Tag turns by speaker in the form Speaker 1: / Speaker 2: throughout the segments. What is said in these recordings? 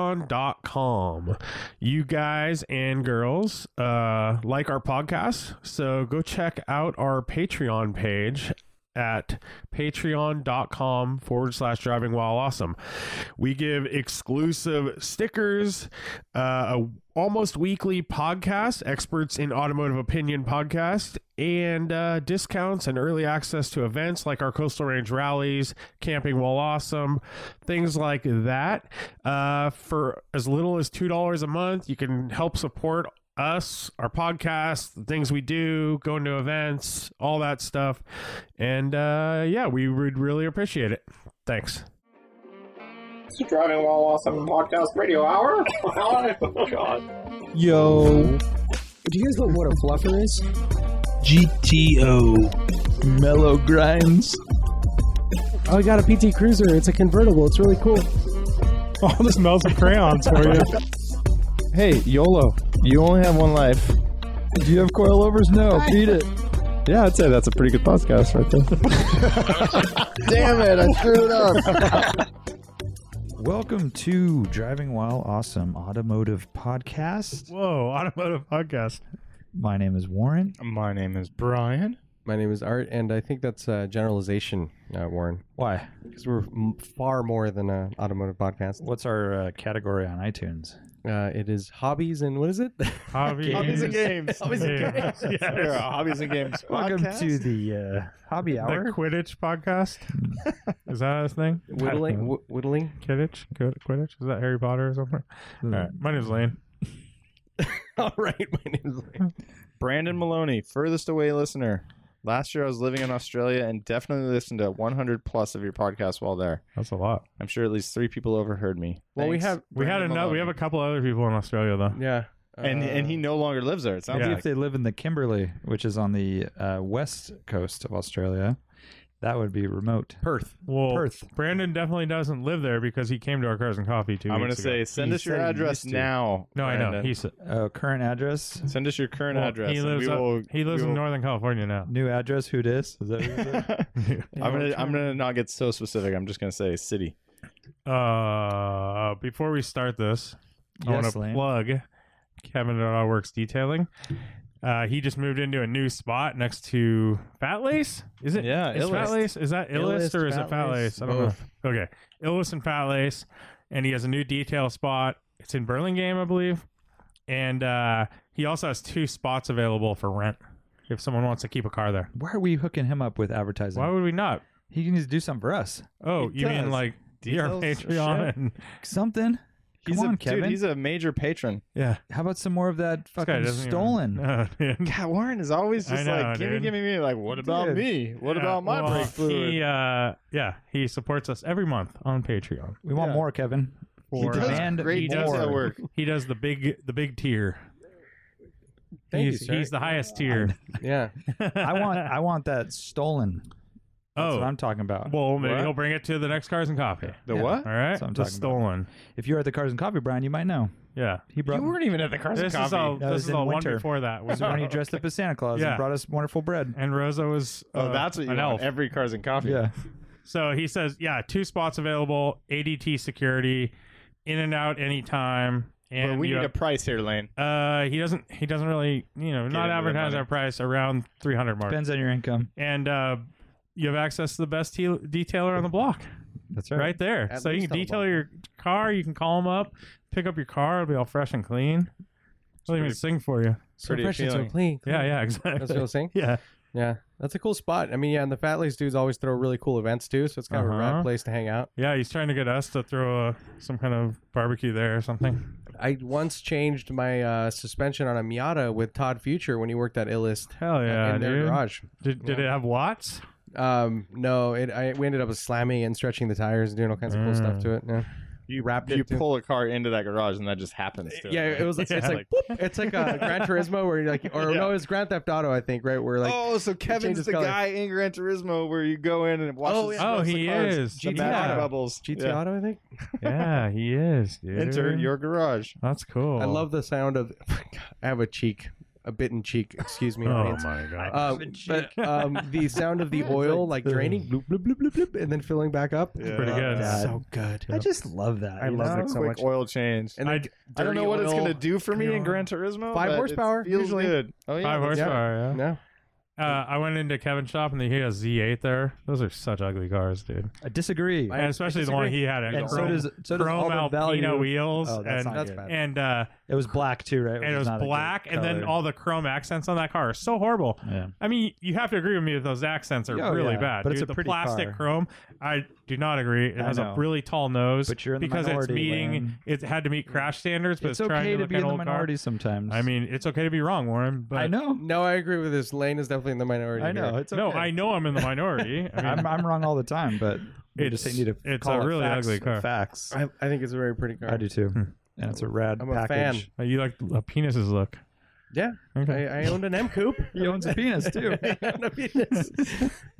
Speaker 1: patreon.com. You guys and girls uh, like our podcast, so go check out our Patreon page at patreon.com forward slash driving while awesome we give exclusive stickers uh, a almost weekly podcast experts in automotive opinion podcast and uh, discounts and early access to events like our coastal range rallies camping while awesome things like that uh, for as little as $2 a month you can help support us, our podcast, the things we do, going to events, all that stuff. And uh, yeah, we would really appreciate it. Thanks.
Speaker 2: It's Driving While Awesome Podcast Radio Hour. oh, God.
Speaker 3: Yo,
Speaker 4: Do you guys know what a fluffer is?
Speaker 3: GTO, mellow grinds.
Speaker 4: Oh, I got a PT Cruiser. It's a convertible. It's really cool.
Speaker 5: All the smells of crayons for you.
Speaker 3: Hey, YOLO, you only have one life. Do you have coilovers? No, beat it. Yeah, I'd say that's a pretty good podcast right there.
Speaker 6: Damn it, I threw it up.
Speaker 5: Welcome to Driving While Awesome Automotive Podcast.
Speaker 1: Whoa, automotive podcast.
Speaker 5: My name is Warren.
Speaker 7: My name is Brian.
Speaker 6: My name is Art, and I think that's a generalization, uh, Warren,
Speaker 5: Why?
Speaker 6: because we're m- far more than an automotive podcast.
Speaker 5: What's our uh, category on iTunes?
Speaker 6: Uh, it is hobbies and what is it?
Speaker 1: Hobbies.
Speaker 7: Hobbies and games.
Speaker 6: Hobbies and games.
Speaker 1: Yes.
Speaker 7: There are hobbies and games.
Speaker 5: Welcome
Speaker 7: podcast.
Speaker 5: to the uh, Hobby
Speaker 1: The
Speaker 5: Hour.
Speaker 1: Quidditch podcast. is that his thing?
Speaker 6: whittling, wh- whittling.
Speaker 1: Quidditch? Quid- Quidditch? Is that Harry Potter or something? All right. My name's Lane.
Speaker 6: All right, my name is.
Speaker 7: Brandon Maloney, furthest away listener. Last year I was living in Australia and definitely listened to 100 plus of your podcast while there.
Speaker 1: That's a lot.
Speaker 7: I'm sure at least three people overheard me.
Speaker 6: Well, we
Speaker 7: Thanks,
Speaker 6: have-
Speaker 1: We had
Speaker 7: Brandon
Speaker 1: another. We have a
Speaker 7: Maloney.
Speaker 1: couple other people in Australia though.
Speaker 6: Yeah,
Speaker 7: and
Speaker 6: Uh,
Speaker 7: and he no longer lives there. It sounds
Speaker 1: Yeah.
Speaker 7: like
Speaker 5: If they live in the Kimberley, which is on the uh, west coast of Australia, that would be remote.
Speaker 1: Perth. Well,
Speaker 5: Perth.
Speaker 1: Brandon definitely doesn't live there because he came to our cars and coffee too.
Speaker 7: I'm going to
Speaker 1: weeks ago.
Speaker 7: say send
Speaker 5: He
Speaker 7: us your
Speaker 5: said he
Speaker 7: address
Speaker 5: used to.
Speaker 7: now.
Speaker 1: No, I know.
Speaker 7: Brandon.
Speaker 1: He's
Speaker 5: Uh, current address,
Speaker 7: send us your current
Speaker 1: well,
Speaker 7: address.
Speaker 1: He
Speaker 7: and
Speaker 1: lives,
Speaker 7: we
Speaker 1: up-
Speaker 7: will,
Speaker 1: he lives
Speaker 7: we
Speaker 1: in
Speaker 7: will-
Speaker 1: Northern California now.
Speaker 5: new address, who dis? Is that what you said?
Speaker 7: I'm gonna I'm gonna not get so specific. I'm just gonna say city.
Speaker 1: Uh, before we start this, I want
Speaker 5: Yes,
Speaker 1: to
Speaker 5: Lane.
Speaker 1: plug Kevin at Auto Works Detailing. Uh, he just moved into a new spot next to Fat Lace. Is it?
Speaker 7: Yeah,
Speaker 1: is Fat
Speaker 7: Illust.
Speaker 1: Lace. Is that Illust
Speaker 5: Illust,
Speaker 1: or is it
Speaker 5: Fat
Speaker 1: Fat Lace?
Speaker 5: Lace,
Speaker 1: I don't know. Okay, Illust and Fat Lace, and he has a new detail spot. It's in Burlingame, I believe, and uh, he also has two spots available for rent if someone wants to keep a car there.
Speaker 5: Why are we hooking him up with advertising?
Speaker 1: Why would we not?
Speaker 5: he needs to do something for us.
Speaker 1: Oh,
Speaker 7: He
Speaker 1: you
Speaker 7: does.
Speaker 1: mean like your
Speaker 7: Details or
Speaker 1: Patreon?
Speaker 7: shit?
Speaker 1: And,
Speaker 5: Something.
Speaker 7: He's
Speaker 5: Come
Speaker 7: a
Speaker 5: on,
Speaker 7: dude.
Speaker 5: Kevin.
Speaker 7: He's a major patron.
Speaker 1: yeah,
Speaker 5: How about some more of that
Speaker 1: This guy
Speaker 5: fucking
Speaker 1: doesn't even-
Speaker 5: stolen?
Speaker 1: No, dude.
Speaker 7: God, Warren is always
Speaker 1: I
Speaker 7: just
Speaker 1: know,
Speaker 7: like, gimme,
Speaker 1: dude.
Speaker 7: gimme, gimme. Like, what about
Speaker 5: Dude.
Speaker 7: me? What
Speaker 1: Yeah,
Speaker 7: about my
Speaker 1: well,
Speaker 7: brake fluid?
Speaker 1: He, uh, yeah, he supports us every month on Patreon.
Speaker 5: We want
Speaker 7: Yeah.
Speaker 5: more, Kevin.
Speaker 7: He
Speaker 1: For,
Speaker 7: does
Speaker 1: uh,
Speaker 5: Demand
Speaker 7: great
Speaker 1: does
Speaker 7: detail
Speaker 1: it.
Speaker 7: work.
Speaker 1: he does the big the big tier.
Speaker 6: Thank you,
Speaker 1: he's,
Speaker 6: sir.
Speaker 1: he's the highest tier.
Speaker 6: yeah.
Speaker 5: I want I want that stolen. That's
Speaker 1: oh,
Speaker 5: what I'm talking about.
Speaker 1: well, maybe
Speaker 7: What?
Speaker 1: he'll bring it to the next Cars and Coffee.
Speaker 7: The
Speaker 5: Yeah.
Speaker 7: what?
Speaker 1: All right,
Speaker 5: what I'm
Speaker 1: the
Speaker 5: talking about.
Speaker 1: stolen.
Speaker 5: if you're at the Cars and Coffee, Brian, you might know.
Speaker 1: Yeah,
Speaker 5: He brought
Speaker 7: even at the cars
Speaker 1: this is all
Speaker 5: That
Speaker 1: this
Speaker 5: was
Speaker 1: is
Speaker 5: in
Speaker 1: all one
Speaker 5: winter.
Speaker 1: before that.
Speaker 5: was when he dressed up as Santa Claus
Speaker 1: Yeah.
Speaker 5: and brought us wonderful bread.
Speaker 1: and Rosa was
Speaker 7: Oh,
Speaker 1: uh,
Speaker 7: that's what you
Speaker 1: an
Speaker 7: want.
Speaker 1: elf.
Speaker 7: Every cars and coffee.
Speaker 5: Yeah.
Speaker 1: So he says, yeah, two spots available, ADT security, in and out anytime. And
Speaker 7: But we
Speaker 1: you
Speaker 7: need
Speaker 1: have-
Speaker 7: a price here, Lane.
Speaker 1: Uh, he doesn't. He doesn't really, you know, not
Speaker 7: into the
Speaker 1: advertise
Speaker 7: money.
Speaker 1: our price around three hundred mark.
Speaker 5: Depends on your income.
Speaker 1: and uh, you have access to the best te- detailer on the block
Speaker 5: That's
Speaker 1: right there.
Speaker 6: At
Speaker 1: so you can
Speaker 6: least on the
Speaker 1: detail
Speaker 6: block.
Speaker 1: your car. You can call them up, pick up your car. It'll be all fresh and clean. They'll even
Speaker 7: pretty-
Speaker 1: sing for you.
Speaker 6: Pretty
Speaker 4: Professional
Speaker 6: appealing.
Speaker 4: plane.
Speaker 1: Yeah, yeah, exactly.
Speaker 6: That's what I was saying.
Speaker 1: yeah,
Speaker 6: Yeah, that's a cool spot. I mean, yeah, and the Fat Lace dudes always throw really cool events too, so it's kind of a
Speaker 1: Uh-huh.
Speaker 6: rad place to hang out.
Speaker 1: yeah. He's trying to get us to throw a, some kind of barbecue there or something.
Speaker 6: I once changed my uh, suspension on a Miata with Todd Future when he worked at Illust
Speaker 1: Hell yeah,
Speaker 6: in their
Speaker 1: dude.
Speaker 6: garage.
Speaker 1: Did, did
Speaker 6: Yeah.
Speaker 1: it have watts?
Speaker 6: Um, no, it I, we ended up with slamming and stretching the tires and doing all kinds of cool stuff
Speaker 1: Mm.
Speaker 6: to it. Yeah,
Speaker 7: You
Speaker 6: wrapped
Speaker 7: You
Speaker 6: it, too.
Speaker 7: pull a car into that garage, and that just happens. To
Speaker 6: yeah, it was like, it's
Speaker 1: Yeah.
Speaker 6: like boop, it's like a Gran Turismo where you're like, or
Speaker 7: Yeah.
Speaker 6: no, it's Grand Theft Auto, I think, right? Where like,
Speaker 7: oh, so Kevin's
Speaker 6: changes
Speaker 7: the
Speaker 6: color.
Speaker 7: guy in Gran Turismo where you go in and watch.
Speaker 6: Oh,
Speaker 7: the-
Speaker 6: yeah.
Speaker 1: Oh,
Speaker 6: Throws the
Speaker 1: he
Speaker 6: cars.
Speaker 1: is.
Speaker 7: the
Speaker 6: GT
Speaker 7: mad
Speaker 1: yeah.
Speaker 7: bubbles.
Speaker 6: GT
Speaker 7: Yeah.
Speaker 6: Auto, I think.
Speaker 1: yeah, he is, dude.
Speaker 7: Enter your garage.
Speaker 6: Oh.
Speaker 1: That's cool.
Speaker 6: I love the sound of. I have a cheek a bit in cheek. Excuse me,
Speaker 1: Oh
Speaker 6: audience.
Speaker 1: my god.
Speaker 6: Uh, but um, the sound of the oil like draining, bloop, bloop, bloop, bloop, bloop, and then filling back up.
Speaker 7: Yeah.
Speaker 1: Pretty good.
Speaker 6: That's so good.
Speaker 5: I just love that.
Speaker 6: I
Speaker 5: you
Speaker 6: love
Speaker 5: know?
Speaker 6: it so
Speaker 7: quick
Speaker 6: much.
Speaker 7: oil change.
Speaker 6: And then
Speaker 1: I'd-
Speaker 7: I don't
Speaker 6: dirty
Speaker 7: know what it's
Speaker 6: oil.
Speaker 7: gonna do for me in Gran Turismo.
Speaker 6: Five
Speaker 7: but it
Speaker 6: horsepower,
Speaker 7: feels
Speaker 6: usually.
Speaker 7: good. Oh yeah,
Speaker 1: Five
Speaker 7: that's-
Speaker 1: horsepower. Yeah.
Speaker 6: No,
Speaker 1: Uh, I went into Kevin's shop and he had a Z8 there. Those are such ugly cars, dude.
Speaker 5: I disagree.
Speaker 1: And especially the one he had. It.
Speaker 5: and so does so does
Speaker 1: chrome
Speaker 5: all the
Speaker 1: Alpino
Speaker 5: value.
Speaker 1: wheels
Speaker 5: Oh,
Speaker 1: and
Speaker 5: that's not
Speaker 6: that's
Speaker 5: good.
Speaker 6: bad.
Speaker 1: and uh,
Speaker 5: It was black too, right?
Speaker 1: and
Speaker 5: Which
Speaker 1: it
Speaker 5: is
Speaker 1: was
Speaker 5: not a good
Speaker 1: black, and then
Speaker 5: color.
Speaker 1: all the chrome accents on that car are so horrible.
Speaker 5: Yeah.
Speaker 1: I mean, you have to agree with me that those accents are
Speaker 5: Yeah,
Speaker 1: really
Speaker 5: Oh, yeah,
Speaker 1: bad.
Speaker 5: but
Speaker 1: dude.
Speaker 5: it's a
Speaker 1: the
Speaker 5: pretty
Speaker 1: plastic
Speaker 5: car.
Speaker 1: chrome. I do not agree. It
Speaker 5: I
Speaker 1: has a
Speaker 5: know.
Speaker 1: really tall nose
Speaker 5: But you're in the
Speaker 1: because it's
Speaker 5: minority,
Speaker 1: meeting.
Speaker 5: man.
Speaker 1: It had to meet crash standards, but
Speaker 5: it's
Speaker 1: it's, trying
Speaker 5: okay
Speaker 1: to,
Speaker 5: to
Speaker 1: look
Speaker 5: be
Speaker 1: at
Speaker 5: in the
Speaker 1: old car.
Speaker 5: minority sometimes.
Speaker 1: I mean, it's okay to be wrong, Warren. But
Speaker 5: I know,
Speaker 6: no, I agree with this. Lane is definitely in the minority.
Speaker 5: I know.
Speaker 6: here.
Speaker 5: It's okay.
Speaker 1: No, I know I'm in the minority. I mean,
Speaker 5: I'm, I'm wrong all the time, but we just
Speaker 1: It's-
Speaker 5: need to
Speaker 1: it's
Speaker 5: call
Speaker 1: a
Speaker 5: it
Speaker 1: really
Speaker 5: facts,
Speaker 1: ugly car. Hmm.
Speaker 5: Facts.
Speaker 6: I, I think it's a very pretty car.
Speaker 5: I do too, and it's a rad
Speaker 6: I'm a
Speaker 5: package.
Speaker 1: Uh, You like uh, penises look.
Speaker 6: Yeah,
Speaker 1: Okay.
Speaker 6: I, I owned an M coupe.
Speaker 5: He owns a penis too.
Speaker 6: a penis.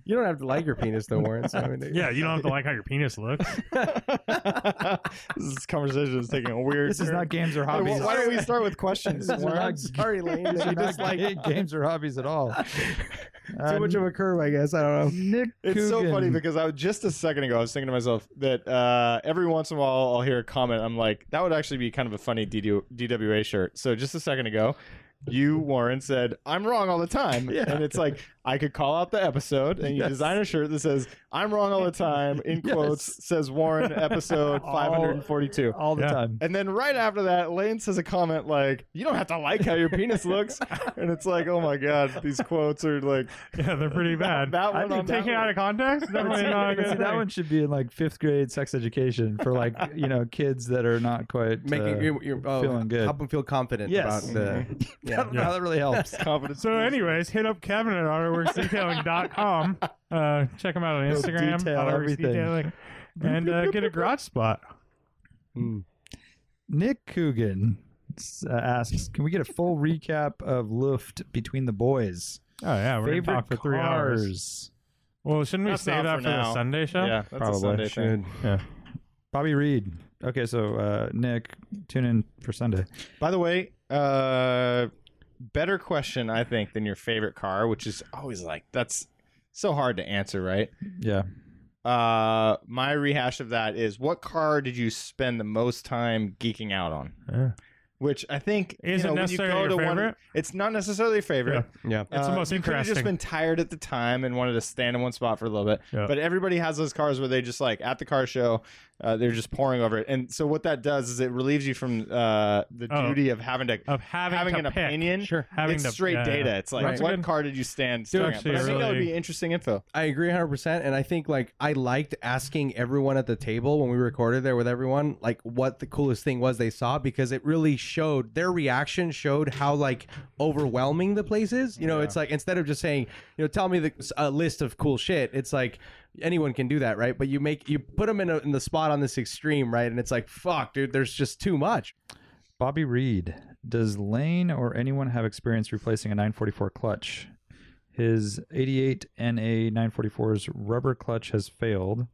Speaker 6: You don't have to like your penis though, Warren. So, I mean,
Speaker 1: Yeah, you don't have to like how your penis looks.
Speaker 7: this conversation is taking a weird.
Speaker 5: This is
Speaker 7: turn.
Speaker 5: not games or
Speaker 7: Hey, wh-
Speaker 5: hobbies.
Speaker 7: Why don't we start with questions?
Speaker 5: These are
Speaker 7: Warren?
Speaker 5: not-
Speaker 6: Sorry, Lane.
Speaker 5: These are
Speaker 6: You
Speaker 5: not
Speaker 6: just like
Speaker 5: ga- games or hobbies at all. Uh,
Speaker 6: too much of a curve, I guess. I don't know.
Speaker 5: Nick
Speaker 7: It's so
Speaker 5: Coogan.
Speaker 7: funny because I was just a second ago I was thinking to myself that uh, every once in a while I'll hear a comment. I'm like, that would actually be kind of a funny DD- DWA shirt. So just a second ago, you Warren said I'm wrong all the time,
Speaker 5: Yeah.
Speaker 7: and it's like I could call out the episode, and you
Speaker 5: Yes.
Speaker 7: design a shirt that says I'm wrong all the time in
Speaker 5: Yes. Oh.
Speaker 7: quotes says Warren episode
Speaker 5: All-
Speaker 7: 542.
Speaker 5: all the
Speaker 1: Yeah.
Speaker 5: time.
Speaker 7: And then right after that, Lane says a comment like, "You don't have to like how your penis looks," and it's like, "Oh my god, these quotes are like
Speaker 1: Yeah, they're pretty bad.
Speaker 7: that
Speaker 1: I
Speaker 7: one
Speaker 1: think
Speaker 7: on that
Speaker 1: taking it
Speaker 7: one.
Speaker 1: out of context, definitely not a
Speaker 5: See,
Speaker 1: good
Speaker 5: that
Speaker 1: thing.
Speaker 5: one should be in like fifth grade sex education for like you know kids that are not quite
Speaker 6: Making
Speaker 5: uh,
Speaker 6: you, you oh,
Speaker 5: feeling good.
Speaker 6: Help them feel confident
Speaker 5: Yes.
Speaker 6: about the.
Speaker 5: I don't know how that really helps.
Speaker 7: confidence."
Speaker 1: So, anyways, hit up Kevin at AutoworksDetailing.com. Uh, check him out on
Speaker 5: He'll
Speaker 1: Instagram,
Speaker 5: detail
Speaker 1: Autoworks
Speaker 5: everything.
Speaker 1: Detailing, and uh, get a garage spot.
Speaker 6: Mm,
Speaker 5: Nick Coogan s- uh, asks, "Can we get a full recap of Luft between the boys?
Speaker 1: Oh yeah, we're
Speaker 5: Favorite
Speaker 1: gonna talk for three
Speaker 5: cars?
Speaker 1: hours. Well, shouldn't we
Speaker 7: That's
Speaker 1: save
Speaker 7: not
Speaker 1: that
Speaker 7: for
Speaker 1: for, the
Speaker 7: now.
Speaker 1: Sunday show?
Speaker 7: Yeah, that's
Speaker 5: Probably
Speaker 7: a Sunday thing.
Speaker 5: Bobby Reed. Okay, so uh, Nick, tune in for Sunday.
Speaker 7: By the way, uh, better question I think than your favorite car, which is always like that's so hard to answer, right?
Speaker 5: Yeah,
Speaker 7: Uh, my rehash of that is what car did you spend the most time geeking out on?
Speaker 1: Yeah.
Speaker 7: Which I think you
Speaker 1: Isn't
Speaker 7: know, when you
Speaker 1: necessarily
Speaker 7: go
Speaker 1: your
Speaker 7: to one-
Speaker 1: favorite?
Speaker 7: it's not necessarily your favorite.
Speaker 1: Yeah.
Speaker 6: Yeah.
Speaker 1: It's the
Speaker 7: Uh,
Speaker 1: most
Speaker 7: you could have just
Speaker 1: interesting.
Speaker 7: been tired at the time and wanted to stand in one spot for a little bit.
Speaker 1: Yeah.
Speaker 7: But everybody has those cars where they just like at the car show, uh, they're just pouring over it. And so what that does is it relieves you from uh, the
Speaker 1: Oh.
Speaker 7: duty of having to
Speaker 1: Of having,
Speaker 7: having
Speaker 1: to
Speaker 7: an
Speaker 1: pick.
Speaker 7: opinion.
Speaker 6: Sure.
Speaker 1: Having
Speaker 7: it's
Speaker 1: to-
Speaker 7: straight
Speaker 1: yeah.
Speaker 7: data. It's like
Speaker 1: That's a
Speaker 7: what
Speaker 1: good-
Speaker 7: car did you stand staring at?
Speaker 1: actually
Speaker 7: But I think that would
Speaker 1: really-
Speaker 7: be interesting info.
Speaker 6: I agree 100%. And I think, like, I liked asking everyone at the table when we recorded there with everyone, like, what the coolest thing was they saw because it really showed their reaction, showed how, like, overwhelming the place is. You know, it's like instead of just saying, you know, tell me the, a list of cool shit, it's like anyone can do that, right? But you make, you put them in, a, in the spot on this extreme, right? And it's like, fuck, dude, there's just too much.
Speaker 5: Bobby Reed. Does Lane or anyone have experience replacing a 944 clutch? His 88 NA 944's rubber clutch has failed,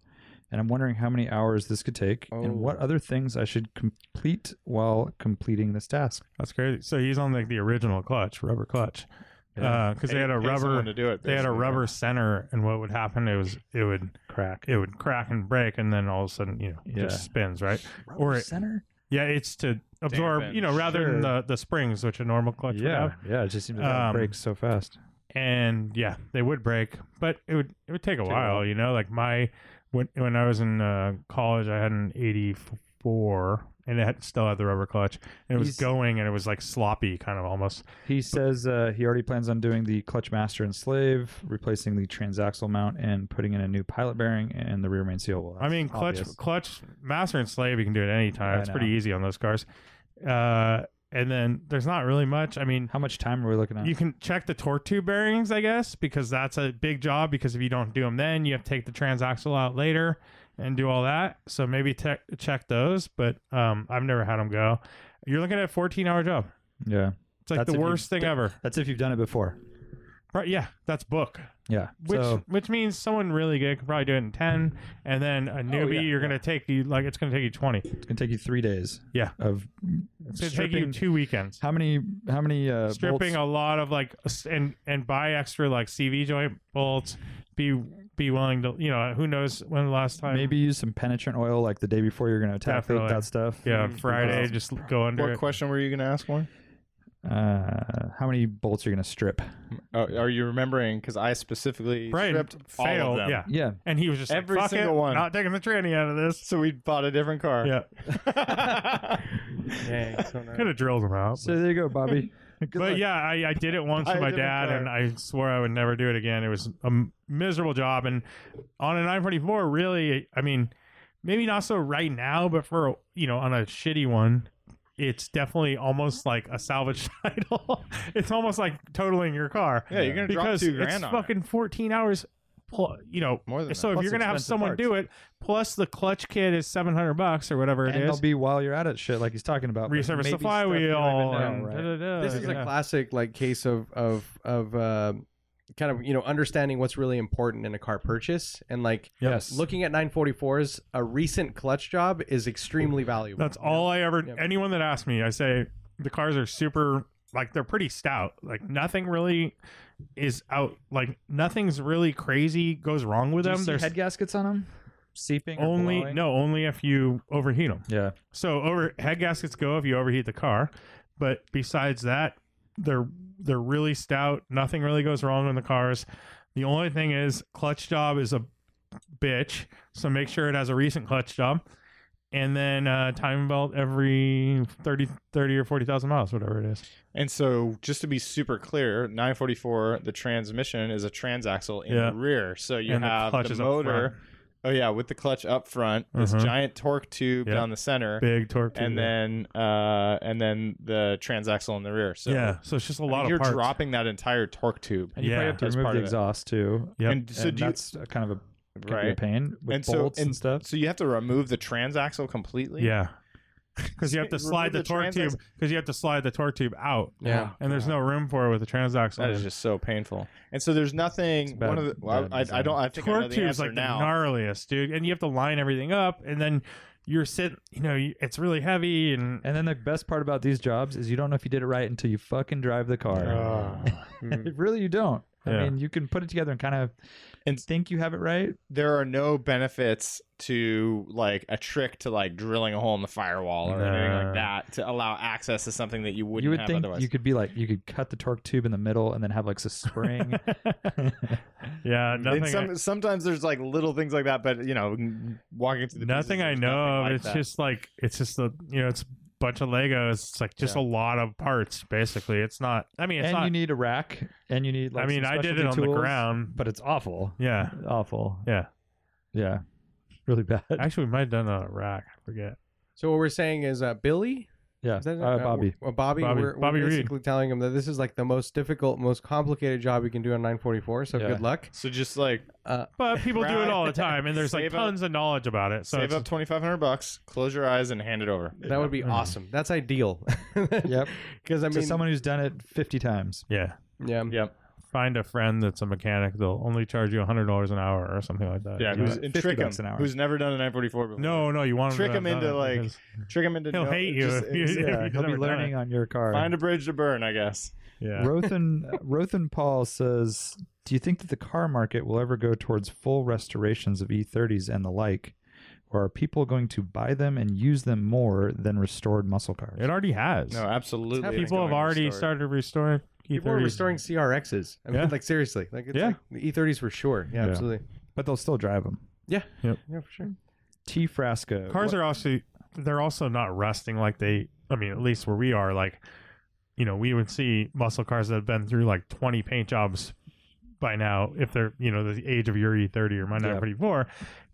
Speaker 5: and I'm wondering how many hours this could take, and
Speaker 1: Oh.
Speaker 5: what other things I should complete while completing this task.
Speaker 1: That's crazy. So he's on like the original clutch, rubber clutch, because they had a
Speaker 7: Pay someone
Speaker 1: rubber.
Speaker 7: to do it.
Speaker 1: They had a
Speaker 7: basically.
Speaker 1: rubber center, and what would happen? It was it would
Speaker 5: Crack.
Speaker 1: it would crack and break, and then all of a sudden, you know, it
Speaker 5: Yeah.
Speaker 1: just spins, right?
Speaker 5: Rubber
Speaker 1: or it-
Speaker 5: center?
Speaker 1: Yeah, it's to absorb,
Speaker 7: Dampen.
Speaker 1: you know, rather than the
Speaker 5: Sure.
Speaker 1: the springs, which a normal clutch would
Speaker 5: Yeah,
Speaker 1: have.
Speaker 5: yeah. It just seems like that
Speaker 1: Um,
Speaker 5: breaks so fast.
Speaker 1: and yeah, they would break, but it would it would take a while, you know. Like my when when I was in uh, college, I had an eighty four, and it had, still had the rubber clutch, and it was
Speaker 5: He's-
Speaker 1: going, and it was like sloppy, kind of almost.
Speaker 5: He says uh, he already plans on doing the clutch master and slave, replacing the transaxle mount, and putting in a new pilot bearing and the rear main seal. Well,
Speaker 1: I
Speaker 5: that's
Speaker 1: mean, clutch,
Speaker 5: obvious.
Speaker 1: clutch, master and slave, you can do it any time.
Speaker 5: I
Speaker 1: It's pretty
Speaker 5: know.
Speaker 1: easy on those cars. Uh, and then there's not really much. I mean,
Speaker 5: How much time are we looking at?
Speaker 1: You can check the torque tube bearings, I guess, because that's a big job. Because if you don't do them, then you have to take the transaxle out later and do all that. So maybe te- check those, but um, I've never had them go. You're looking at a 14 hour job.
Speaker 5: yeah,
Speaker 1: It's like
Speaker 5: That's
Speaker 1: the
Speaker 5: if you
Speaker 1: worst thing
Speaker 5: d-
Speaker 1: ever.
Speaker 5: that's if you've done it before.
Speaker 1: Right? Yeah, that's book.
Speaker 5: Yeah.
Speaker 1: Which
Speaker 5: so
Speaker 1: which means someone really good could probably do it in 10, and then a newbie,
Speaker 5: Oh, yeah,
Speaker 1: you're gonna take you like it's gonna take you 20.
Speaker 5: it's gonna take you three days.
Speaker 1: Yeah.
Speaker 5: Of
Speaker 1: It's gonna take you
Speaker 5: stripping-
Speaker 1: two weekends.
Speaker 5: How many? How many? Uh,
Speaker 1: stripping
Speaker 5: bolts-
Speaker 1: a lot of like s- and and buy extra like CV joint bolts. Be be willing to you know who knows when the last time
Speaker 5: Maybe use some penetrant oil like the day before you're going to attack
Speaker 1: Definitely.
Speaker 5: that stuff.
Speaker 1: yeah Friday
Speaker 7: Awesome.
Speaker 1: just go under
Speaker 7: What
Speaker 1: it.
Speaker 7: question were you going to ask, Warren?
Speaker 5: Uh, how many bolts are you going to strip?
Speaker 7: Oh, are you remembering? Because I specifically
Speaker 1: Right,
Speaker 7: stripped all
Speaker 1: fail,
Speaker 7: of them.
Speaker 1: yeah.
Speaker 5: Yeah.
Speaker 1: And he was just
Speaker 7: Every
Speaker 1: like, Fuck
Speaker 7: single
Speaker 1: it,
Speaker 7: one.
Speaker 1: Not taking the tranny out of this.
Speaker 7: So we bought a different car.
Speaker 1: Yeah,
Speaker 6: Dang, so
Speaker 1: could
Speaker 6: nice.
Speaker 1: have drilled him out.
Speaker 5: So there you go, Bobby. Good
Speaker 1: but
Speaker 5: luck.
Speaker 1: yeah, I, I did it once
Speaker 7: Buy
Speaker 1: with
Speaker 7: a
Speaker 1: my
Speaker 7: different
Speaker 1: dad,
Speaker 7: car.
Speaker 1: and I swore I would never do it again. It was a m- miserable job, and on a 944, really, I mean, maybe not so right now, but for you know, on a shitty one, it's definitely almost like a salvage title. it's almost like totaling your car.
Speaker 7: Yeah, you're gonna drop
Speaker 1: because
Speaker 7: two grand
Speaker 1: it's
Speaker 7: on it.
Speaker 1: fucking 14 hours. Pl- you know,
Speaker 7: More than
Speaker 1: so
Speaker 7: that.
Speaker 1: if
Speaker 5: Plus
Speaker 1: you're gonna have
Speaker 5: expensive
Speaker 1: someone
Speaker 5: parts.
Speaker 1: do it, plus the clutch kit is 700 bucks or whatever
Speaker 5: and
Speaker 1: it
Speaker 5: they'll
Speaker 1: is.
Speaker 5: be while you're at it, shit like he's talking about. but
Speaker 1: Resurface
Speaker 5: maybe
Speaker 1: the
Speaker 5: stuff you
Speaker 1: flywheel.
Speaker 5: don't even
Speaker 1: and
Speaker 5: know, right?
Speaker 1: da-da-da,
Speaker 6: This is
Speaker 1: Oh, yeah.
Speaker 6: a classic like case of of of uh, kind of you know understanding what's really important in a car purchase and like
Speaker 5: Yes.
Speaker 6: looking at 944s. A recent clutch job is extremely valuable.
Speaker 1: That's all I ever.
Speaker 6: Yeah.
Speaker 1: Anyone that asks me, I say the cars are super. Like they're pretty stout. Like nothing really is out. Like nothing's really crazy goes wrong with
Speaker 5: Do you
Speaker 1: them.
Speaker 5: see
Speaker 1: There's
Speaker 5: head gaskets on them, seeping. or
Speaker 1: only
Speaker 5: blowing?
Speaker 1: no, only if you overheat them.
Speaker 5: Yeah.
Speaker 1: So over head gaskets go if you overheat the car, but besides that, they're they're really stout. Nothing really goes wrong in the cars. The only thing is clutch job is a bitch, so make sure it has a recent clutch job. And then uh, time belt every 30, 30 or 40,000 miles, whatever it is.
Speaker 7: And so, just to be super clear, 944, the transmission is a transaxle in
Speaker 1: Yeah.
Speaker 7: the rear. So you
Speaker 1: And the
Speaker 7: have
Speaker 1: clutch
Speaker 7: the
Speaker 1: is up
Speaker 7: motor.
Speaker 1: front.
Speaker 7: Oh yeah, with the clutch up front, this
Speaker 1: Uh-huh.
Speaker 7: giant torque tube
Speaker 1: Yeah.
Speaker 7: down the center,
Speaker 1: Big torque. tube.
Speaker 7: and then uh, and then the transaxle in the rear. So
Speaker 1: yeah, so it's just a
Speaker 7: I mean,
Speaker 1: lot of
Speaker 7: you're
Speaker 1: parts.
Speaker 7: dropping that entire torque tube.
Speaker 5: And you
Speaker 1: Yeah,
Speaker 5: probably have to
Speaker 7: that's
Speaker 5: remove
Speaker 7: part
Speaker 5: the
Speaker 7: of it.
Speaker 5: exhaust too.
Speaker 1: Yep.
Speaker 7: And so
Speaker 5: and
Speaker 7: do you,
Speaker 5: that's uh, kind of a, could be a
Speaker 7: Right.
Speaker 5: pain with
Speaker 7: And so-
Speaker 5: bolts and,
Speaker 7: and-
Speaker 5: stuff.
Speaker 7: so you have to remove the transaxle completely.
Speaker 1: Yeah. Because you have to
Speaker 7: Remove
Speaker 1: slide the,
Speaker 7: the
Speaker 1: torque tube.
Speaker 7: transax-
Speaker 1: Because you have to slide the torque tube out,
Speaker 6: yeah.
Speaker 1: and there's no room for it with the transaxle.
Speaker 7: That is just so painful. And so there's nothing.
Speaker 5: bad-
Speaker 7: one of the well,
Speaker 5: bad
Speaker 7: I, I
Speaker 5: design.
Speaker 7: don't. I think I know
Speaker 1: torque
Speaker 7: the
Speaker 1: tube's
Speaker 7: answer
Speaker 1: like
Speaker 7: now.
Speaker 1: the gnarliest, dude. And you have to line everything up, and then you're sitting. You know, you, it's really heavy, and
Speaker 5: And then the best part about these jobs is you don't know if you did it right until you fucking drive the
Speaker 7: Uh,
Speaker 5: car. really, you don't.
Speaker 1: Yeah.
Speaker 5: I mean, you can put it together and kind of
Speaker 7: And-
Speaker 5: think you have it right.
Speaker 7: there are no benefits to like a trick to like drilling a hole in the firewall or anything
Speaker 1: No.
Speaker 7: like that to allow access to something that you wouldn't
Speaker 5: you would
Speaker 7: have
Speaker 5: think
Speaker 7: otherwise.
Speaker 5: you could be like you could cut the torque tube in the middle and then have like a spring.
Speaker 1: yeah, Uh, nothing.
Speaker 7: and some, sometimes there's like little things like that, but you know, walking
Speaker 1: I,
Speaker 7: through the
Speaker 1: nothing
Speaker 7: pieces,
Speaker 1: I
Speaker 7: there's
Speaker 1: know of.
Speaker 7: nothing like
Speaker 1: it's
Speaker 7: that.
Speaker 1: just like it's just a you know it's a bunch of Legos. It's like just a lot of parts, basically. It's not. I mean, it's
Speaker 5: and
Speaker 1: not.
Speaker 5: you need a rack and you need like
Speaker 1: I mean,
Speaker 5: some
Speaker 1: I did
Speaker 5: specialty
Speaker 1: it on the
Speaker 5: tools,
Speaker 1: ground, but
Speaker 5: But it's awful.
Speaker 1: yeah,
Speaker 5: Awful.
Speaker 1: Yeah.
Speaker 5: Yeah. Really bad.
Speaker 1: actually, we might have done it on a rack. I forget.
Speaker 6: So what we're saying is uh, Billy,
Speaker 5: yeah.
Speaker 6: Is that-
Speaker 5: uh, Bobby.
Speaker 6: uh, Bobby,
Speaker 1: Bobby-
Speaker 6: we're, we're
Speaker 1: Bobby Reed.
Speaker 6: basically telling him that this is like the most difficult, most complicated job you can do on 944. So
Speaker 5: Yeah.
Speaker 6: good luck.
Speaker 7: so just like
Speaker 1: But people do it
Speaker 7: Right.
Speaker 1: all the time, and there's like
Speaker 7: Save up-
Speaker 1: tons of knowledge about it. So
Speaker 7: save
Speaker 1: it's-
Speaker 7: up twenty five hundred bucks, close your eyes, and hand it over.
Speaker 6: That would be
Speaker 1: Mm.
Speaker 6: awesome. That's ideal.
Speaker 5: Yep.
Speaker 6: Because I mean,
Speaker 5: to someone who's done it 50 times.
Speaker 1: yeah.
Speaker 6: yeah,
Speaker 1: E Find a friend that's a mechanic. They'll only charge you hundred dollars an hour or something like that.
Speaker 7: Yeah,
Speaker 1: You know?
Speaker 7: who's, and
Speaker 5: 50
Speaker 7: trick him.
Speaker 5: bucks an hour.
Speaker 7: Who's never done a nine forty four before?
Speaker 1: No, no, you want
Speaker 7: Trick
Speaker 1: to
Speaker 7: him into, like, trick him into.
Speaker 1: He'll
Speaker 7: no-
Speaker 1: hate you
Speaker 7: just-
Speaker 1: if you-
Speaker 7: yeah.
Speaker 5: Yeah,
Speaker 1: he's
Speaker 5: he'll
Speaker 1: never
Speaker 5: be
Speaker 1: done
Speaker 5: learning on your car.
Speaker 7: Find a bridge to burn, I guess.
Speaker 1: yeah,
Speaker 5: Rothen uh, Rothen Paul says, "Do you think that the car market will ever go towards full restorations of E30s and the like, or are people going to buy them and use them more than restored muscle cars?"
Speaker 1: it already has.
Speaker 7: No, absolutely. it's
Speaker 1: People
Speaker 7: going
Speaker 1: have already
Speaker 7: restored.
Speaker 1: started restoring. E
Speaker 6: people are
Speaker 1: E30s.
Speaker 6: restoring CRXs. I mean,
Speaker 1: Yeah.
Speaker 6: like seriously, like it's
Speaker 1: Yeah.
Speaker 6: like the E30s for sure. Yeah,
Speaker 5: Yeah.
Speaker 6: absolutely.
Speaker 5: but they'll still drive them.
Speaker 6: Yeah,
Speaker 1: Yep.
Speaker 6: yeah, for sure.
Speaker 5: T
Speaker 6: Uh,
Speaker 5: Frasco.
Speaker 1: Cars are also they're also not rusting like they. I mean, at least where we are, like you know, we would see muscle cars that have been through like twenty paint jobs by now if they're you know the age of your E30 or my
Speaker 5: Yeah.
Speaker 1: 944,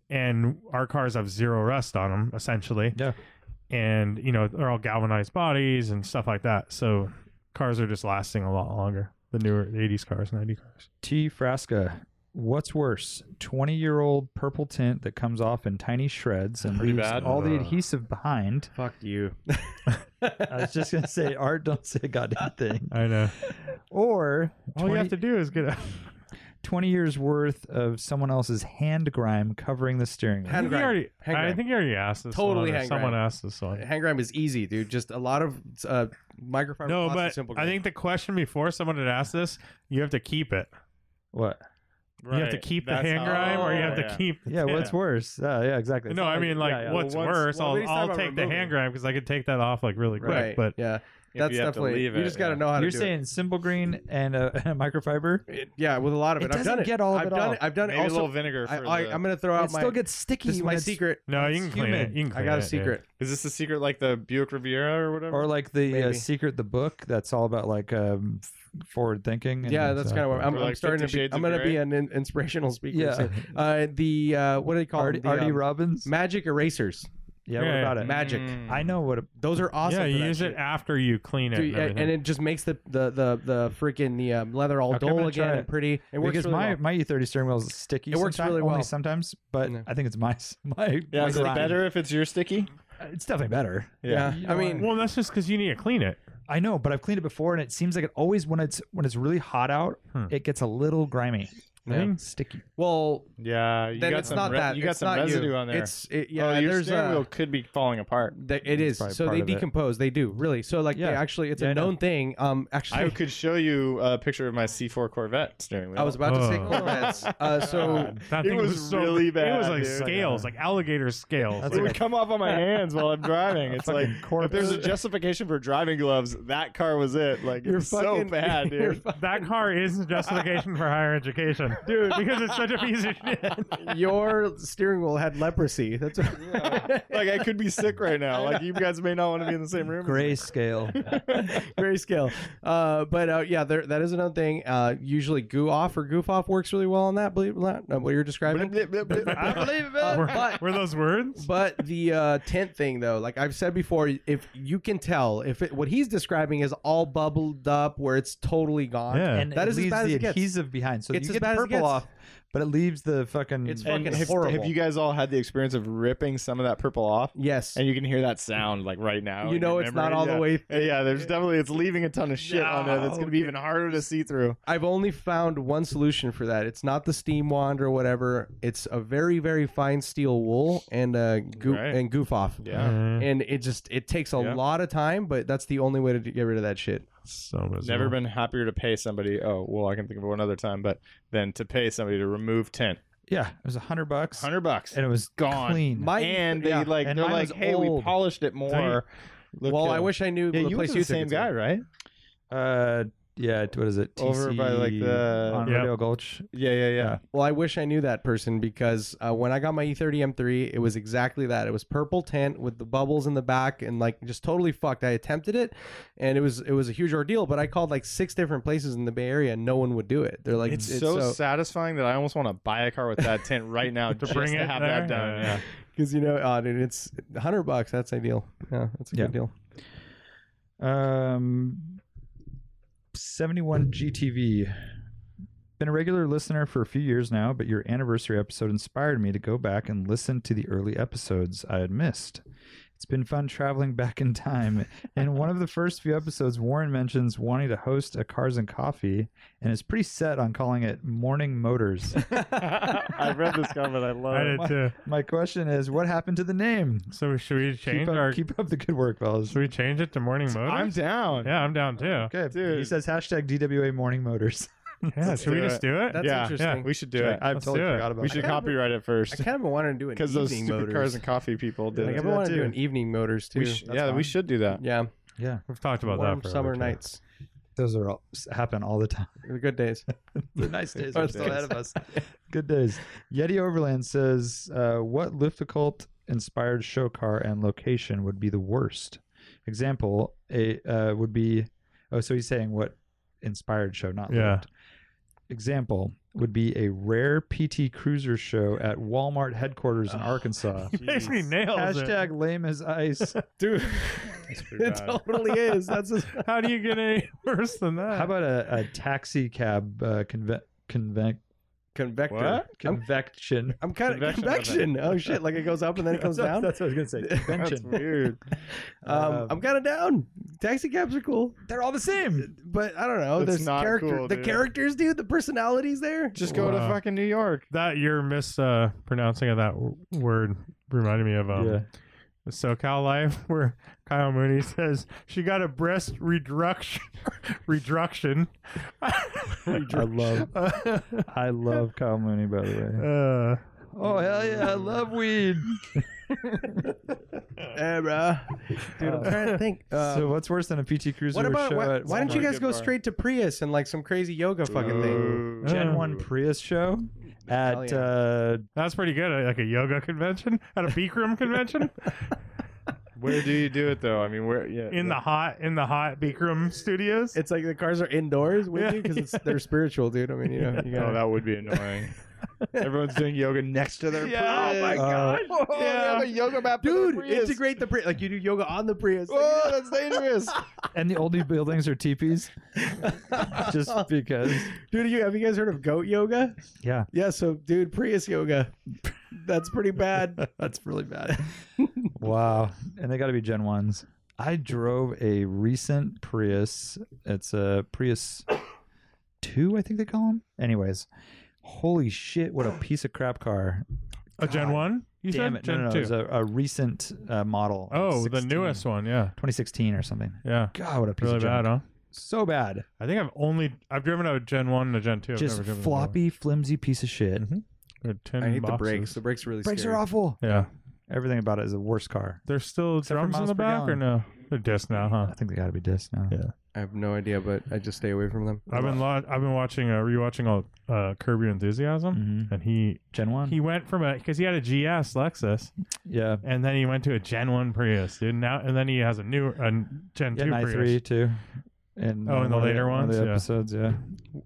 Speaker 1: and our cars have zero rust on them essentially.
Speaker 5: Yeah.
Speaker 1: and you know they're all galvanized bodies and stuff like that. So cars are just lasting a lot longer. The newer the 80s cars, 90 cars.
Speaker 5: T Frasca. What's worse, 20 year old purple tint that comes off in tiny shreds and
Speaker 7: Pretty
Speaker 5: leaves
Speaker 7: bad.
Speaker 5: all the
Speaker 1: Ugh.
Speaker 5: adhesive behind?
Speaker 6: Fuck you.
Speaker 5: I was just going to say, Art, don't say a goddamn thing.
Speaker 1: I know.
Speaker 5: Or
Speaker 1: All you have
Speaker 5: 20
Speaker 1: to do is get a
Speaker 5: 20 years worth of someone else's hand grime covering the steering wheel.
Speaker 1: I
Speaker 6: Hand
Speaker 1: think, he
Speaker 6: grind.
Speaker 1: already,
Speaker 6: Hand
Speaker 1: I
Speaker 6: grind.
Speaker 1: think he already asked this
Speaker 6: Totally
Speaker 1: one. or
Speaker 6: hand
Speaker 1: Someone
Speaker 6: grind.
Speaker 1: asked this one.
Speaker 6: Hand grime is easy, dude. Just a lot of uh, microfiber.
Speaker 1: No,
Speaker 6: cloths and
Speaker 1: but
Speaker 6: simple
Speaker 1: I
Speaker 6: grime.
Speaker 1: think the question before someone had asked this, you have to keep it.
Speaker 5: What?
Speaker 1: You have to keep the hand grime, or
Speaker 7: Oh,
Speaker 1: you have to keep.
Speaker 5: Yeah, what's worse? Uh, yeah, exactly.
Speaker 1: No, I mean like
Speaker 5: yeah, yeah.
Speaker 1: what's
Speaker 7: Well, once-
Speaker 1: worse?
Speaker 7: well, we
Speaker 1: I'll,
Speaker 7: just talked
Speaker 1: I'll
Speaker 7: about
Speaker 1: take the
Speaker 7: removing
Speaker 1: hand
Speaker 7: it.
Speaker 1: grime because I could take that off like really quick.
Speaker 6: right.
Speaker 1: But
Speaker 6: yeah,
Speaker 7: If
Speaker 6: that's
Speaker 7: you have to
Speaker 6: definitely.
Speaker 7: leave
Speaker 6: you
Speaker 7: it,
Speaker 6: just got to
Speaker 7: yeah.
Speaker 6: know how
Speaker 5: You're
Speaker 6: to do
Speaker 5: saying simple green and a, and a microfiber?
Speaker 6: it. It- Yeah, with a lot of
Speaker 5: It
Speaker 6: it, I've done
Speaker 5: doesn't
Speaker 6: it.
Speaker 5: get all of
Speaker 6: I've
Speaker 5: it
Speaker 6: done
Speaker 5: off.
Speaker 6: it. I've done it.
Speaker 7: Maybe a
Speaker 6: Also,
Speaker 7: little vinegar
Speaker 6: I,
Speaker 7: for
Speaker 6: I,
Speaker 7: the-
Speaker 6: I'm gonna throw out
Speaker 5: it
Speaker 6: my.
Speaker 5: still gets sticky.
Speaker 6: this is
Speaker 5: when
Speaker 6: my
Speaker 5: it's-
Speaker 6: secret.
Speaker 1: no, you
Speaker 5: It's
Speaker 1: can clean it.
Speaker 5: human.
Speaker 1: You can
Speaker 6: I
Speaker 1: clean
Speaker 6: got a
Speaker 1: it, dude.
Speaker 6: secret.
Speaker 7: Is this a secret like the Buick Riviera or whatever?
Speaker 5: Or like the uh,
Speaker 6: Maybe.
Speaker 5: secret, the book that's all about like um, f- forward thinking. and uh,
Speaker 6: Yeah, that's
Speaker 5: stuff.
Speaker 6: kind of where I'm,
Speaker 7: Or
Speaker 6: I'm
Speaker 7: like
Speaker 6: starting to
Speaker 7: Fifty
Speaker 6: be.
Speaker 7: Shades
Speaker 6: I'm
Speaker 7: of
Speaker 6: gonna
Speaker 7: Grey.
Speaker 6: be an, in- inspirational speaker.
Speaker 5: Yeah.
Speaker 6: soon. Uh, the uh, what do they call
Speaker 5: Artie,
Speaker 6: them? The,
Speaker 5: Artie
Speaker 6: um,
Speaker 5: Robbins.
Speaker 6: magic erasers.
Speaker 5: yeah,
Speaker 1: Yeah,
Speaker 5: what about it?
Speaker 6: Magic.
Speaker 7: Mm.
Speaker 5: I know what. A,
Speaker 6: Those are awesome.
Speaker 1: yeah,
Speaker 6: for
Speaker 1: you
Speaker 6: that
Speaker 1: use
Speaker 6: shit.
Speaker 1: it after you clean it.
Speaker 6: Dude,
Speaker 1: and
Speaker 6: and, and
Speaker 1: everything.
Speaker 6: it just makes the the the the freaking the um, leather all
Speaker 5: Okay, I'm
Speaker 6: dull
Speaker 5: gonna try
Speaker 6: again and
Speaker 5: it.
Speaker 6: pretty. It works
Speaker 5: because
Speaker 6: really
Speaker 5: my
Speaker 6: well.
Speaker 5: my E30 steering wheel is sticky.
Speaker 6: It works
Speaker 5: sometime-
Speaker 6: really
Speaker 5: Only
Speaker 6: well.
Speaker 5: sometimes, but
Speaker 6: Yeah.
Speaker 5: I think it's my my.
Speaker 7: Yeah,
Speaker 5: my
Speaker 7: is it
Speaker 5: grind. Uh,
Speaker 7: better if it's your sticky?
Speaker 5: It's definitely better.
Speaker 6: yeah.
Speaker 5: You
Speaker 6: I
Speaker 5: know,
Speaker 6: mean,
Speaker 1: well, that's just because you need to clean it.
Speaker 5: I know, but I've cleaned it before, and it seems like it always when it's when it's really hot out,
Speaker 1: Hmm.
Speaker 5: it gets a little grimy,
Speaker 6: Yeah.
Speaker 5: and sticky.
Speaker 6: well,
Speaker 7: Yeah, you
Speaker 6: then
Speaker 7: got
Speaker 6: it's
Speaker 7: some
Speaker 6: not
Speaker 7: re-
Speaker 6: that.
Speaker 7: you got
Speaker 6: It's
Speaker 7: some
Speaker 6: not
Speaker 7: residue on there.
Speaker 6: It's it, yeah.
Speaker 7: yeah, Oh, your
Speaker 6: there's uh,
Speaker 7: steering
Speaker 6: a,
Speaker 7: wheel could be falling apart.
Speaker 6: They- it is.
Speaker 5: probably
Speaker 6: So
Speaker 5: part
Speaker 6: they
Speaker 5: of it.
Speaker 6: decompose. They do really. So like, they
Speaker 5: Yeah.
Speaker 6: actually, it's
Speaker 5: Yeah, I
Speaker 6: a
Speaker 5: know.
Speaker 6: known thing. Um, actually,
Speaker 7: I could show you a picture of my C4 Corvette steering wheel.
Speaker 6: I was about to say
Speaker 1: Oh.
Speaker 6: Corvettes. Uh, so
Speaker 1: That
Speaker 7: It
Speaker 1: thing
Speaker 7: was really
Speaker 1: It was
Speaker 7: bad,
Speaker 1: like
Speaker 7: dude.
Speaker 1: scales, like alligator scales.
Speaker 5: That's
Speaker 7: it
Speaker 1: Like,
Speaker 5: like
Speaker 7: would come off on my hands while I'm driving. It's like if there's a justification for driving gloves, that car was it. Like
Speaker 6: You're
Speaker 7: it's so
Speaker 6: fucking-
Speaker 7: bad,
Speaker 6: you're
Speaker 7: dude.
Speaker 6: fu-
Speaker 1: that car is a justification for higher education, dude, because it's such a piece of shit.
Speaker 6: your steering wheel had leprosy. That's what,
Speaker 7: like I could be sick right now. Like you guys may not want to be in the same room. as me.
Speaker 5: Grayscale.
Speaker 6: grayscale. Uh, but uh, yeah, there, that is another thing. Uh, usually, goo off or goof off works really well on that. Believe it or not, uh, what you're describing.
Speaker 7: Blip, blip, blip, blip.
Speaker 1: were,
Speaker 6: but-
Speaker 1: were those words?
Speaker 6: But the uh, tent thing, though, like I've said before, if you can tell if it, what he's describing is all bubbled up, where it's totally gone.
Speaker 1: Yeah.
Speaker 5: and
Speaker 6: That
Speaker 5: it
Speaker 6: is as
Speaker 5: leaves
Speaker 6: bad as
Speaker 5: the
Speaker 6: it gets.
Speaker 5: adhesive behind, so
Speaker 6: It's
Speaker 5: you
Speaker 6: as
Speaker 5: get
Speaker 6: bad
Speaker 5: the
Speaker 6: as it
Speaker 5: purple
Speaker 6: gets.
Speaker 5: off, but it leaves the fucking.
Speaker 6: It's
Speaker 7: And
Speaker 6: fucking
Speaker 7: have,
Speaker 6: horrible.
Speaker 7: have you guys all had the experience of ripping some of that purple off?
Speaker 6: Yes.
Speaker 7: And you can hear that sound like right now.
Speaker 6: You
Speaker 7: in
Speaker 6: know
Speaker 7: your
Speaker 6: it's
Speaker 7: memory.
Speaker 6: not all
Speaker 7: Yeah.
Speaker 6: the way.
Speaker 7: Yeah, yeah, there's definitely it's leaving a ton of shit on there that's gonna be even harder to see through.
Speaker 6: I've only found one solution for that. It's not the steam wand or whatever. It's a very, very fine steel wool and uh, goo-
Speaker 7: Right.
Speaker 6: and goof off.
Speaker 1: Mm-hmm.
Speaker 6: And it just it takes a
Speaker 7: Yeah.
Speaker 6: lot of time, but that's the only way to get rid of that shit.
Speaker 1: So miserable.
Speaker 7: Never been happier to pay somebody. Oh well, I can think of one other time, but than to pay somebody to remove tint,
Speaker 5: yeah, it was a hundred bucks,
Speaker 7: hundred bucks,
Speaker 5: and it was
Speaker 7: Gone.
Speaker 5: clean.
Speaker 6: My-
Speaker 7: and they
Speaker 6: yeah.
Speaker 7: like
Speaker 5: And
Speaker 7: they're
Speaker 5: mine
Speaker 7: like,
Speaker 5: was
Speaker 7: hey, we
Speaker 5: old.
Speaker 7: polished it more. Look
Speaker 6: well,
Speaker 7: at
Speaker 6: I
Speaker 7: it.
Speaker 6: wish I knew
Speaker 7: Yeah,
Speaker 6: the
Speaker 7: you went
Speaker 6: place
Speaker 7: to the
Speaker 6: you took
Speaker 7: same
Speaker 6: it to.
Speaker 7: guy, right?
Speaker 5: uh, yeah, what is it? TC
Speaker 7: Over by, like, the-
Speaker 5: on
Speaker 1: Yeah.
Speaker 5: Radio Gulch.
Speaker 7: Yeah, yeah, yeah.
Speaker 5: Yeah.
Speaker 6: Well, I wish I knew that person because uh, when I got my E30 M3, it was exactly that. It was purple tint with the bubbles in the back and like just totally fucked. I attempted it, and it was it was a huge ordeal. But I called like six different places in the Bay Area, and no one would do it. They're like,
Speaker 7: It's, so,
Speaker 6: so
Speaker 7: satisfying that I almost want to buy a car with that tint right now to just
Speaker 1: bring
Speaker 7: to
Speaker 1: it
Speaker 7: have
Speaker 1: there?
Speaker 7: that done.
Speaker 1: Yeah.
Speaker 7: Yeah.
Speaker 6: because you know, uh, dude, it's hundred bucks. That's ideal. Yeah, that's a
Speaker 5: Yeah.
Speaker 6: good deal.
Speaker 5: Um, 71 GTV. Been a regular listener for a few years now, but your anniversary episode inspired me to go back and listen to the early episodes I had missed. It's been fun traveling back in time. In one of the first few episodes, Warren mentions wanting to host a Cars and Coffee and is pretty set on calling it Morning Motors.
Speaker 7: I read this comment. I love
Speaker 1: I
Speaker 7: it.
Speaker 1: did too.
Speaker 5: My question is, what happened to the name?
Speaker 1: So should we change
Speaker 5: Keep up,
Speaker 1: our?
Speaker 5: keep up the good work, fellas.
Speaker 1: should we change it to morning motors?
Speaker 7: I'm down.
Speaker 1: yeah, I'm down too.
Speaker 5: Okay,
Speaker 7: Dude.
Speaker 5: he says hashtag DWA Morning Motors.
Speaker 1: Yeah, should we
Speaker 7: do
Speaker 1: just
Speaker 7: it.
Speaker 1: do it?
Speaker 6: That's
Speaker 7: Yeah.
Speaker 6: interesting.
Speaker 7: We should do it.
Speaker 5: I've
Speaker 1: Let's
Speaker 5: totally
Speaker 1: do it.
Speaker 5: forgot about
Speaker 7: we
Speaker 5: that.
Speaker 7: should copyright it
Speaker 6: I
Speaker 7: first
Speaker 6: kind of wanted to do an
Speaker 7: because those
Speaker 6: evening
Speaker 7: stupid
Speaker 6: motors.
Speaker 7: cars and coffee people did.
Speaker 6: like,
Speaker 7: it.
Speaker 6: I've been wanting to do an evening motors too.
Speaker 7: We sh- yeah, we should do that.
Speaker 6: Yeah,
Speaker 5: Yeah,
Speaker 1: We've talked about
Speaker 6: warm
Speaker 1: that for
Speaker 6: summer nights.
Speaker 5: those are all happen all the time.
Speaker 6: The good days.
Speaker 5: The nice days
Speaker 6: Good
Speaker 5: are still ahead of us. Good days. Yeti Overland says, uh, "What Lifticult inspired show car and location would be the worst? Example, a uh, would be oh, so he's saying what inspired show, not
Speaker 1: Yeah.
Speaker 5: Lyft. Example would be a rare PT Cruiser show at Walmart headquarters in Arkansas.
Speaker 1: Basically nails it.
Speaker 5: Hashtag lame as ice.
Speaker 6: Dude, it
Speaker 7: bad.
Speaker 6: totally is. That's just
Speaker 1: How do you get any worse than that?
Speaker 5: How about a, a taxi cab uh, convent convent
Speaker 6: Convector.
Speaker 7: What?
Speaker 5: Convection.
Speaker 6: I'm kind of
Speaker 7: Convection,
Speaker 6: convection. Oh shit! Like it goes up and then it comes down.
Speaker 5: That's what I was gonna say.
Speaker 7: That's
Speaker 5: Convention.
Speaker 7: weird.
Speaker 6: Um,
Speaker 5: Um,
Speaker 6: I'm kind of down. Taxi cabs are cool, Uh,
Speaker 5: They're all the same.
Speaker 6: but I don't know.
Speaker 7: That's
Speaker 6: There's
Speaker 7: not
Speaker 6: character,
Speaker 7: cool,
Speaker 6: the
Speaker 7: dude.
Speaker 6: characters, dude. The personalities there.
Speaker 7: Just go
Speaker 1: Wow.
Speaker 7: to fucking New York.
Speaker 1: That your mispronouncing of that w- word reminded me of um,
Speaker 5: yeah.
Speaker 1: SoCal Life, where Kyle Mooney says she got a breast reduction. reduction.
Speaker 5: I love.
Speaker 1: uh,
Speaker 5: I love Kyle Mooney. By the way.
Speaker 1: uh,
Speaker 5: Oh hell yeah! I love weed.
Speaker 6: Eh, bruh. dude. I'm trying to think. Uh,
Speaker 5: so what's worse than a PT Cruiser
Speaker 6: what about
Speaker 5: show
Speaker 6: why,
Speaker 5: at
Speaker 6: why don't you
Speaker 7: Walmart.
Speaker 6: guys go
Speaker 7: Good bar.
Speaker 6: straight to Prius and like some crazy yoga fucking thing?
Speaker 5: Gen One Prius show
Speaker 6: Hell
Speaker 5: at
Speaker 6: yeah.
Speaker 5: uh,
Speaker 1: that's pretty good. Like a yoga convention at a Bikram convention
Speaker 7: Where do you do it though? I mean, where? Yeah.
Speaker 1: in the hot in the hot Bikram studios.
Speaker 6: It's like the cars are indoors with
Speaker 1: Yeah,
Speaker 6: you because they're spiritual, dude. I mean, you know, you
Speaker 7: No,
Speaker 6: gotta,
Speaker 7: that would be annoying. Everyone's doing yoga next to their.
Speaker 1: Yeah, oh my
Speaker 5: uh,
Speaker 7: Oh, they
Speaker 1: Yeah.
Speaker 7: have a yoga map. for the
Speaker 6: dude,
Speaker 7: Prius.
Speaker 6: integrate the Prius. Like you do yoga on the Prius.
Speaker 7: Oh, that's dangerous.
Speaker 5: and the only buildings are teepees, just because.
Speaker 6: Dude, you have you guys heard of goat yoga?
Speaker 5: Yeah,
Speaker 6: Yeah, so dude, Prius yoga. That's pretty bad.
Speaker 5: that's really bad. wow, and they got to be Gen Ones. I drove a recent Prius. It's a Prius Two, I think they call them. Anyways, holy shit! What a piece of crap car.
Speaker 1: a Gen One. You
Speaker 5: Damn
Speaker 1: said
Speaker 5: it! No,
Speaker 1: Gen
Speaker 5: no, no, it
Speaker 1: Two.
Speaker 5: was a, a recent uh, model. like
Speaker 1: oh, the
Speaker 5: 16,
Speaker 1: newest one. Yeah,
Speaker 5: 2016 or something.
Speaker 1: yeah.
Speaker 5: God, what a piece
Speaker 1: Really
Speaker 5: of
Speaker 1: bad,
Speaker 5: junk.
Speaker 1: huh?
Speaker 5: So bad.
Speaker 1: I think I've only I've driven a Gen One and a Gen Two. I've
Speaker 5: Just
Speaker 1: never driven a Gen one.
Speaker 5: floppy, flimsy piece of shit.
Speaker 1: They're Ten boxes.
Speaker 6: brakes are really
Speaker 5: Brakes are awful.
Speaker 1: Yeah,
Speaker 5: Everything about it is the worst car.
Speaker 1: there's still
Speaker 5: for
Speaker 1: drums in
Speaker 5: miles
Speaker 1: the
Speaker 5: per
Speaker 1: back or
Speaker 5: gallon.
Speaker 1: no? They're disc now, huh?
Speaker 5: I think they got to be disc now.
Speaker 1: Yeah.
Speaker 6: I have no idea, but I just stay away from them.
Speaker 1: I've been lo- I've been watching uh, rewatching all uh, Curb Your Enthusiasm,
Speaker 5: hmm
Speaker 1: and he
Speaker 5: Gen one.
Speaker 1: he went from a because he had a GS Lexus,
Speaker 5: yeah.
Speaker 1: and then he went to a Gen One Prius, dude. Now and then he has a new a Gen
Speaker 5: Yeah,
Speaker 1: Two
Speaker 5: i
Speaker 1: Prius.
Speaker 5: three too. And
Speaker 1: Oh, in the later
Speaker 5: of the
Speaker 1: ones? Yeah.
Speaker 5: episodes, yeah.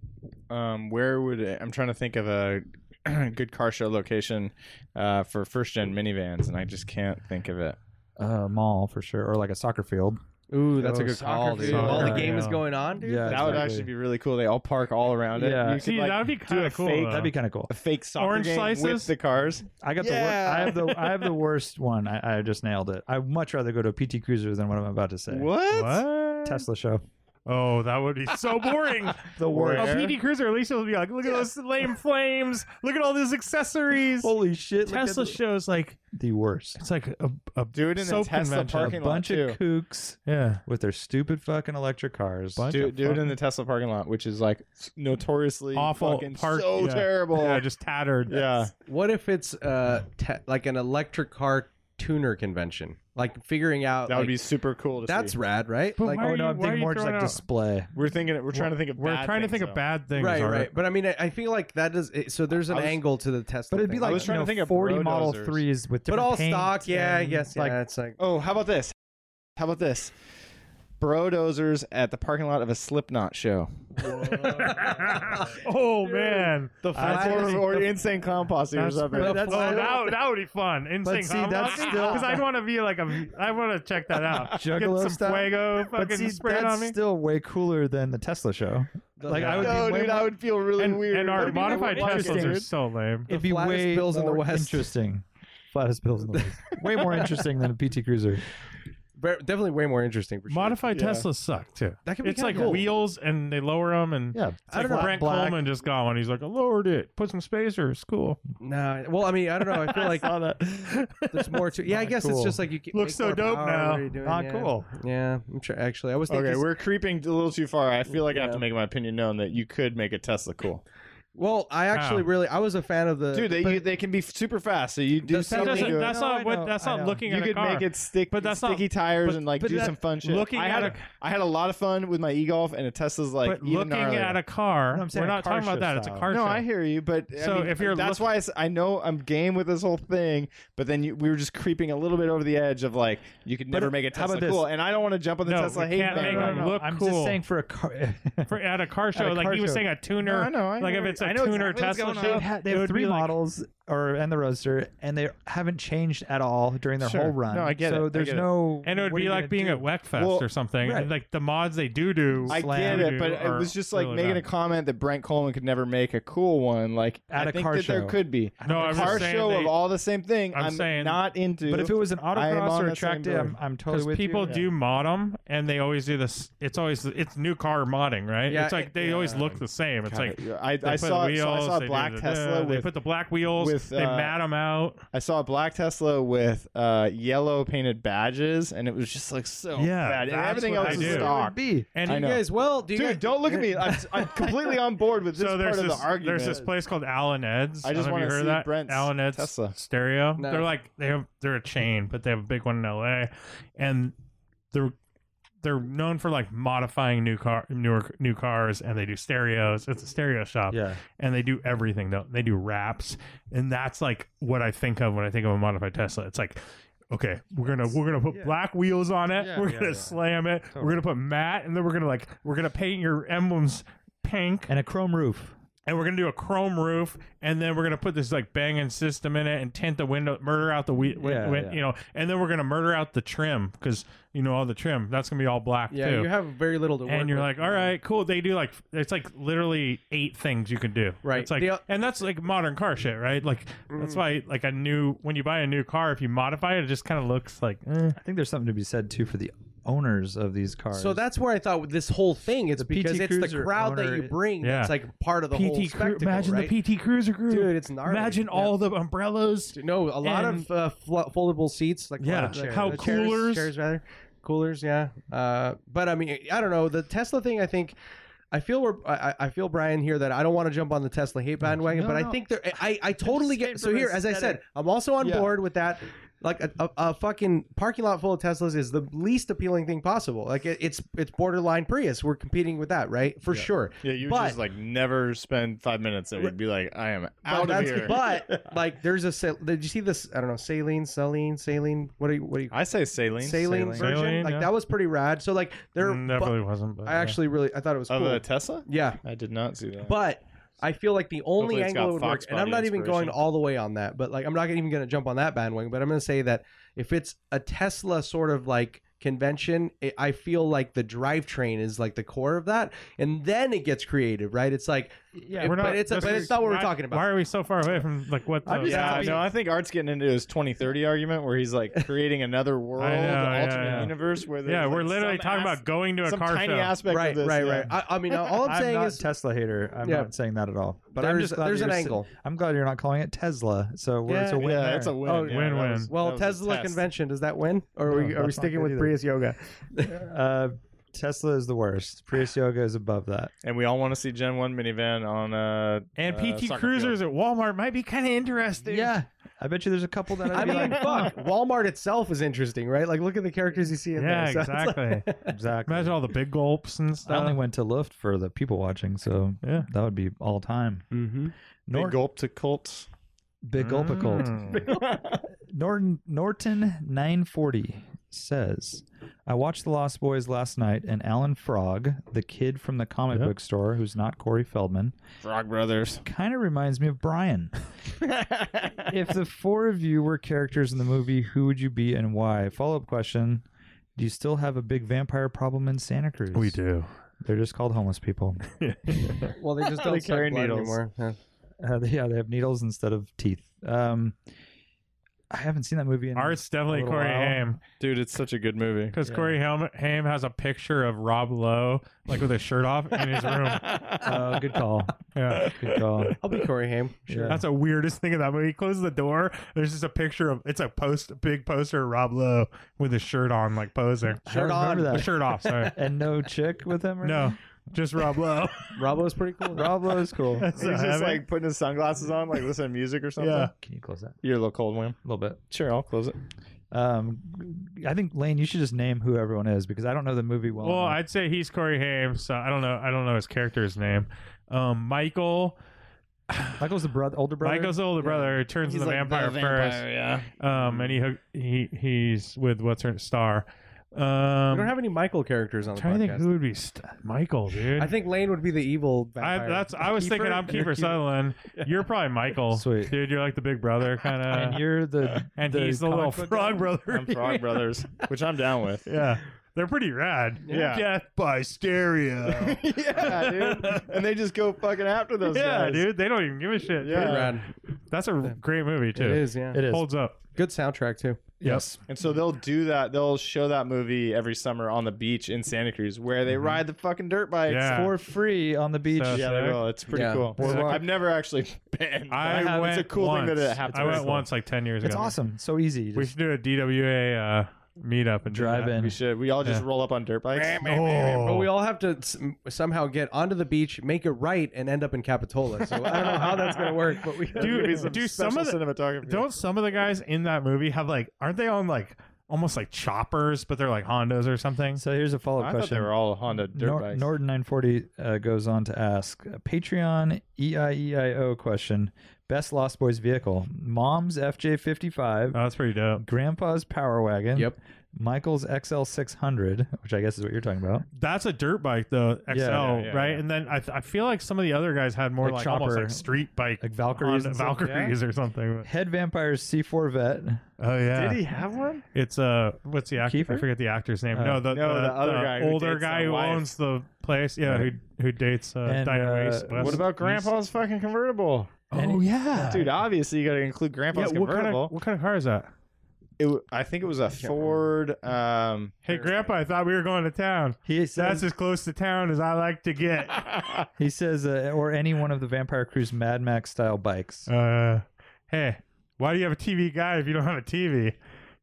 Speaker 7: um, where would it, I'm trying to think of a good car show location uh, for first gen minivans, and I just can't think of it.
Speaker 5: Uh, mall for sure, or like a soccer field.
Speaker 1: Uh-huh.
Speaker 6: Ooh, that's a
Speaker 7: Oh,
Speaker 6: good
Speaker 7: soccer
Speaker 6: call, dude.
Speaker 7: field.
Speaker 6: While the
Speaker 1: Soccer,
Speaker 6: game is
Speaker 1: yeah.
Speaker 6: going on, dude.
Speaker 5: Yeah,
Speaker 7: that would
Speaker 5: exactly.
Speaker 7: actually be really cool. They all park all around it.
Speaker 5: Yeah.
Speaker 7: You could,
Speaker 1: See,
Speaker 7: like,
Speaker 1: that would be
Speaker 7: do
Speaker 1: kind
Speaker 7: a
Speaker 1: of cool.
Speaker 7: fake,
Speaker 1: though.
Speaker 5: That'd be kind of cool.
Speaker 7: a fake soccer
Speaker 1: Orange
Speaker 7: game
Speaker 1: slices?
Speaker 7: with the cars.
Speaker 5: I got
Speaker 7: Yeah.
Speaker 5: the wor- I have the I have the worst one. I, I just nailed it. I would much rather go to a PT Cruiser than what I'm about to say.
Speaker 7: What?
Speaker 1: What?
Speaker 5: Tesla show.
Speaker 1: Oh, that would be so boring.
Speaker 5: The
Speaker 7: worst.
Speaker 1: A
Speaker 7: Where?
Speaker 1: PD Cruiser, at least it'll be like, look at those lame flames. Look at all these accessories.
Speaker 5: Holy shit! look at
Speaker 1: Tesla
Speaker 5: the-
Speaker 1: shows like
Speaker 5: the worst.
Speaker 1: it's like a, a
Speaker 7: Do it in
Speaker 1: soap
Speaker 7: the Tesla
Speaker 1: convention.
Speaker 5: A
Speaker 7: parking lot
Speaker 5: bunch
Speaker 7: too.
Speaker 5: of kooks
Speaker 1: Yeah.
Speaker 5: with their stupid fucking electric cars.
Speaker 1: Bunch
Speaker 7: do,
Speaker 1: of
Speaker 7: do it in
Speaker 1: fucking
Speaker 7: the Tesla parking lot, which is like notoriously
Speaker 1: awful
Speaker 7: fucking
Speaker 1: park.
Speaker 7: so
Speaker 1: yeah.
Speaker 7: terrible.
Speaker 1: Yeah, just tattered.
Speaker 7: yeah.
Speaker 6: What if it's uh te- like an electric car tuner convention? Like figuring out
Speaker 7: that would be
Speaker 6: like,
Speaker 7: super cool. To
Speaker 6: that's
Speaker 7: see.
Speaker 6: rad, right?
Speaker 1: But
Speaker 6: like
Speaker 1: why
Speaker 5: oh no,
Speaker 1: you-
Speaker 5: I'm
Speaker 1: why are
Speaker 5: thinking
Speaker 1: you
Speaker 5: more just
Speaker 1: throwing
Speaker 5: like
Speaker 1: out-
Speaker 5: display.
Speaker 7: we're thinking. We're trying to think of.
Speaker 1: We're
Speaker 7: bad
Speaker 1: trying to
Speaker 7: things,
Speaker 1: think
Speaker 7: though.
Speaker 1: of bad things.
Speaker 6: right,
Speaker 1: Art.
Speaker 6: right. But I mean, I, I feel like that is it, so. There's an
Speaker 7: I was-
Speaker 6: angle to the Tesla,
Speaker 5: But it'd be
Speaker 6: thing.
Speaker 5: like
Speaker 7: I was
Speaker 5: you
Speaker 7: trying to
Speaker 5: know,
Speaker 7: think of
Speaker 5: forty Model
Speaker 7: bulldozers.
Speaker 5: Threes with
Speaker 6: but
Speaker 5: different
Speaker 6: all
Speaker 5: paint
Speaker 6: stock, yeah, I
Speaker 5: and,
Speaker 6: guess, yeah.
Speaker 5: Like
Speaker 6: it's like
Speaker 7: Oh, how about this? How about this? Brodozers at the parking lot of a Slipknot show,
Speaker 1: oh man.
Speaker 6: the
Speaker 5: flat-
Speaker 7: or,
Speaker 5: think
Speaker 7: or Insane Clown Posse or
Speaker 1: That's-
Speaker 7: something.
Speaker 5: But
Speaker 1: Oh,
Speaker 5: that's
Speaker 1: that, that would be fun. Insane
Speaker 5: see, that's still-
Speaker 1: because I'd want to be like a. I want to check that out. Get
Speaker 5: Juggalo
Speaker 1: some
Speaker 5: style?
Speaker 1: fuego
Speaker 5: but
Speaker 1: fucking
Speaker 5: see,
Speaker 1: sprayed
Speaker 5: that's
Speaker 1: on me.
Speaker 5: still way cooler than the Tesla show. like I would be
Speaker 7: no,
Speaker 5: way
Speaker 7: dude,
Speaker 5: more-
Speaker 7: I would feel really
Speaker 1: and,
Speaker 7: weird.
Speaker 1: and our
Speaker 7: That'd be way
Speaker 1: modified
Speaker 7: more
Speaker 1: Teslas
Speaker 7: interesting,
Speaker 1: are
Speaker 7: dude.
Speaker 1: so lame.
Speaker 5: it'd be
Speaker 6: flattest
Speaker 5: way
Speaker 6: bills in the
Speaker 5: more
Speaker 6: West.
Speaker 5: interesting. Flattest bills in the West. way more interesting than a PT Cruiser.
Speaker 6: Ver- definitely way more interesting for sure.
Speaker 1: Modified
Speaker 7: Yeah.
Speaker 1: Teslas suck too.
Speaker 6: that could be
Speaker 1: It's
Speaker 6: kinda
Speaker 1: like
Speaker 6: cool.
Speaker 1: wheels, and they lower them, and
Speaker 5: Yeah,
Speaker 1: It's like Brent Coleman just got one. He's like, I lowered it. Put some spacers. Cool.
Speaker 6: No, well, I mean, I don't know. I feel like there's more to. Yeah, I
Speaker 5: Not
Speaker 6: guess it's
Speaker 5: cool.
Speaker 6: just like you can
Speaker 1: Looks
Speaker 6: make
Speaker 1: so
Speaker 6: more
Speaker 1: dope
Speaker 6: power,
Speaker 1: now.
Speaker 6: what are you doing?
Speaker 5: Not
Speaker 6: yeah.
Speaker 5: cool.
Speaker 6: Yeah, I'm sure. Actually, I was thinking.
Speaker 7: Okay, we're creeping a little too far. I feel like I have
Speaker 6: Yeah.
Speaker 7: to make my opinion known that you could make a Tesla cool,
Speaker 6: well, I actually
Speaker 1: How?
Speaker 6: really I was a fan of the
Speaker 7: dude. They you, they can be super fast, so you do
Speaker 6: That
Speaker 1: That
Speaker 6: Tell me
Speaker 7: something.
Speaker 1: doesn't,
Speaker 7: to it.
Speaker 1: Uh, that's
Speaker 5: No,
Speaker 1: not
Speaker 5: I
Speaker 1: what.
Speaker 5: know,
Speaker 1: That's
Speaker 5: I
Speaker 1: not
Speaker 5: know.
Speaker 1: looking
Speaker 7: you
Speaker 1: at a
Speaker 7: could
Speaker 1: car.
Speaker 7: make it stick,
Speaker 1: But that's not-
Speaker 7: sticky tires
Speaker 1: but-
Speaker 7: and like
Speaker 1: but
Speaker 7: do
Speaker 1: that-
Speaker 7: some fun shit.
Speaker 1: looking
Speaker 7: I
Speaker 1: at
Speaker 7: had
Speaker 1: a-
Speaker 7: I had a lot of fun with my e golf, and a Tesla's like
Speaker 1: but
Speaker 7: even
Speaker 1: looking
Speaker 7: gnarlier.
Speaker 1: at a car,
Speaker 5: No, I'm saying
Speaker 1: we're
Speaker 5: a
Speaker 1: not
Speaker 5: car
Speaker 1: talking about
Speaker 5: show
Speaker 1: that. It's a
Speaker 5: style.
Speaker 1: car
Speaker 7: no,
Speaker 1: show.
Speaker 7: I hear you, but I
Speaker 1: So
Speaker 7: mean,
Speaker 1: if you're
Speaker 7: that's
Speaker 1: look-
Speaker 7: why I s- I, know I'm game with this whole thing, but then you, we were just creeping a little bit over the edge of like you could never
Speaker 5: it-
Speaker 7: make a
Speaker 5: how
Speaker 7: Tesla
Speaker 5: about this?
Speaker 7: cool, and I don't want to jump on the
Speaker 1: No,
Speaker 7: Tesla
Speaker 1: we
Speaker 7: hate
Speaker 1: can't
Speaker 7: bandwagon.
Speaker 1: make them look
Speaker 5: I'm
Speaker 1: cool.
Speaker 5: just saying for a car.
Speaker 1: For, at a car show,
Speaker 5: a
Speaker 1: like
Speaker 5: car
Speaker 1: he was
Speaker 5: show.
Speaker 1: saying, a tuner.
Speaker 7: No, I know, I
Speaker 1: like
Speaker 7: hear
Speaker 1: if it's
Speaker 7: you.
Speaker 1: a
Speaker 7: I know
Speaker 1: tuner
Speaker 7: exactly what's
Speaker 1: Tesla,
Speaker 7: going
Speaker 1: show,
Speaker 7: on.
Speaker 5: they
Speaker 1: it
Speaker 5: have
Speaker 1: would
Speaker 5: three
Speaker 1: be like-
Speaker 5: models, or and the roadster, and they haven't changed at all during their
Speaker 7: Sure.
Speaker 5: whole run.
Speaker 7: No, I get it.
Speaker 5: so
Speaker 7: I
Speaker 5: there's
Speaker 7: get it.
Speaker 5: no
Speaker 1: And it would
Speaker 5: what are
Speaker 1: be
Speaker 5: you
Speaker 1: like
Speaker 5: gonna
Speaker 1: being
Speaker 5: do?
Speaker 1: at Wreckfest
Speaker 7: Well,
Speaker 1: or something.
Speaker 5: right.
Speaker 1: Like the mods they do do.
Speaker 7: I
Speaker 5: Slam
Speaker 7: get it, but it
Speaker 1: are
Speaker 7: was just like
Speaker 1: really
Speaker 7: making
Speaker 1: bad.
Speaker 7: a comment that Brent Coleman could never make a cool one. Like
Speaker 5: At
Speaker 7: I
Speaker 5: a
Speaker 7: think
Speaker 5: car
Speaker 7: that there
Speaker 5: show.
Speaker 7: could be
Speaker 1: No, I'm
Speaker 7: a
Speaker 1: just
Speaker 7: car
Speaker 1: saying
Speaker 7: show
Speaker 1: they-
Speaker 7: of all the same thing.
Speaker 1: I'm
Speaker 7: I'm,
Speaker 1: saying-
Speaker 7: not into.
Speaker 5: But if it was an
Speaker 7: am
Speaker 5: autocross
Speaker 7: on
Speaker 5: or a
Speaker 7: the
Speaker 5: track
Speaker 7: same
Speaker 5: day,
Speaker 7: boat.
Speaker 5: I'm, I'm totally
Speaker 1: Because
Speaker 5: with
Speaker 1: people
Speaker 5: you.
Speaker 1: do mod them, and they always do this. It's always it's new car modding, right?
Speaker 6: Yeah,
Speaker 1: it's like they
Speaker 6: yeah.
Speaker 1: always look the same. It's like
Speaker 7: I,
Speaker 1: they
Speaker 7: I
Speaker 1: put
Speaker 7: saw,
Speaker 1: wheels,
Speaker 7: so I saw
Speaker 1: they do
Speaker 7: a black
Speaker 1: the-
Speaker 7: Tesla
Speaker 1: They
Speaker 7: with
Speaker 1: put the black wheels.
Speaker 7: with,
Speaker 1: they
Speaker 7: uh,
Speaker 1: mat them out.
Speaker 7: I saw a black Tesla with uh, yellow painted badges, and it was just like so
Speaker 1: Yeah,
Speaker 7: Oh, bad. And
Speaker 1: that's
Speaker 7: everything
Speaker 1: what
Speaker 7: else
Speaker 1: I do.
Speaker 7: is stock.
Speaker 5: be.
Speaker 1: And
Speaker 7: I
Speaker 6: You
Speaker 7: know.
Speaker 6: guys, well, do you
Speaker 7: Dude,
Speaker 6: guys-
Speaker 7: don't look at me. I'm, I'm completely on board with this
Speaker 1: so
Speaker 7: part
Speaker 1: there's
Speaker 7: of
Speaker 1: this
Speaker 7: the argument.
Speaker 1: there's this place called Allen Ed's.
Speaker 7: I just
Speaker 1: want to
Speaker 7: wanna
Speaker 1: hear
Speaker 7: see
Speaker 1: that
Speaker 7: Brent's
Speaker 1: Allen Ed's
Speaker 7: Tesla.
Speaker 1: stereo.
Speaker 6: No.
Speaker 1: They're like they have they're a chain, but they have a big one in L.A. and they're they're known for like modifying new car newer new cars and they do stereos. It's a stereo shop.
Speaker 5: Yeah.
Speaker 1: and they do everything though. They do wraps, and that's like what I think of when I think of a modified Tesla. It's like, okay, we're gonna we're gonna put
Speaker 5: Yeah.
Speaker 1: black wheels on it.
Speaker 5: Yeah,
Speaker 1: we're
Speaker 5: yeah,
Speaker 1: gonna
Speaker 5: yeah.
Speaker 1: slam it. We're
Speaker 5: Totally.
Speaker 1: gonna put matte, and then we're gonna like we're gonna paint your emblems pink,
Speaker 5: And a chrome roof.
Speaker 1: and we're gonna do a chrome roof, and then we're gonna put this like banging system in it, and tint the window, murder out the we- win-
Speaker 5: Yeah,
Speaker 1: win-
Speaker 5: yeah.
Speaker 1: you know, and then we're gonna murder out the trim because you know all the trim that's gonna be all black
Speaker 6: Yeah,
Speaker 1: too.
Speaker 6: you have very little to work.
Speaker 1: and you're
Speaker 6: with.
Speaker 1: like, all right, cool. They do like it's like literally eight things you can do.
Speaker 6: Right.
Speaker 1: It's like,
Speaker 6: The- Mm.
Speaker 1: and that's like modern car shit, right? Like that's why like a new when you buy a new car, if you modify it, it just kind of looks like eh.
Speaker 5: I think there's something to be said too for the owners of these cars.
Speaker 6: So that's where I thought this whole thing. It's
Speaker 5: PT
Speaker 6: because it's the
Speaker 5: Cruiser
Speaker 6: crowd that
Speaker 5: owner-
Speaker 6: you bring.
Speaker 1: Yeah.
Speaker 6: that's like part of the whole
Speaker 1: PT. Cru-
Speaker 6: spectacle.
Speaker 1: imagine
Speaker 6: right?
Speaker 1: the PT Cruiser group.
Speaker 6: Dude, it's gnarly.
Speaker 1: imagine
Speaker 6: Yeah.
Speaker 1: all the umbrellas.
Speaker 6: No, a lot
Speaker 1: And-
Speaker 6: of uh, fl- foldable seats, like a lot
Speaker 1: Yeah.
Speaker 6: of chair-
Speaker 1: How
Speaker 6: uh, chairs-
Speaker 1: coolers-
Speaker 6: chairs rather, coolers, yeah. Uh, but I mean, I don't know the Tesla thing. I think I feel we're, I, I- I feel Brian here that I don't want to jump on the Tesla hate bandwagon,
Speaker 5: No,
Speaker 6: but
Speaker 5: no.
Speaker 6: I think there, I, I totally
Speaker 5: saying
Speaker 6: get. So
Speaker 5: from
Speaker 6: here, as I said,
Speaker 5: aesthetic.
Speaker 6: I'm also on
Speaker 7: Yeah.
Speaker 6: board with that. Like a, a, a fucking parking lot full of Teslas is the least appealing thing possible. Like it, it's it's borderline Prius. We're competing with that, right? For sure.
Speaker 7: Yeah, you
Speaker 6: But-
Speaker 7: just like never spend five minutes there. You'd be like, I am out of
Speaker 6: that's-
Speaker 7: here.
Speaker 6: but like, there's a. sal- Did you see this? I don't know. Saline, saline, saline. What do you? What do you?
Speaker 7: I say saline.
Speaker 6: saline,
Speaker 5: Saline.
Speaker 6: version.
Speaker 1: Saline,
Speaker 6: like
Speaker 1: yeah.
Speaker 6: that was pretty rad. So like there,
Speaker 1: Mm, that
Speaker 6: but
Speaker 1: really wasn't. But,
Speaker 6: I actually really I thought it was
Speaker 7: Of
Speaker 6: cool.
Speaker 7: a Tesla?
Speaker 6: yeah,
Speaker 7: I did not see that.
Speaker 6: but I feel like the only
Speaker 7: Hopefully it's
Speaker 6: angle it would
Speaker 7: got
Speaker 6: work, and I'm
Speaker 7: Foxbody
Speaker 6: not even going
Speaker 7: inspiration.
Speaker 6: all the way on that, but like I'm not even going to jump on that bandwagon. But I'm going to say that if it's a Tesla sort of like convention, it, I feel like the drivetrain is like the core of that, and then it gets creative, right? It's like
Speaker 1: yeah,
Speaker 6: it- but it's a-
Speaker 1: this
Speaker 6: but
Speaker 1: is-
Speaker 6: it's not what we're
Speaker 1: why-
Speaker 6: talking about.
Speaker 1: Why are we so far away from like what?
Speaker 7: I'm
Speaker 1: the-
Speaker 7: just yeah, no, I think Art's getting into his 2030 argument where he's like creating another world,
Speaker 1: know, yeah,
Speaker 7: alternate
Speaker 1: yeah.
Speaker 7: universe where there's
Speaker 1: yeah, we're
Speaker 7: like,
Speaker 1: literally
Speaker 7: some
Speaker 1: talking
Speaker 7: as-
Speaker 1: about going to a
Speaker 7: some
Speaker 1: car
Speaker 7: tiny
Speaker 1: show.
Speaker 7: aspect
Speaker 6: right,
Speaker 7: of this.
Speaker 6: right,
Speaker 7: yeah.
Speaker 6: right. I, I mean, all I'm,
Speaker 5: I'm
Speaker 6: saying
Speaker 5: not
Speaker 6: is
Speaker 5: Tesla hater. I'm
Speaker 6: Yeah.
Speaker 5: not saying that at all. But I'm
Speaker 6: There's-
Speaker 5: just glad
Speaker 6: there's
Speaker 5: you're
Speaker 6: an
Speaker 5: sa-
Speaker 6: angle.
Speaker 5: I'm glad you're not calling it Tesla. So we're, it's a
Speaker 6: Yeah.
Speaker 5: win.
Speaker 7: yeah,
Speaker 5: there.
Speaker 7: that's a win.
Speaker 6: Oh,
Speaker 7: yeah,
Speaker 1: win-win.
Speaker 7: that was- that
Speaker 6: well
Speaker 7: was a
Speaker 6: Tesla
Speaker 7: test.
Speaker 6: convention. Does that win, or are
Speaker 5: No,
Speaker 6: we, are we
Speaker 5: that's not
Speaker 6: sticking
Speaker 5: good
Speaker 6: with
Speaker 5: either.
Speaker 6: Prius Yoga?
Speaker 5: Uh, Tesla is the worst. Prius Yoga is above that.
Speaker 7: And we all want to see Gen 1 minivan on uh
Speaker 1: and
Speaker 7: uh,
Speaker 1: PT
Speaker 7: soccer
Speaker 1: Cruisers
Speaker 7: field.
Speaker 1: at Walmart might be kind of interesting.
Speaker 5: Yeah, I bet you there's a couple that I'd
Speaker 6: I
Speaker 5: be
Speaker 6: mean,
Speaker 5: like,
Speaker 6: fuck. Walmart itself is interesting, right? Like, look at the characters you see in
Speaker 1: yeah,
Speaker 6: there. So it's like-
Speaker 1: exactly.
Speaker 5: exactly.
Speaker 1: Imagine all the big gulps and
Speaker 5: I only
Speaker 1: stuff.
Speaker 5: went to Lyft for the people watching, so
Speaker 1: Yeah.
Speaker 5: that would be all time.
Speaker 1: Mm-hmm.
Speaker 7: Big
Speaker 5: Nor-
Speaker 7: gulp to cults.
Speaker 5: Big gulp of gold.
Speaker 1: mm.
Speaker 5: Norton Norton nine forty says, "I watched The Lost Boys last night, and Alan Frog, the kid from the comic book store, who's not Corey Feldman,
Speaker 7: Frog Brothers.
Speaker 5: kind of reminds me of Brian. if the four of you were characters in the movie, who would you be and why? Follow up question: Do you still have a big vampire problem in Santa Cruz?
Speaker 1: We do.
Speaker 5: They're just called homeless people.
Speaker 6: Well, they just
Speaker 7: They
Speaker 6: don't
Speaker 7: carry
Speaker 6: carry
Speaker 7: needles.
Speaker 6: anymore. Huh.
Speaker 5: Uh, they- yeah, they have needles instead of teeth. Um, I haven't seen that movie. In,
Speaker 1: Art's definitely
Speaker 5: little
Speaker 1: Corey
Speaker 5: while.
Speaker 1: Haim
Speaker 7: Dude, it's such a good movie.
Speaker 1: because Corey Haim, Haim has a picture of Rob Lowe like with his shirt off in his room.
Speaker 5: Oh, good call.
Speaker 1: Yeah.
Speaker 5: Good call.
Speaker 6: I'll be Corey Haim. Sure.
Speaker 1: That's the weirdest thing in that movie. He closes the door. There's just a picture of it's a post, a big poster of Rob Lowe with his shirt on, like posing.
Speaker 5: I don't remember
Speaker 1: A
Speaker 5: that.
Speaker 1: shirt off. Sorry.
Speaker 5: And no chick with him. Or
Speaker 1: no, just Rob Lowe.
Speaker 6: Robo's pretty cool. though.
Speaker 5: Rob Lowe's cool.
Speaker 1: That's
Speaker 7: He's
Speaker 1: not
Speaker 7: just
Speaker 1: happening.
Speaker 7: like putting his sunglasses on, like listening to music or something.
Speaker 1: yeah.
Speaker 5: Can you close that?
Speaker 7: You're a little cold, William.
Speaker 5: A little bit.
Speaker 7: Sure, I'll close it.
Speaker 5: Um, I think Lane, you should just name who everyone is because I don't know the movie well.
Speaker 1: Well,
Speaker 5: enough.
Speaker 1: I'd say he's Corey Haim. So I don't know. I don't know his character's name. Um, Michael.
Speaker 5: Michael's the brother, older brother.
Speaker 1: Michael's older brother turns into the vampire first.
Speaker 7: yeah.
Speaker 1: Um, and he hook- he he's with what's her star. Um,
Speaker 6: we don't have any Michael characters on
Speaker 1: I'm
Speaker 6: the
Speaker 1: trying to think
Speaker 6: podcast.
Speaker 1: who would be st- Michael, dude.
Speaker 6: I think Lane would be the evil
Speaker 1: I,
Speaker 6: vampire.
Speaker 1: that's I was thinking I'm
Speaker 6: You're
Speaker 1: Keeper Sutherland. You're probably Michael,
Speaker 5: Sweet.
Speaker 1: dude. You're like the uh, big brother kind of,
Speaker 5: and you're the
Speaker 1: and he's the little
Speaker 5: comic book guy?
Speaker 1: frog brother.
Speaker 7: I'm Frog Brothers, which I'm down with.
Speaker 1: yeah, they're pretty rad.
Speaker 7: Yeah.
Speaker 1: Death by stereo.
Speaker 7: yeah, dude. And they just go fucking after those
Speaker 1: yeah,
Speaker 7: guys.
Speaker 1: dude. They don't even give a shit.
Speaker 7: Yeah.
Speaker 1: dude.
Speaker 6: Pretty rad.
Speaker 1: that's a great movie uh, too.
Speaker 6: It is, yeah.
Speaker 5: It is.
Speaker 1: Holds up.
Speaker 6: Good soundtrack too.
Speaker 5: Yes.
Speaker 7: And so they'll do that. They'll show that movie every summer on the beach in Santa Cruz, where they ride the fucking dirt bikes.
Speaker 1: Mm-hmm. Yeah.
Speaker 5: For free on the beach.
Speaker 1: So-
Speaker 7: Yeah, they will. It's pretty
Speaker 6: Yeah.
Speaker 7: cool.
Speaker 1: Boardwalk.
Speaker 7: I've never actually been. but
Speaker 1: I,
Speaker 7: have-
Speaker 1: went
Speaker 7: It's a cool
Speaker 1: once.
Speaker 7: thing that it happens.
Speaker 1: I went
Speaker 7: Cool.
Speaker 1: once like ten years
Speaker 5: It's
Speaker 1: ago.
Speaker 5: awesome. So easy.
Speaker 1: We
Speaker 5: Just
Speaker 1: should do a DWA uh, meetup and do
Speaker 5: drive
Speaker 1: that.
Speaker 5: in.
Speaker 7: We should. We all just
Speaker 1: Yeah.
Speaker 7: roll up on dirt bikes.
Speaker 1: Oh.
Speaker 6: But we all have to s- somehow get onto the beach, make it right, and end up in Capitola. So I don't know how that's gonna work, but we
Speaker 1: Dude,
Speaker 7: Maybe some
Speaker 1: do some
Speaker 7: special
Speaker 1: of the-
Speaker 7: cinematography.
Speaker 1: Don't some of the guys in that movie have like? Aren't they on like almost like choppers, but they're like Hondas or something?
Speaker 5: So here's a follow
Speaker 7: I
Speaker 5: up
Speaker 7: thought
Speaker 5: question.
Speaker 7: they were all Honda dirt
Speaker 5: Nor-
Speaker 7: bikes.
Speaker 5: Norton 940 uh, goes on to ask a Patreon E EIEIO question. Best Lost Boys vehicle. Mom's FJ55.
Speaker 1: Oh, that's pretty dope.
Speaker 5: Grandpa's Power Wagon.
Speaker 6: Yep.
Speaker 5: Michael's XL600, which I guess is what you're talking about.
Speaker 1: That's a dirt bike though, XL,
Speaker 5: yeah,
Speaker 7: yeah,
Speaker 1: right?
Speaker 7: yeah.
Speaker 1: And then I, th- I feel like some of the other guys had more like,
Speaker 5: Like
Speaker 1: almost
Speaker 5: chopper,
Speaker 1: like street bike,
Speaker 5: Like Valkyries.
Speaker 1: Honda
Speaker 5: and stuff.
Speaker 1: Valkyries or something.
Speaker 5: Head Vampire's C4 Vet.
Speaker 1: Oh yeah,
Speaker 7: he have one?
Speaker 1: it's uh, what's the actor? I
Speaker 5: Kiefer?
Speaker 1: forget the actor's name.
Speaker 5: Oh.
Speaker 1: no, the,
Speaker 7: No, the other guy who
Speaker 1: older
Speaker 7: dates
Speaker 1: guy
Speaker 7: the
Speaker 1: who
Speaker 7: wife.
Speaker 1: owns the place. Yeah,
Speaker 5: Right.
Speaker 1: who who dates uh,
Speaker 5: And,
Speaker 1: Dinah
Speaker 5: uh,
Speaker 1: Waze West.
Speaker 7: What about Grandpa's fucking convertible?
Speaker 1: Oh yeah,
Speaker 7: Dude, obviously you got to include
Speaker 1: Yeah,
Speaker 7: Grandpa's
Speaker 1: what kind
Speaker 7: convertible.
Speaker 1: of what kind of car is that?
Speaker 7: It w- I think it was a Ford. Um,
Speaker 1: Hey, Grandpa, I thought we were going to town.
Speaker 5: He says,
Speaker 1: That's as close to town as I like to get.
Speaker 5: he says uh, or any one of the Vampire Cruise Mad Max style bikes.
Speaker 1: Uh, hey, why do you have a TV guide if you don't have a TV?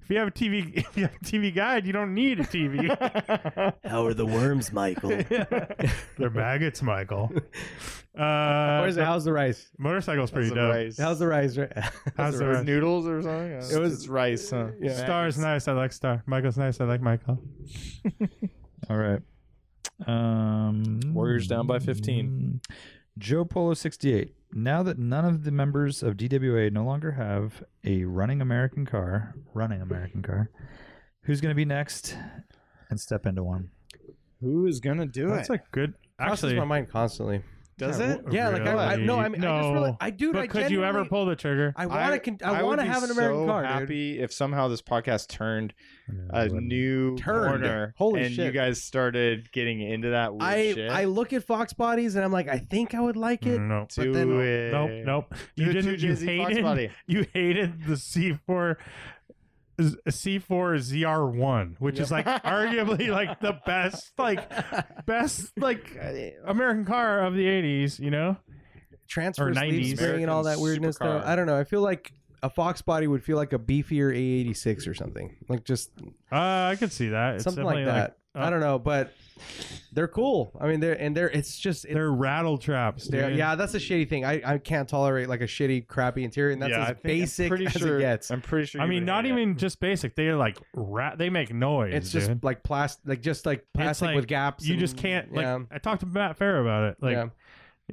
Speaker 1: If you have a TV, if you have a TV guide, you don't need a TV.
Speaker 4: How are the worms, Michael?
Speaker 1: They're maggots, Michael.
Speaker 6: Or
Speaker 1: Uh,
Speaker 6: is it how's the rice?
Speaker 1: motorcycle's pretty
Speaker 7: some
Speaker 1: dope.
Speaker 7: rice.
Speaker 6: How's the rice? Right?
Speaker 1: How's the
Speaker 7: It was
Speaker 1: rest?
Speaker 7: noodles or something. It
Speaker 6: was-
Speaker 7: was rice. Huh?
Speaker 6: Yeah.
Speaker 1: Star's nice. I like Star. Michael's nice. I like Michael.
Speaker 5: All right. Um,
Speaker 7: Warriors down by 15.
Speaker 5: Joe Polo 68. Now that none of the members of DWA no longer have a running American car, running American car, who's going to be next and step into one?
Speaker 7: Who is gonna do
Speaker 1: That's a good.
Speaker 6: Crosses
Speaker 1: Actually,
Speaker 6: my mind constantly.
Speaker 7: Does
Speaker 1: Yeah,
Speaker 7: it?
Speaker 1: w-
Speaker 6: Yeah, like I, I
Speaker 1: Really?
Speaker 6: no, I mean, I just really, I do. I
Speaker 1: but could you ever
Speaker 6: genuinely-
Speaker 1: pull the trigger?
Speaker 6: I want to. Con- I, want
Speaker 7: would
Speaker 6: to
Speaker 7: be
Speaker 6: have an American
Speaker 7: so
Speaker 6: car, dude.
Speaker 7: Happy if somehow this podcast turned a
Speaker 5: Wouldn't-
Speaker 7: new
Speaker 6: Turned.
Speaker 7: corner.
Speaker 6: Holy
Speaker 7: and
Speaker 6: shit.
Speaker 7: you guys started getting into that weird
Speaker 6: I
Speaker 7: shit.
Speaker 6: I look at Fox bodies and I'm like, I think I would like it.
Speaker 1: no.
Speaker 7: do
Speaker 6: then-
Speaker 7: it.
Speaker 1: Nope, nope.
Speaker 7: Do
Speaker 1: You
Speaker 7: it to
Speaker 1: didn't. You
Speaker 7: Jay-Z Fox
Speaker 1: hated.
Speaker 7: Body.
Speaker 1: You hated the C four, C four ZR one, which is like arguably like the best, like best, like uh, American car of the eighties. You know,
Speaker 6: Transfers,
Speaker 1: 90s.
Speaker 6: leaf spring, and all that
Speaker 7: American
Speaker 6: weirdness. Though
Speaker 7: supercar.
Speaker 6: I don't know. I feel like a Fox body would feel like a beefier A86 or something. Like just
Speaker 1: uh, I could see that. It's
Speaker 6: something like
Speaker 1: definitely,
Speaker 6: that.
Speaker 1: uh,
Speaker 6: I don't know, but they're cool. I mean, they're and they're. It's just it,
Speaker 1: They're rattle traps.
Speaker 6: they're-
Speaker 1: dude.
Speaker 6: yeah. That's a shitty thing. I, I can't tolerate like a shitty, crappy interior, and that's
Speaker 1: Yeah, I
Speaker 6: as
Speaker 1: think- I'm
Speaker 6: basic
Speaker 7: pretty
Speaker 6: as
Speaker 7: sure,
Speaker 6: it gets.
Speaker 7: I'm pretty sure.
Speaker 1: I
Speaker 7: you
Speaker 1: mean,
Speaker 7: would
Speaker 1: not
Speaker 7: hate it.
Speaker 1: even just basic. They're like rat. They make noise.
Speaker 6: it's just
Speaker 1: dude.
Speaker 6: like plastic, like just like plastic
Speaker 1: like
Speaker 6: with gaps.
Speaker 1: you just
Speaker 6: and-
Speaker 1: can't. Like
Speaker 6: yeah.
Speaker 1: I talked to Matt Fair about it. Like
Speaker 6: Yeah.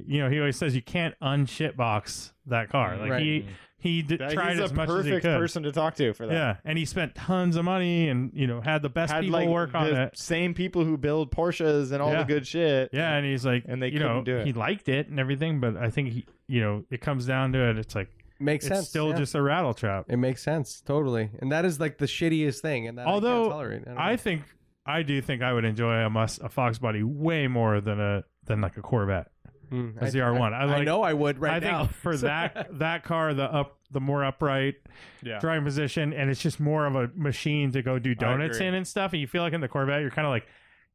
Speaker 1: you know, he always says you can't unshitbox that car. Like
Speaker 6: Right.
Speaker 1: he he did,
Speaker 7: That-
Speaker 1: tried
Speaker 7: he's
Speaker 1: as
Speaker 7: a
Speaker 1: much as he
Speaker 7: perfect
Speaker 1: could.
Speaker 7: person to talk to for that.
Speaker 1: Yeah, and he spent tons of money, and you know, had the best
Speaker 7: Had
Speaker 1: people
Speaker 7: like
Speaker 1: work on
Speaker 7: the
Speaker 1: it.
Speaker 7: same people who build Porsches and all
Speaker 1: Yeah.
Speaker 7: the good shit.
Speaker 1: Yeah, and he's like,
Speaker 7: And they
Speaker 1: you know,
Speaker 7: couldn't do it.
Speaker 1: he liked it and everything, but I think he, you know, it comes down to it. It's like
Speaker 6: makes
Speaker 1: it's
Speaker 6: sense.
Speaker 1: still
Speaker 6: yeah.
Speaker 1: just a rattle trap.
Speaker 6: It makes sense, totally. And that is like the shittiest thing. And that I,
Speaker 1: Although,
Speaker 6: can't tolerate. don't
Speaker 1: I
Speaker 6: know.
Speaker 1: think I do think I would enjoy a mus a Fox body way more than a than like a Corvette,
Speaker 5: Hmm,
Speaker 6: Mm,
Speaker 1: a
Speaker 6: I-
Speaker 1: ZR1. I,
Speaker 6: I,
Speaker 1: like,
Speaker 6: know I would right
Speaker 1: I
Speaker 6: now.
Speaker 1: think for that that car, the up the more upright
Speaker 7: Yeah.
Speaker 1: driving position, and it's just more of a machine to go do donuts
Speaker 7: agree.
Speaker 1: in and stuff. And you feel like in the Corvette, you're kind of like,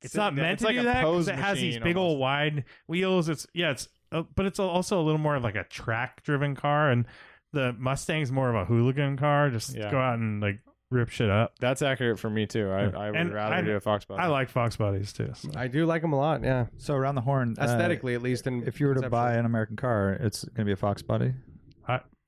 Speaker 1: it's
Speaker 7: Sitting
Speaker 1: not
Speaker 7: there.
Speaker 1: meant
Speaker 7: It's
Speaker 1: to
Speaker 7: like
Speaker 1: do
Speaker 7: a
Speaker 1: that
Speaker 7: pose
Speaker 1: it has these
Speaker 7: machine
Speaker 1: big old
Speaker 7: almost.
Speaker 1: wide wheels. It's yeah, it's uh, but it's also a little more of like a track driven car, and the Mustang's more of a hooligan car. Just
Speaker 7: Yeah.
Speaker 1: go out and like rip shit up.
Speaker 7: That's accurate for me too. I,
Speaker 1: Yeah.
Speaker 7: I would
Speaker 1: And
Speaker 7: rather
Speaker 1: I-
Speaker 7: do a Fox body.
Speaker 1: I like Fox bodies too. so.
Speaker 6: I do like them a lot. Yeah,
Speaker 5: So around the horn, uh,
Speaker 6: aesthetically at least. And
Speaker 5: if you were to
Speaker 6: conceptually.
Speaker 5: buy an American car, it's going to be a Fox body.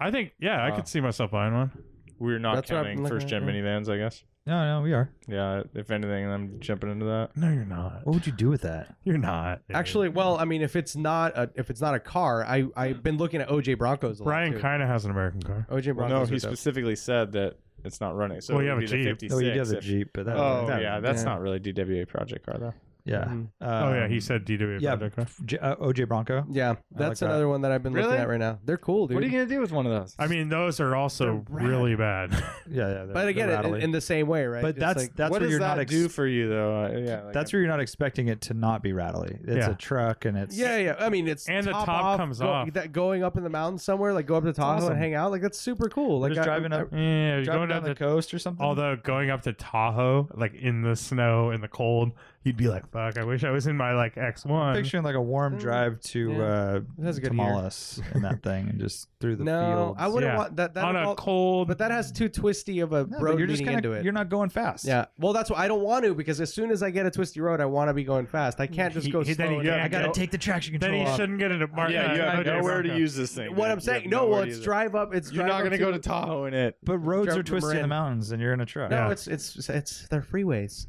Speaker 1: I think yeah, I
Speaker 7: Wow.
Speaker 1: could see myself buying one.
Speaker 7: We're not
Speaker 6: That's what I've been
Speaker 7: counting
Speaker 6: looking
Speaker 7: first
Speaker 6: at,
Speaker 7: gen
Speaker 6: yeah.
Speaker 7: minivans, I guess.
Speaker 5: No, no, we are.
Speaker 7: Yeah, if anything, I'm jumping into that.
Speaker 1: No, you're not.
Speaker 5: What would you do with that?
Speaker 1: You're not. dude.
Speaker 6: actually, well, I mean, if it's not a if it's not a car, I I've been looking at OJ Broncos. A lot,
Speaker 1: Brian
Speaker 6: too.
Speaker 1: kind of has an American car.
Speaker 6: OJ Broncos.
Speaker 7: Well, no,
Speaker 6: are
Speaker 7: he
Speaker 6: dope.
Speaker 7: specifically said that it's not running. So
Speaker 1: Well,
Speaker 7: it
Speaker 1: you
Speaker 7: would
Speaker 1: have
Speaker 7: be
Speaker 1: a
Speaker 7: the
Speaker 1: Jeep.
Speaker 7: 56.
Speaker 5: No, you have a
Speaker 7: if-
Speaker 5: Jeep, but that
Speaker 7: Oh yeah, Mm-hmm. that's
Speaker 6: yeah.
Speaker 7: not really DWA project car though.
Speaker 5: yeah.
Speaker 6: Mhm.
Speaker 1: oh yeah, he
Speaker 5: Um,
Speaker 1: said DW
Speaker 5: yeah,
Speaker 1: project. right?
Speaker 5: J- uh, OJ Bronco.
Speaker 6: Yeah, that's
Speaker 5: that.
Speaker 6: another one that I've been
Speaker 7: Really?
Speaker 6: looking at right now. They're cool, dude.
Speaker 7: What are you gonna do with one of those?
Speaker 1: I mean, those are also
Speaker 7: They're rad.
Speaker 1: really bad.
Speaker 5: Yeah, yeah. they're-
Speaker 6: but again,
Speaker 5: they're
Speaker 6: in,
Speaker 5: rattly.
Speaker 6: in the same way, right?
Speaker 5: but
Speaker 6: Just
Speaker 5: that's
Speaker 6: like,
Speaker 5: that's
Speaker 7: what
Speaker 5: where
Speaker 7: does
Speaker 5: you're
Speaker 7: that
Speaker 5: not ex-
Speaker 7: do for you though? Uh, yeah, like,
Speaker 5: that's where you're not expecting it to not be rattly. It's
Speaker 1: Yeah.
Speaker 5: a truck and it's
Speaker 6: yeah, yeah. I mean, it's
Speaker 1: And the
Speaker 6: top
Speaker 1: top
Speaker 6: off,
Speaker 1: comes
Speaker 6: go-
Speaker 1: off.
Speaker 6: That going up in the mountain somewhere, like go up to Tahoe
Speaker 5: awesome.
Speaker 6: and hang out, like that's super cool. Like
Speaker 5: just
Speaker 6: I-
Speaker 5: driving up,
Speaker 1: yeah, you're
Speaker 5: driving
Speaker 1: going
Speaker 5: down
Speaker 1: up
Speaker 5: the
Speaker 1: to
Speaker 5: coast or something.
Speaker 1: although going up to Tahoe, like in the snow in the cold, you'd be like, "Fuck, I wish I was in my like X one."
Speaker 5: picturing like a warm
Speaker 6: Mm,
Speaker 5: drive to
Speaker 6: yeah.
Speaker 5: uh
Speaker 6: That's a good year.
Speaker 5: Tamales and that thing and just through the
Speaker 6: no,
Speaker 5: fields.
Speaker 6: I wouldn't
Speaker 1: Yeah.
Speaker 6: want that. that
Speaker 1: on a
Speaker 6: involve-
Speaker 1: cold.
Speaker 6: but that has too twisty of a
Speaker 5: No, but
Speaker 6: road
Speaker 5: you're just
Speaker 6: leading
Speaker 5: kind
Speaker 6: into it.
Speaker 5: you're not going fast.
Speaker 6: yeah, well, that's what I don't want to because as soon as I get a twisty road, I want to be going fast. I can't just
Speaker 1: He-
Speaker 6: go
Speaker 1: he-
Speaker 6: slow.
Speaker 1: then he
Speaker 6: and-
Speaker 1: got-
Speaker 5: I gotta
Speaker 1: No.
Speaker 5: take the traction
Speaker 1: then
Speaker 5: control.
Speaker 1: he
Speaker 5: off.
Speaker 1: shouldn't get into Mark.
Speaker 7: yeah, you
Speaker 1: uh,
Speaker 7: have
Speaker 1: OJ
Speaker 7: nowhere to
Speaker 1: Bronco.
Speaker 7: use this thing.
Speaker 6: what
Speaker 7: dude.
Speaker 6: I'm
Speaker 7: You
Speaker 6: saying,
Speaker 7: have
Speaker 6: no,
Speaker 7: nowhere
Speaker 6: well,
Speaker 7: to
Speaker 6: it's
Speaker 7: use it.
Speaker 6: drive up. It's
Speaker 7: You're
Speaker 6: drive
Speaker 7: not
Speaker 6: up
Speaker 7: gonna
Speaker 6: to
Speaker 7: go to Tahoe in it.
Speaker 5: But roads
Speaker 6: Drive
Speaker 5: are twisty in the
Speaker 6: Marin.
Speaker 5: mountains, and you're in a truck.
Speaker 6: No,
Speaker 1: Yeah.
Speaker 6: it's it's it's they're freeways.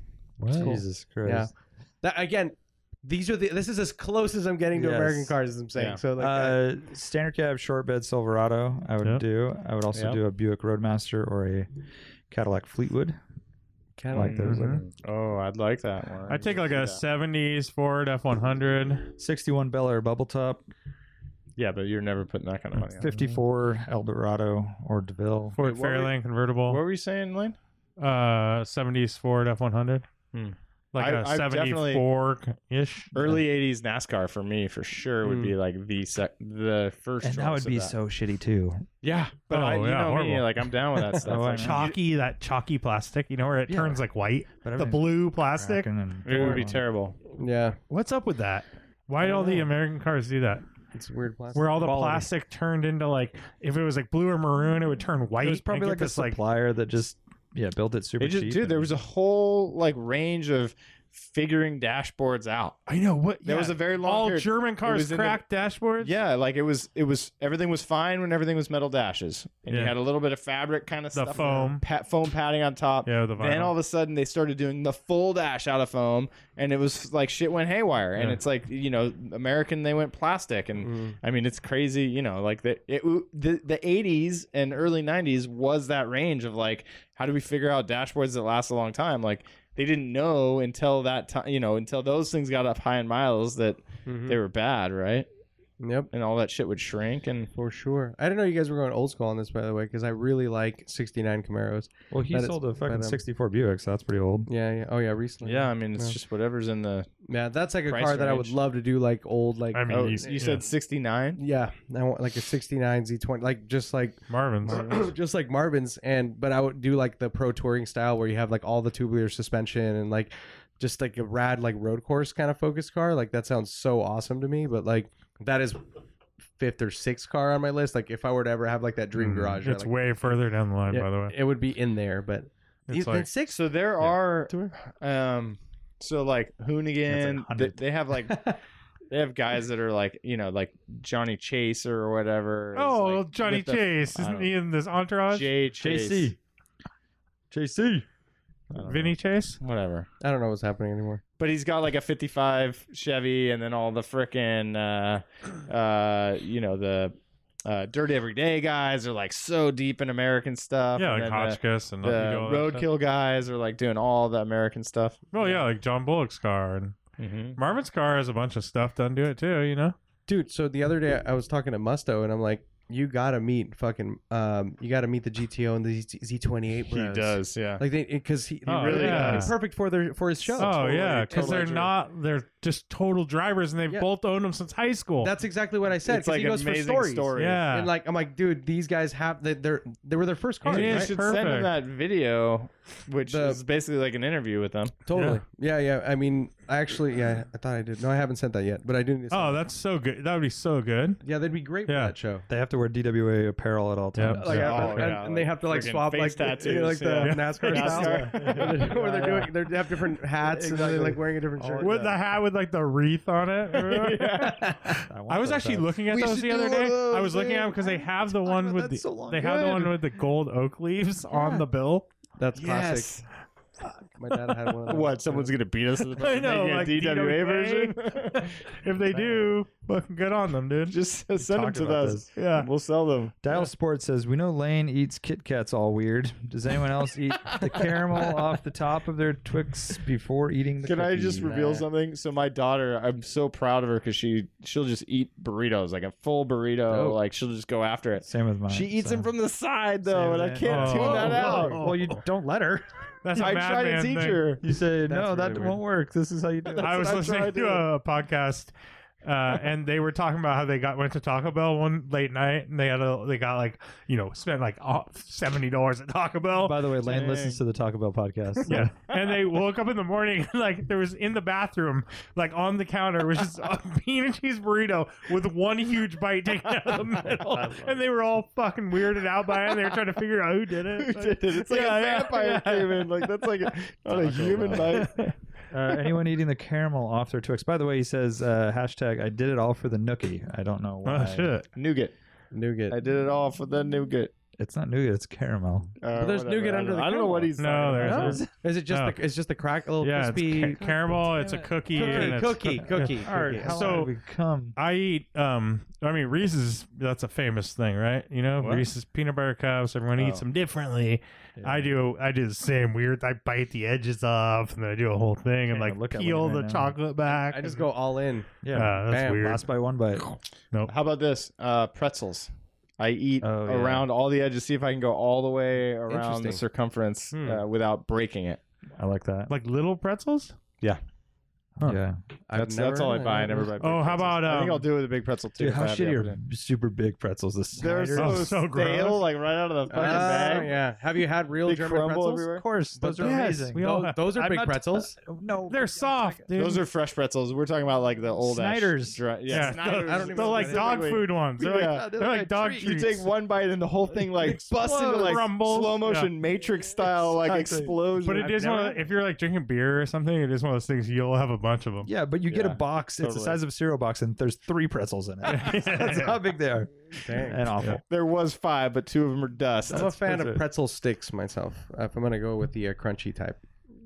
Speaker 5: Jesus Christ.
Speaker 6: Yeah. That again, these are the this is as close as I'm getting to
Speaker 5: Yes.
Speaker 6: American cars as I'm saying.
Speaker 7: Yeah.
Speaker 6: So like
Speaker 5: uh, standard cab, short bed Silverado. I would
Speaker 1: Yep.
Speaker 5: do. I would also
Speaker 7: Yep.
Speaker 5: do a Buick Roadmaster or a Cadillac Fleetwood.
Speaker 6: kind
Speaker 5: like those.
Speaker 7: Oh, I'd like that one.
Speaker 1: I'd take like a
Speaker 7: Yeah.
Speaker 1: '70s Ford F100.
Speaker 5: Sixty-one Bel Air bubble top.
Speaker 7: Yeah, but you're never putting that kind of money. on it.
Speaker 5: Fifty-four Eldorado or Deville.
Speaker 1: Ford
Speaker 7: what were-
Speaker 1: Fairlane
Speaker 7: What
Speaker 1: convertible,
Speaker 7: were you saying, Lane?
Speaker 1: uh, '70s Ford F100,
Speaker 7: Hmm.
Speaker 1: like
Speaker 7: I-
Speaker 1: a
Speaker 7: I've definitely- Er,
Speaker 1: '74 ish.
Speaker 7: Early '80s NASCAR for me, for sure, would be like the sec- the first.
Speaker 5: And that
Speaker 7: choice of
Speaker 5: would be so shitty too.
Speaker 7: Yeah, but
Speaker 1: Oh,
Speaker 7: I, you
Speaker 1: yeah,
Speaker 7: know me,
Speaker 1: horrible.
Speaker 7: like I'm down with that stuff.
Speaker 5: Oh, I
Speaker 7: Like,
Speaker 5: know.
Speaker 1: chalky, that chalky plastic, you know, where it
Speaker 5: Yeah.
Speaker 1: turns like white,
Speaker 5: But
Speaker 1: the
Speaker 5: everything's
Speaker 1: blue plastic.
Speaker 5: cracking and
Speaker 7: It would be
Speaker 5: terrible.
Speaker 7: terrible.
Speaker 6: yeah,
Speaker 1: What's up with that? Why do all the American cars do that?
Speaker 6: it's weird plastic.
Speaker 1: Where all the
Speaker 5: Quality.
Speaker 1: plastic turned into like, if it was like blue or maroon, it would turn white.
Speaker 5: It was probably
Speaker 1: and
Speaker 5: like
Speaker 1: get
Speaker 5: a
Speaker 1: this like
Speaker 5: supplier that just yeah built it super
Speaker 7: It just,
Speaker 5: cheap.
Speaker 7: dude, there was a whole like range of figuring dashboards out.
Speaker 1: I know what.
Speaker 7: There
Speaker 1: yeah.
Speaker 7: was a very long.
Speaker 1: all
Speaker 7: period-
Speaker 1: German cars
Speaker 7: was in the-
Speaker 1: cracked dashboards.
Speaker 7: Yeah, like it was, it was everything was fine when everything was metal dashes, and you
Speaker 1: Yeah.
Speaker 7: had a little bit of fabric kind of
Speaker 1: The
Speaker 7: stuff,
Speaker 1: foam.
Speaker 7: pat, foam padding on top.
Speaker 1: yeah, the vinyl.
Speaker 7: Then all of a sudden they started doing the full dash out of foam, and it was like shit went haywire. And
Speaker 1: Yeah.
Speaker 7: it's like you know, American they went plastic, and
Speaker 5: Mm-hmm.
Speaker 7: I mean it's crazy. You know, like the it the the eighties and early nineties was that range of like how do we figure out dashboards that last a long time? Like they didn't know until that time, you know, until those things got up high in miles that
Speaker 1: Hmm.
Speaker 7: they were bad, right?
Speaker 6: Mm-hmm. Yep.
Speaker 7: And all that shit would shrink and.
Speaker 6: For sure. I didn't know you guys were going old school on this, by the way, because I really like 69 Camaros.
Speaker 5: well, he
Speaker 6: but it's-
Speaker 5: sold a
Speaker 6: but,
Speaker 5: fucking
Speaker 6: um,
Speaker 5: '64 Buick, so that's pretty old.
Speaker 6: Yeah, yeah. Oh, yeah, recently.
Speaker 7: Yeah, I mean it's
Speaker 6: Yeah.
Speaker 7: just whatever's in the.
Speaker 6: Yeah, that's like a
Speaker 7: Price
Speaker 6: car that I would
Speaker 7: range.
Speaker 6: love to do, like old, like.
Speaker 1: I mean,
Speaker 7: Oh,
Speaker 1: you,
Speaker 7: you said sixty nine.
Speaker 6: yeah, I want like a 69 Z20, like just like.
Speaker 1: yeah. Marvin's.
Speaker 6: just like Marvin's and but I would do like the pro touring style where you have like all the tubular suspension and like just like a rad like road course kind of focused car like that sounds so awesome to me but like that is fifth or sixth car on my list like if I were to ever have like that dream
Speaker 1: Mm.
Speaker 6: garage I,
Speaker 1: It's
Speaker 6: like,
Speaker 1: way further down the line,
Speaker 6: Yeah,
Speaker 1: by the way.
Speaker 6: it would be in there but
Speaker 1: It's
Speaker 6: and
Speaker 1: like
Speaker 6: six
Speaker 7: So there are, um, so like Hoonigan, they,
Speaker 5: hundred.
Speaker 7: they have like they have guys that are like you know like Johnny Chaser or whatever. is,
Speaker 1: Oh,
Speaker 7: like,
Speaker 1: Johnny
Speaker 7: with the-
Speaker 1: Chase.
Speaker 7: I
Speaker 1: Isn't
Speaker 7: don't-
Speaker 1: he in this entourage?
Speaker 7: Jay Chase,
Speaker 5: JC.
Speaker 7: I don't know.
Speaker 1: Vinny Chase?
Speaker 7: whatever.
Speaker 6: I don't know what's happening anymore
Speaker 7: But he's got like a '55 Chevy, and then all the frickin' uh, uh, you know the uh, Dirt Everyday guys are like so deep in American stuff.
Speaker 1: Yeah,
Speaker 7: and
Speaker 1: like
Speaker 7: then the-
Speaker 1: Hotchkiss and
Speaker 7: the roadkill guys are like doing all the American stuff.
Speaker 1: Oh yeah, like John Bullock's car and
Speaker 7: Mm-hmm.
Speaker 1: Marvin's car has a bunch of stuff done to it too. You know,
Speaker 6: dude so the other day I was talking to Musto and I'm like you gotta meet fucking um you gotta meet the GTO and the Z- Z28
Speaker 7: He
Speaker 6: bros.
Speaker 7: does, yeah.
Speaker 6: like they because he, he
Speaker 1: Oh,
Speaker 6: really
Speaker 1: yeah.
Speaker 6: it's perfect for their for his show
Speaker 1: oh yeah, because
Speaker 7: totally
Speaker 1: they're
Speaker 7: true.
Speaker 1: not they're just total drivers and they've
Speaker 6: Yeah.
Speaker 1: both owned them since high school.
Speaker 6: That's exactly what I said.
Speaker 7: it's
Speaker 6: 'cause
Speaker 7: like
Speaker 6: he goes
Speaker 7: amazing
Speaker 6: for stories.
Speaker 7: story.
Speaker 1: yeah,
Speaker 6: And like I'm like, dude, these guys have they, they're they were their first cars,
Speaker 1: It
Speaker 7: You
Speaker 1: is
Speaker 6: right?
Speaker 7: should send him
Speaker 1: perfect.
Speaker 7: that video, which
Speaker 6: The-
Speaker 7: is basically like an interview with them.
Speaker 6: Totally. Yeah. yeah, I mean, I actually, yeah, I thought I did. No, I haven't sent that yet, but I do. Need to send
Speaker 1: oh, that's so good. That would be so good.
Speaker 6: it. yeah, they'd be great
Speaker 1: Yeah.
Speaker 6: for that show.
Speaker 5: They have to wear DWA apparel at all
Speaker 1: Yep.
Speaker 5: times.
Speaker 1: Yeah.
Speaker 6: Like,
Speaker 7: Oh,
Speaker 6: I- and,
Speaker 7: yeah,
Speaker 6: and they
Speaker 7: like
Speaker 6: have to like
Speaker 7: friggin'
Speaker 6: swap
Speaker 7: face
Speaker 6: like, the, you know, like
Speaker 7: tattoos,
Speaker 6: the
Speaker 7: yeah.
Speaker 6: NASCAR style, where
Speaker 7: NASCAR.
Speaker 6: they're, where they're doing, they're, they have different hats and they're
Speaker 5: Exactly.
Speaker 6: like wearing a different shirt.
Speaker 1: With the hat with like the wreath on it. I was actually looking at
Speaker 6: We
Speaker 1: those
Speaker 6: should
Speaker 1: the other
Speaker 6: do one
Speaker 1: day.
Speaker 6: of those,
Speaker 1: I was looking at them because they have the one with the they have the one with the gold oak leaves on the bill.
Speaker 6: That's classic. My dad had one of those.
Speaker 7: What? Someone's gonna beat us? to the punch
Speaker 1: I
Speaker 7: and
Speaker 1: know,
Speaker 7: make a
Speaker 1: like
Speaker 7: DWA
Speaker 1: DWA.
Speaker 7: version.
Speaker 1: If they do, fucking good on them, dude.
Speaker 7: Just send them
Speaker 5: talked
Speaker 7: to
Speaker 5: about
Speaker 7: us.
Speaker 5: this.
Speaker 1: Yeah.
Speaker 7: We'll sell them.
Speaker 5: Dial Sports says, We know Lane eats Kit Kats all weird. Does anyone else eat the caramel off the top of their Twix before eating the
Speaker 7: Can I just
Speaker 5: cookie?"
Speaker 7: reveal something? So my daughter, I'm so proud of her because she she'll just eat burritos like a full burrito.
Speaker 5: Oh.
Speaker 7: Like she'll just go after it.
Speaker 5: Same with mine.
Speaker 7: She eats
Speaker 5: so.
Speaker 7: them from the side though,
Speaker 5: Same
Speaker 7: and I
Speaker 5: with-
Speaker 7: can't
Speaker 1: Oh.
Speaker 7: tune that
Speaker 1: Oh.
Speaker 7: out.
Speaker 5: Well, you don't let her.
Speaker 1: That's a
Speaker 7: I
Speaker 1: Mad
Speaker 7: tried to
Speaker 1: Man
Speaker 7: teach
Speaker 1: thing.
Speaker 7: her.
Speaker 5: You say, No,
Speaker 6: really
Speaker 5: that
Speaker 6: weird.
Speaker 5: won't work. This is how you do it.
Speaker 1: I was
Speaker 7: what I
Speaker 1: listening
Speaker 7: tried
Speaker 1: to a podcast, uh, and they were talking about how they got went to Taco Bell one late night, and they had a they got like you know spent like uh, seventy dollars at Taco Bell.
Speaker 5: By the way, Lane
Speaker 7: Dang.
Speaker 5: listens to the Taco Bell podcast. so-
Speaker 1: yeah, and they woke up in the morning like there was in the bathroom, like on the counter, was just a bean and cheese burrito with one huge bite taken out of the middle, and they were all fucking weirded out by it. And they were trying to figure out who did it.
Speaker 7: Who did it? It's like
Speaker 1: Yeah,
Speaker 7: a
Speaker 1: yeah,
Speaker 7: vampire
Speaker 1: yeah.
Speaker 7: came in. Like that's like a, not a
Speaker 5: Taco
Speaker 7: human
Speaker 5: Bell.
Speaker 7: bite.
Speaker 5: Uh, anyone eating the caramel off their Twix. By the way, he says, uh, hashtag, I did it all for the nookie. I don't know why.
Speaker 1: Oh shit!
Speaker 7: nougat.
Speaker 6: nougat.
Speaker 7: I did it all for the nougat.
Speaker 5: It's not nougat, it's caramel.
Speaker 7: Uh,
Speaker 6: But there's
Speaker 7: whatever.
Speaker 6: nougat
Speaker 7: I
Speaker 6: under
Speaker 7: don't-
Speaker 6: the
Speaker 7: I don't know
Speaker 6: caramel.
Speaker 7: what he's.
Speaker 1: No,
Speaker 7: talking
Speaker 1: there's-
Speaker 7: about.
Speaker 6: No? Is it just
Speaker 1: No.
Speaker 6: the? It's just the crack, a little
Speaker 1: Yeah,
Speaker 6: crispy
Speaker 1: it's ca- caramel. It's a cookie. and it's-
Speaker 6: cookie, cookie, cookie,
Speaker 1: Yeah.
Speaker 5: All right,
Speaker 6: cookie.
Speaker 5: how
Speaker 1: So-
Speaker 5: so we come.
Speaker 1: I eat. Um, I mean Reese's. That's a famous thing, right? You know,
Speaker 7: What?
Speaker 1: Reese's peanut butter cups. Everyone eats
Speaker 7: Oh.
Speaker 1: them differently. I do. I do the same weird. I bite the edges off, and then I do a whole thing, and
Speaker 5: Yeah,
Speaker 1: like
Speaker 5: look at
Speaker 1: peel
Speaker 5: Lane
Speaker 1: the
Speaker 5: right now.
Speaker 1: chocolate back.
Speaker 6: I just
Speaker 1: and-
Speaker 6: go all in.
Speaker 5: Yeah.
Speaker 1: Ah, that's
Speaker 6: bam,
Speaker 1: weird.
Speaker 5: Lost by one bite.
Speaker 7: How about this? Uh, pretzels. I eat
Speaker 5: Oh, yeah.
Speaker 7: around all the edges. See if I can go all the way around the
Speaker 6: Interesting.
Speaker 7: circumference
Speaker 1: Hmm.
Speaker 7: uh, without breaking it.
Speaker 5: I like that.
Speaker 1: Like little pretzels. Huh.
Speaker 5: Yeah.
Speaker 6: I've
Speaker 7: That's, that's
Speaker 6: never-
Speaker 7: all I buy. I never buy. big
Speaker 1: Oh, how
Speaker 7: pretzels.
Speaker 1: about,
Speaker 7: I think I'll
Speaker 1: um,
Speaker 7: do with a big pretzel too.
Speaker 5: Dude,
Speaker 7: if
Speaker 5: how
Speaker 7: I have the
Speaker 5: shitty are
Speaker 7: opportunity.
Speaker 5: super big pretzels? The
Speaker 7: They're
Speaker 5: sliders?
Speaker 7: so,
Speaker 1: Oh, so
Speaker 7: stale,
Speaker 1: gross.
Speaker 7: like right out of
Speaker 5: Uh,
Speaker 7: the
Speaker 6: Oh,
Speaker 7: fucking bag.
Speaker 6: yeah. Have you had real
Speaker 7: They
Speaker 6: German
Speaker 7: crumble
Speaker 6: pretzels?
Speaker 7: everywhere.
Speaker 5: Of course,
Speaker 6: But
Speaker 5: those are
Speaker 1: yes,
Speaker 5: amazing.
Speaker 1: we all
Speaker 6: Those,
Speaker 1: have-
Speaker 6: those are
Speaker 5: I'm
Speaker 6: big
Speaker 5: not-
Speaker 6: pretzels.
Speaker 5: no,
Speaker 1: They're soft, dude.
Speaker 7: Those are fresh pretzels. We're talking about like the old ash
Speaker 5: Snyder's.
Speaker 7: dry- yeah,
Speaker 1: yeah.
Speaker 7: Snyder's.
Speaker 1: they're-
Speaker 6: I don't even
Speaker 1: They're
Speaker 6: know
Speaker 1: like
Speaker 6: what
Speaker 1: dog
Speaker 7: Specifically.
Speaker 1: food ones. They're
Speaker 7: Yeah.
Speaker 1: like they're like dog
Speaker 7: You
Speaker 1: treats.
Speaker 7: take one bite and the whole thing like busts into like
Speaker 1: Crumbles.
Speaker 7: slow motion
Speaker 1: Yeah.
Speaker 7: Matrix style like
Speaker 5: Exactly.
Speaker 7: explosion.
Speaker 1: But it is one. Of, the- if you're like drinking beer or something, it is one of those things you'll have a bunch of them.
Speaker 5: Yeah, but you get a
Speaker 7: Yeah,
Speaker 5: box. It's
Speaker 7: totally.
Speaker 5: the size of a cereal box, and there's three pretzels in it. That's how big they are.
Speaker 6: Dang.
Speaker 5: And awful.
Speaker 7: There was five, but two of them are dust.
Speaker 6: I'm a fan of
Speaker 7: that's it.
Speaker 6: pretzel sticks myself. If I'm gonna go with the uh, crunchy type,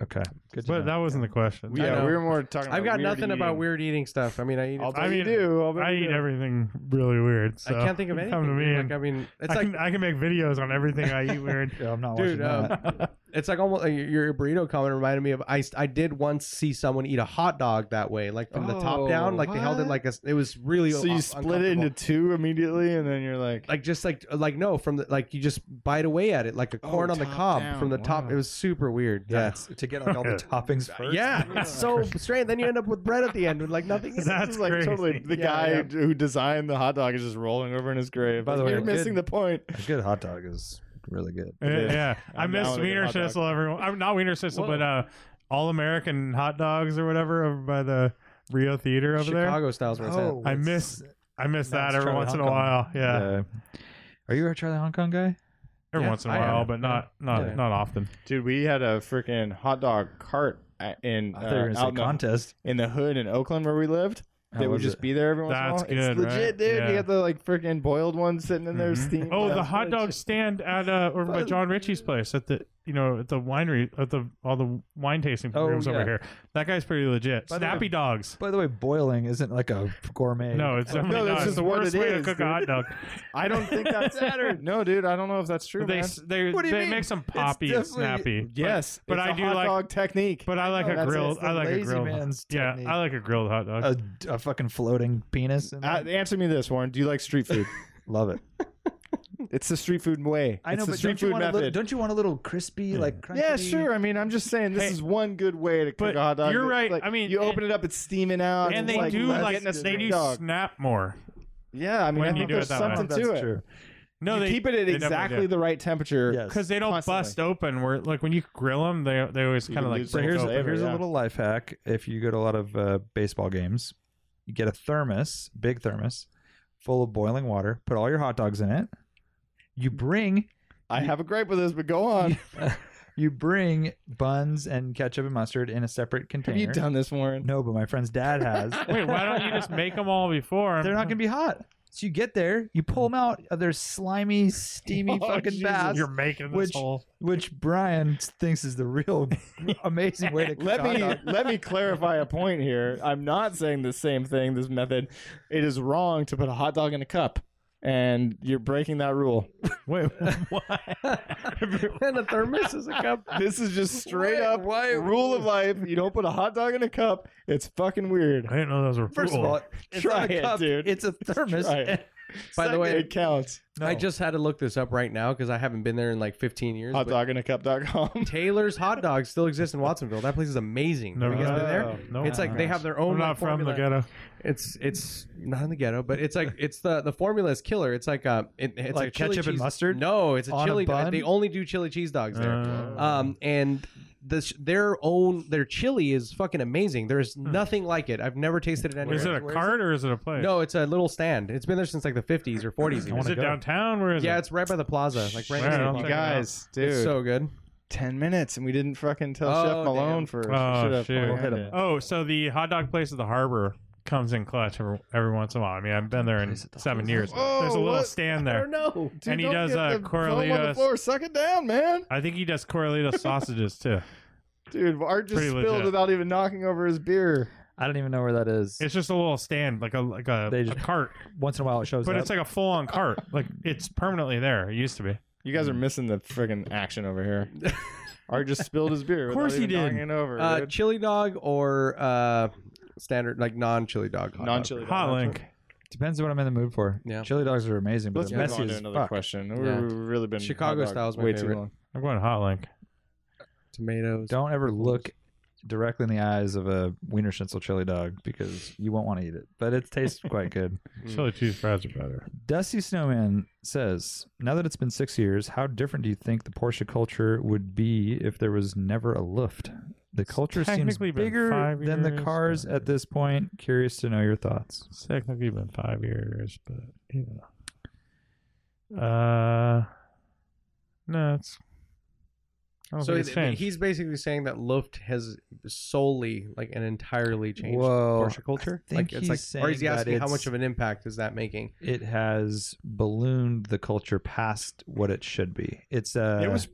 Speaker 5: Okay. Good to
Speaker 1: But
Speaker 5: know.
Speaker 1: that wasn't the question.
Speaker 6: I
Speaker 7: Yeah,
Speaker 6: know.
Speaker 7: we were more talking. About
Speaker 6: I've got
Speaker 7: weird
Speaker 6: nothing about
Speaker 7: eating.
Speaker 6: weird eating stuff. I mean, I eat.
Speaker 7: I'll bet
Speaker 1: I
Speaker 7: you
Speaker 1: mean,
Speaker 7: do. I'll bet
Speaker 1: I
Speaker 7: you
Speaker 1: eat
Speaker 7: do.
Speaker 1: everything really weird. So
Speaker 6: I can't think of anything.
Speaker 1: Come to me.
Speaker 6: Like,
Speaker 1: and
Speaker 6: I mean, it's
Speaker 1: I
Speaker 6: like
Speaker 1: can I can make videos on everything I eat weird.
Speaker 5: Yeah, I'm not
Speaker 6: Dude,
Speaker 5: watching
Speaker 6: um,
Speaker 5: that.
Speaker 6: it's like almost like your burrito comment reminded me of I, I did once see someone eat a hot dog that way, like from the top down,
Speaker 7: Oh,
Speaker 6: like they held it
Speaker 7: what?
Speaker 6: like a, it was really
Speaker 7: So you
Speaker 6: un-
Speaker 7: split it into
Speaker 6: uncomfortable.
Speaker 7: two immediately, and then you're like,
Speaker 6: like just like like no from the like you just bite away at it like a
Speaker 7: Oh,
Speaker 6: corn on the
Speaker 7: top
Speaker 6: cob
Speaker 7: down.
Speaker 6: from the top.
Speaker 7: Wow.
Speaker 6: It was super weird. Yeah.
Speaker 5: That's to get like all the toppings first.
Speaker 6: Yeah, it's so strange. Then you end up with bread at the end with like nothing. in it.
Speaker 1: That's
Speaker 7: This is like
Speaker 1: crazy.
Speaker 7: totally the
Speaker 6: Yeah,
Speaker 7: guy
Speaker 6: yeah.
Speaker 7: who designed the hot dog is just rolling over in his grave.
Speaker 5: By the
Speaker 7: Like,
Speaker 5: way,
Speaker 7: you're
Speaker 5: it
Speaker 7: missing
Speaker 5: did-
Speaker 7: the point.
Speaker 5: A good hot dog is really good.
Speaker 1: Yeah,
Speaker 7: is.
Speaker 1: Uh, yeah. I
Speaker 7: I'm
Speaker 1: miss
Speaker 7: down with a good
Speaker 1: Wiener
Speaker 7: hot dog.
Speaker 1: Schnitzel. Everyone, I'm not Wiener Schnitzel, but uh, All American hot dogs or whatever over by the Rio Theater over
Speaker 6: Chicago styles where it's at.
Speaker 7: Oh,
Speaker 1: there. I
Speaker 5: it's-
Speaker 1: miss I miss
Speaker 5: Now
Speaker 1: that
Speaker 5: it's
Speaker 1: every
Speaker 5: Charlie
Speaker 1: once in a
Speaker 5: Hong Kong.
Speaker 1: while. Yeah,
Speaker 5: Yeah. uh, Are you a Charlie Hong Kong guy?
Speaker 1: every
Speaker 6: Yeah,
Speaker 1: once in a
Speaker 6: I
Speaker 1: while,
Speaker 6: am.
Speaker 1: but not not
Speaker 6: Yeah.
Speaker 1: not often.
Speaker 7: Dude, we had a freaking hot dog cart at- in
Speaker 5: I thought you
Speaker 7: uh,
Speaker 5: were gonna
Speaker 7: out
Speaker 5: say
Speaker 7: in the-
Speaker 5: contest.
Speaker 7: in the hood in Oakland where we lived.
Speaker 5: How
Speaker 7: they would
Speaker 5: was
Speaker 7: just
Speaker 5: it?
Speaker 7: be there every once
Speaker 1: That's
Speaker 7: in a while.
Speaker 1: good,
Speaker 7: it's legit,
Speaker 1: right?
Speaker 7: dude.
Speaker 1: Yeah.
Speaker 7: You got the like freaking boiled one sitting in there
Speaker 6: Mm-hmm.
Speaker 1: Mhm.
Speaker 7: steamed.
Speaker 1: Oh,
Speaker 7: up.
Speaker 1: the hot dog stand at uh over by John Ritchie's place at the you know at the winery at the all the wine tasting
Speaker 5: Oh,
Speaker 1: rooms over
Speaker 5: yeah.
Speaker 1: here. That guy's pretty legit.
Speaker 5: By the way-
Speaker 1: Snappy dogs.
Speaker 5: By the way, boiling isn't like a gourmet.
Speaker 1: No, it's definitely
Speaker 7: no,
Speaker 1: not.
Speaker 7: that's
Speaker 1: It's
Speaker 7: just
Speaker 1: the
Speaker 7: what
Speaker 1: worst
Speaker 7: it
Speaker 1: way to
Speaker 7: is,
Speaker 1: cook a
Speaker 7: dude.
Speaker 1: hot dog.
Speaker 7: I don't think that's no, dude. I don't know if that's true.
Speaker 1: They
Speaker 7: man.
Speaker 1: s- they
Speaker 5: What do you
Speaker 1: they
Speaker 5: mean?
Speaker 1: make some
Speaker 5: It's
Speaker 1: poppy and
Speaker 5: definitely-
Speaker 1: snappy.
Speaker 7: yes,
Speaker 1: but
Speaker 7: it's
Speaker 1: I
Speaker 7: a
Speaker 1: do
Speaker 7: hot
Speaker 1: like-
Speaker 7: dog technique.
Speaker 1: But I like
Speaker 5: No,
Speaker 1: a
Speaker 5: that's-
Speaker 1: grilled.
Speaker 5: it's the
Speaker 1: I like a
Speaker 5: lazy
Speaker 1: grilled.
Speaker 5: man's
Speaker 1: yeah,
Speaker 5: technique.
Speaker 1: I like a grilled hot dog.
Speaker 5: a, a fucking floating penis. In
Speaker 7: Uh,
Speaker 5: there.
Speaker 7: answer me this, Warren. Do you like street food?
Speaker 5: Love it.
Speaker 7: it's the street food way.
Speaker 5: I
Speaker 7: it's
Speaker 5: know,
Speaker 7: the
Speaker 5: but
Speaker 7: street
Speaker 5: don't you,
Speaker 7: food
Speaker 5: want a little,
Speaker 7: method.
Speaker 5: don't you want a little crispy, like crunchy?
Speaker 7: yeah, sure. I mean, I'm just saying this
Speaker 1: Hey,
Speaker 7: is one good way to cook
Speaker 1: but
Speaker 7: a hot dog.
Speaker 1: you're
Speaker 7: It's
Speaker 1: right.
Speaker 7: like,
Speaker 1: I mean,
Speaker 7: you
Speaker 1: and-
Speaker 7: open it up, it's steaming out.
Speaker 1: and
Speaker 7: it's
Speaker 1: they
Speaker 7: like,
Speaker 1: do
Speaker 7: let's
Speaker 1: like
Speaker 7: get into
Speaker 1: they
Speaker 7: street
Speaker 1: do
Speaker 7: dog.
Speaker 1: snap more.
Speaker 7: Yeah, I mean,
Speaker 1: when
Speaker 7: I
Speaker 1: you
Speaker 7: think
Speaker 1: do it
Speaker 7: there's
Speaker 1: that way.
Speaker 7: something
Speaker 5: Oh, That's
Speaker 7: to it.
Speaker 5: true.
Speaker 1: No,
Speaker 7: you
Speaker 1: they
Speaker 7: keep it at exactly the right temperature.
Speaker 5: Yes.
Speaker 1: because they don't
Speaker 7: constantly.
Speaker 1: bust open. Where like when you grill them, they they always
Speaker 7: You
Speaker 1: kind of
Speaker 7: can
Speaker 1: like
Speaker 7: lose
Speaker 5: So
Speaker 7: the
Speaker 1: break
Speaker 5: here's,
Speaker 7: Flavor,
Speaker 1: open.
Speaker 5: here's a
Speaker 7: yeah.
Speaker 5: little life hack. If you go to a lot of uh, baseball games, you get a thermos, big thermos, full of boiling water. Put all your hot dogs in it. You bring
Speaker 7: I have a gripe with this, but go on.
Speaker 5: you bring buns and ketchup and mustard in a separate container.
Speaker 7: Have you done this, Warren?
Speaker 5: No, but my friend's dad has.
Speaker 1: Wait, why don't you just make them all before?
Speaker 5: They're not going to be hot. So you get there, you pull them out of their slimy, steamy
Speaker 7: Oh,
Speaker 5: fucking
Speaker 7: Jesus.
Speaker 5: baths,
Speaker 1: You're making this
Speaker 5: Which-
Speaker 1: whole.
Speaker 5: which Brian thinks is the real amazing way to
Speaker 7: Let
Speaker 5: cook hot
Speaker 7: me
Speaker 5: dog.
Speaker 7: let me clarify a point here. I'm not saying the same thing. This method, it is wrong to put a hot dog in a cup, and you're breaking that rule.
Speaker 1: Wait, what?
Speaker 6: and the thermos is a cup.
Speaker 7: This is just straight up
Speaker 5: why-
Speaker 7: rule of life. You don't put a hot dog in a cup. It's fucking weird.
Speaker 1: I didn't know those were
Speaker 5: First of
Speaker 1: cool.
Speaker 5: all, it's
Speaker 7: Try
Speaker 5: not a
Speaker 7: it,
Speaker 5: cup,
Speaker 7: dude.
Speaker 5: It's a thermos.
Speaker 7: Try it.
Speaker 6: By the way,
Speaker 7: it counts.
Speaker 6: I
Speaker 5: No.
Speaker 6: just had to look this up right now because I haven't been there in like 15 years. but
Speaker 7: Hotdoginacup.com.
Speaker 6: Taylor's Hot Dogs still exists in Watsonville. That place is amazing.
Speaker 1: Never
Speaker 6: Have you guys
Speaker 1: been
Speaker 6: been there?
Speaker 1: No,
Speaker 6: It's like they have their own.
Speaker 1: I'm
Speaker 6: like,
Speaker 1: not from the
Speaker 6: formula.
Speaker 1: ghetto.
Speaker 6: It's it's not in the ghetto, but it's like it's the the formula is killer. It's like a it, it's
Speaker 5: Like
Speaker 6: a chili
Speaker 5: ketchup and
Speaker 6: cheese-
Speaker 5: mustard
Speaker 6: No, it's a
Speaker 5: on a
Speaker 6: chili. dog.
Speaker 5: bun?
Speaker 6: They only do chili cheese dogs there.
Speaker 1: Uh,
Speaker 6: um, and this their own their chili is fucking amazing. There's nothing like it. I've never tasted it anywhere.
Speaker 1: Hmm. is it a
Speaker 6: Where
Speaker 1: cart or is it a place?
Speaker 6: No, it's a little stand. It's been there since like the 50s or 40s.
Speaker 1: Is it
Speaker 6: even.
Speaker 1: downtown? Where is
Speaker 6: yeah,
Speaker 1: it?
Speaker 6: it's right by the plaza, like
Speaker 1: Wow.
Speaker 6: right next to the
Speaker 1: You
Speaker 6: plaza.
Speaker 7: Guys,
Speaker 6: It's
Speaker 7: dude,
Speaker 6: so good.
Speaker 7: 10 minutes and we didn't fucking tell
Speaker 6: Oh,
Speaker 7: Chef Malone
Speaker 6: damn.
Speaker 7: for
Speaker 1: Oh,
Speaker 7: should've
Speaker 1: shoot.
Speaker 7: fucking
Speaker 5: Hit him.
Speaker 7: it.
Speaker 1: Oh, so the hot dog place at the harbor comes in clutch every, every once in a while. I mean, I've been there in
Speaker 5: Place at the
Speaker 1: seven
Speaker 5: harbor.
Speaker 1: years.
Speaker 7: Whoa,
Speaker 1: There's a little
Speaker 7: what?
Speaker 1: stand
Speaker 7: I
Speaker 1: there.
Speaker 7: don't know. Dude,
Speaker 1: And he
Speaker 7: don't
Speaker 1: does,
Speaker 7: get
Speaker 1: uh,
Speaker 7: the foam on the
Speaker 1: Corleas-
Speaker 7: floor. Suck it down, man.
Speaker 1: I think he does Corralito sausages too.
Speaker 7: Dude, Art just
Speaker 1: Pretty
Speaker 7: spilled
Speaker 1: legit.
Speaker 7: without even knocking over his beer.
Speaker 5: I don't even know where that is.
Speaker 1: It's just a little stand, like a like a,
Speaker 5: They
Speaker 1: a
Speaker 5: just-
Speaker 1: cart,
Speaker 5: Once in a while, it shows
Speaker 1: but
Speaker 5: up.
Speaker 1: it's like a full on cart. Like it's permanently there. It used to be.
Speaker 7: You guys are missing the friggin' action over here. Art just spilled his beer.
Speaker 1: Of course
Speaker 7: without
Speaker 1: he
Speaker 7: even
Speaker 1: did.
Speaker 7: knocking it over.
Speaker 6: Uh,
Speaker 7: dude.
Speaker 6: chili dog or uh, standard like non chili dog. hot dog.
Speaker 7: Non-chili
Speaker 1: Hot
Speaker 7: dog.
Speaker 1: link.
Speaker 5: Depends on what I'm in the mood for.
Speaker 6: Yeah.
Speaker 5: Chili dogs are amazing, but
Speaker 7: Let's
Speaker 5: they're
Speaker 7: move
Speaker 5: messy
Speaker 7: on to
Speaker 5: as
Speaker 7: another
Speaker 5: fuck.
Speaker 7: question. We-
Speaker 6: Yeah.
Speaker 7: We've really been
Speaker 6: Chicago
Speaker 7: hot dog
Speaker 6: style's my
Speaker 7: way
Speaker 6: favorite.
Speaker 7: too long.
Speaker 1: I'm going hot link.
Speaker 6: Tomatoes.
Speaker 5: Don't ever look directly in the eyes of a Wiener Schnitzel chili dog because you won't want to eat it. But it tastes quite good.
Speaker 6: Hmm.
Speaker 1: Chili cheese fries are better.
Speaker 5: Dusty Snowman says, "Now that it's been six years, how different do you think the Porsche culture would be if there was never a Luft? The culture seems
Speaker 1: technically been
Speaker 5: bigger
Speaker 1: five
Speaker 5: than the
Speaker 1: years,
Speaker 5: cars
Speaker 1: yeah.
Speaker 5: at this point. Curious to know your thoughts.
Speaker 1: It's technically been five years, but you know. Uh, no, it's. I don't
Speaker 6: So
Speaker 1: think it's
Speaker 6: he-
Speaker 1: changed.
Speaker 6: he's basically saying that Luft has solely like and entirely changed
Speaker 5: Whoa,
Speaker 6: Porsche culture.
Speaker 5: I think
Speaker 6: like it's
Speaker 5: he's
Speaker 6: like, or he's
Speaker 5: saying that
Speaker 6: asking how
Speaker 5: it's-
Speaker 6: much of an impact is that making?
Speaker 5: It has ballooned the culture past what it should be. It's uh,
Speaker 7: It was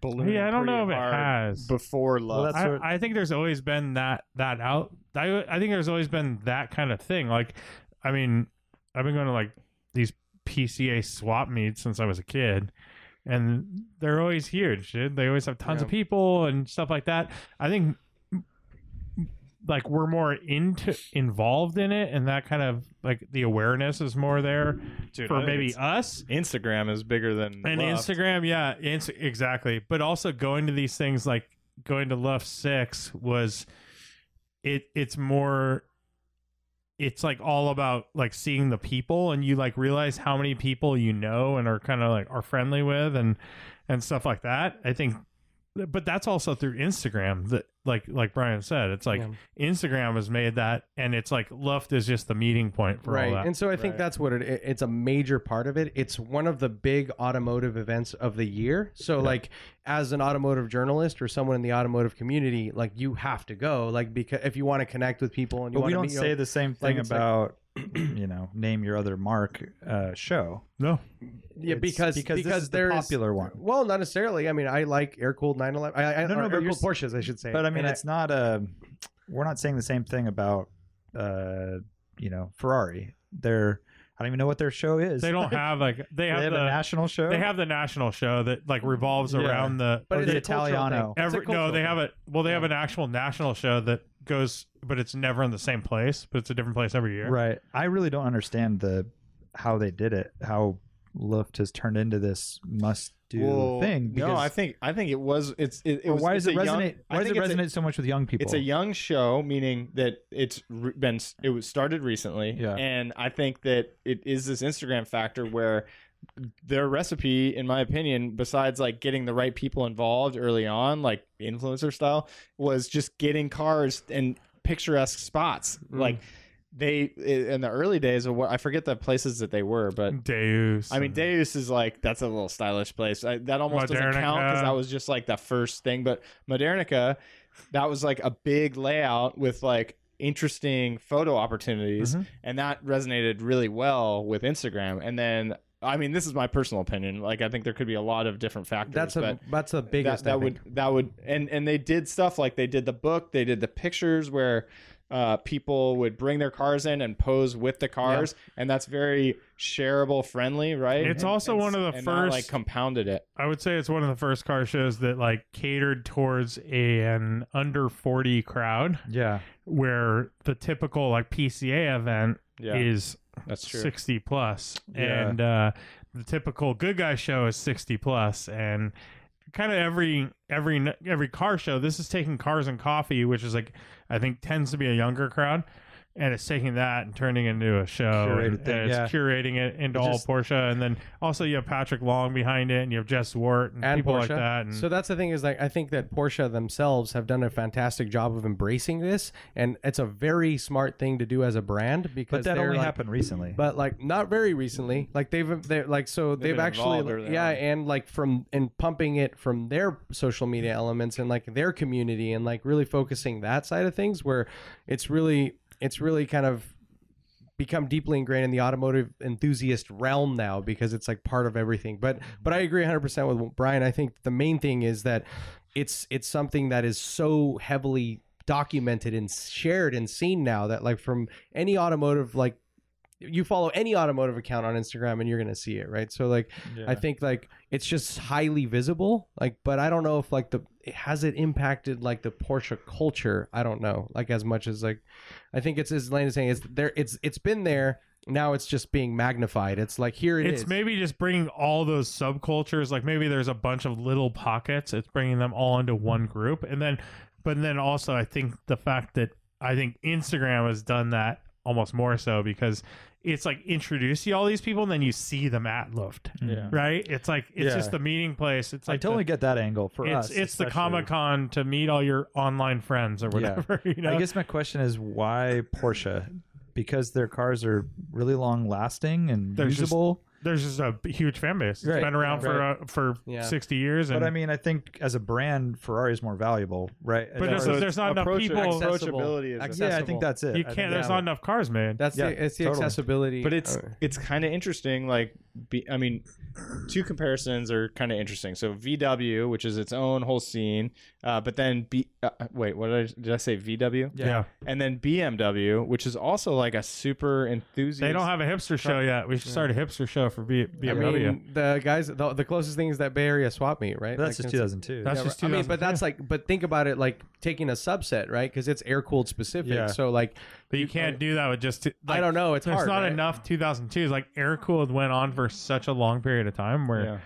Speaker 7: ballooned.
Speaker 1: yeah, I don't know if
Speaker 7: pretty
Speaker 1: it
Speaker 7: hard
Speaker 1: has.
Speaker 7: before love.
Speaker 5: that's-
Speaker 1: I,
Speaker 5: sort-
Speaker 1: I think there's always been that that out. I I think there's always been that kind of thing. Like, I mean, I've been going to like these PCA swap meets since I was a kid, and they're always huge. Dude. They always have tons of
Speaker 6: Yeah.
Speaker 1: people and stuff like that. I think like we're more into involved in it, and that kind of like the awareness is more there
Speaker 7: Dude, I
Speaker 1: for
Speaker 7: think
Speaker 1: maybe
Speaker 7: it's-
Speaker 1: us.
Speaker 7: Instagram is bigger than
Speaker 1: And
Speaker 7: Luft.
Speaker 1: Instagram, yeah, ins- exactly. But also going to these things like going to Left Six was it. It's more. It's like all about like seeing the people, and you like realize how many people you know and are kind of like are friendly with, and and stuff like that. I think, but that's also through Instagram. That like like Brian said, it's like
Speaker 6: Yeah.
Speaker 1: Instagram has made that, and it's like Left is just the meeting point for all
Speaker 6: right
Speaker 1: that.
Speaker 6: and so i think
Speaker 7: Right.
Speaker 6: that's what it, it- it's a major part of it it's one of the big automotive events of the year so like as an automotive journalist or someone in the automotive community like you have to go like because if you want to connect with people and you
Speaker 5: But we
Speaker 6: want
Speaker 5: don't
Speaker 6: to meet
Speaker 5: say the same thing
Speaker 6: it's like-
Speaker 5: about you know name your other mark uh, show.
Speaker 1: no,
Speaker 6: yeah
Speaker 5: It's- because
Speaker 6: because because,
Speaker 5: this is the
Speaker 6: there's
Speaker 5: popular one.
Speaker 6: well not necessarily i mean i like air cooled 911 i, I
Speaker 5: No,
Speaker 6: no,
Speaker 5: no,
Speaker 6: no,
Speaker 5: but
Speaker 6: air
Speaker 5: you're
Speaker 6: cooled porsches i should say
Speaker 5: But I mean,
Speaker 6: And
Speaker 5: it's not a. We're not saying the same thing about uh, you know Ferrari. They're I don't even know what their show is.
Speaker 1: they don't have like they
Speaker 5: They
Speaker 1: have,
Speaker 5: have
Speaker 1: the
Speaker 5: a national show.
Speaker 1: They have the national show that like revolves
Speaker 5: Yeah.
Speaker 1: around the.
Speaker 6: but
Speaker 5: or
Speaker 6: it's
Speaker 5: the
Speaker 6: a cultural thing.
Speaker 5: Italiano.
Speaker 6: It's a
Speaker 1: Every, no,
Speaker 6: cultural
Speaker 1: they have
Speaker 6: thing.
Speaker 1: a well. They have
Speaker 6: Yeah.
Speaker 1: an actual national show that goes, but it's never in the same place. But it's a different place every year.
Speaker 5: right. I really don't understand the how they did it. How Luft has turned into this must do
Speaker 7: Well,
Speaker 5: thing.
Speaker 7: No,
Speaker 5: because-
Speaker 7: I think I think it was. It's it, it
Speaker 5: or
Speaker 7: was.
Speaker 5: why
Speaker 7: it's
Speaker 5: does it
Speaker 7: a young-
Speaker 5: resonate?
Speaker 7: I
Speaker 5: why does it
Speaker 7: think it's a-
Speaker 5: resonate so much with young people?
Speaker 7: It's a young show, meaning that it's re- been s- it was started recently,
Speaker 5: Yeah.
Speaker 7: and I think that it is this Instagram factor where their recipe, in my opinion, besides like getting the right people involved early on, like influencer style, was just getting cars and picturesque spots,
Speaker 5: Mm.
Speaker 7: like. They i- in the early days of what I forget the places that they were, but
Speaker 1: Deus.
Speaker 7: I mean, Deus is like that's a little stylish place. I, that almost doesn't count because
Speaker 1: Modernica.
Speaker 7: that was just like the first thing. But Modernica, that was like a big layout with like interesting photo opportunities,
Speaker 6: Mm-hmm.
Speaker 7: and that resonated really well with Instagram. And then, I mean, this is my personal opinion. Like, I think there could be a lot of different factors.
Speaker 6: That's
Speaker 7: but
Speaker 6: a that's the biggest.
Speaker 7: that,
Speaker 6: I
Speaker 7: that
Speaker 6: think.
Speaker 7: would that would and and they did stuff like they did the book they did the pictures where uh, people would bring their cars in and pose with the cars and that's very shareable friendly right
Speaker 1: It's
Speaker 7: And-
Speaker 1: also
Speaker 7: and-
Speaker 1: one of the
Speaker 7: and that, like
Speaker 1: first-
Speaker 7: compounded it
Speaker 1: I would say it's one of the first car shows that like catered towards an under 40 crowd
Speaker 5: Yeah.
Speaker 1: where the typical like PCA event
Speaker 7: yeah
Speaker 1: is
Speaker 7: that's true
Speaker 1: 60 plus.
Speaker 5: Yeah.
Speaker 1: and uh, the typical good guy show is 60 plus and kind of every every every car show this is taking cars and coffee which is like i think tends to be a younger crowd and it's taking that and turning it into a show
Speaker 5: Curated
Speaker 1: and,
Speaker 5: thing,
Speaker 1: and it's
Speaker 5: yeah.
Speaker 1: curating it into all
Speaker 5: just-
Speaker 1: porsche and then also you have patrick long behind it and you have jess wart and,
Speaker 6: and
Speaker 1: people
Speaker 6: Porsche.
Speaker 1: like that and
Speaker 6: so that's the thing is like I think that Porsche themselves have done a fantastic job of embracing this, and it's a very smart thing to do as a brand because
Speaker 5: But that
Speaker 6: they're,
Speaker 5: only
Speaker 6: like-
Speaker 5: happened recently.
Speaker 6: But like not very recently. Like they've they're like so they've,
Speaker 7: been
Speaker 6: actually
Speaker 7: involved early
Speaker 6: yeah,
Speaker 7: on.
Speaker 6: and like from and pumping it from their social media elements and like their community and like really focusing that side of things where it's really it's really kind of become deeply ingrained in the automotive enthusiast realm now because it's like part of everything. But but I agree 100% with Brian. I think the main thing is that it's it's something that is so heavily documented and shared and seen now that like from any automotive like you follow any automotive account on Instagram and you're going to see it, right? So like I think like it's just highly visible, like but I don't know if like the has it impacted like the Porsche culture? I don't know. Like as much as like I think it's as Lane is saying it's there it's it's been there, now it's just being magnified. It's like here it
Speaker 1: it's
Speaker 6: is.
Speaker 1: maybe just bringing all those subcultures like maybe there's a bunch of little pockets it's bringing them all into one group and then but then also i think the fact that i think instagram has done that almost more so because it's like introduce you all these people and then you see them at Luft,
Speaker 5: yeah.
Speaker 1: right it's like it's
Speaker 5: Yeah.
Speaker 1: just the meeting place it's
Speaker 5: Mm. I
Speaker 1: like
Speaker 5: totally
Speaker 1: the,
Speaker 5: get that angle for
Speaker 1: it's
Speaker 5: us.
Speaker 1: it's the
Speaker 5: especially.
Speaker 1: comic con to meet all your online friends or
Speaker 5: Yeah.
Speaker 1: whatever you know
Speaker 5: I guess my question is why Porsche? Because their cars are really long lasting and
Speaker 1: There's just-
Speaker 5: usable.
Speaker 1: there's just a huge fan base
Speaker 5: Right.
Speaker 1: it's been around for uh, for
Speaker 6: Yeah.
Speaker 1: 60 years and
Speaker 5: But I mean, I think as a brand, Ferrari is more valuable, right?
Speaker 1: But there's-
Speaker 5: Or-
Speaker 1: there's not enough
Speaker 7: Approach-
Speaker 1: people-
Speaker 7: approachability is a-
Speaker 6: Access-
Speaker 5: yeah, I think that's it.
Speaker 1: you
Speaker 5: I think
Speaker 1: can't there's
Speaker 5: that's
Speaker 1: not enough cars man
Speaker 6: that's
Speaker 5: Yeah,
Speaker 6: the it's the
Speaker 5: totally.
Speaker 6: accessibility.
Speaker 7: but it's
Speaker 6: Uh,
Speaker 7: it's kind of interesting like be, i mean two comparisons are kind of interesting so vw which is its own whole scene uh, but then b uh, wait what did I, did I say vw
Speaker 1: yeah.
Speaker 7: and then bmw which is also like a super enthusiast
Speaker 1: They don't have a hipster show yet. We should start a hipster show for B-
Speaker 6: I
Speaker 1: BMW.
Speaker 6: mean, the guys, the, the closest thing is that Bay Area swap meet, right?
Speaker 5: But that's just
Speaker 6: Like, it's-
Speaker 5: 2002.
Speaker 1: That's
Speaker 6: Yeah,
Speaker 1: just
Speaker 6: right. I mean,
Speaker 1: 2000.
Speaker 6: but that's like, but think about it like taking a subset, right? Because it's air cooled specific.
Speaker 5: Yeah.
Speaker 6: So like,
Speaker 1: but you can't do that with just.
Speaker 6: I don't know. It's
Speaker 1: There's
Speaker 6: hard.
Speaker 1: not
Speaker 6: right?
Speaker 1: enough 2002s. Like air cooled went on for such a long period of time where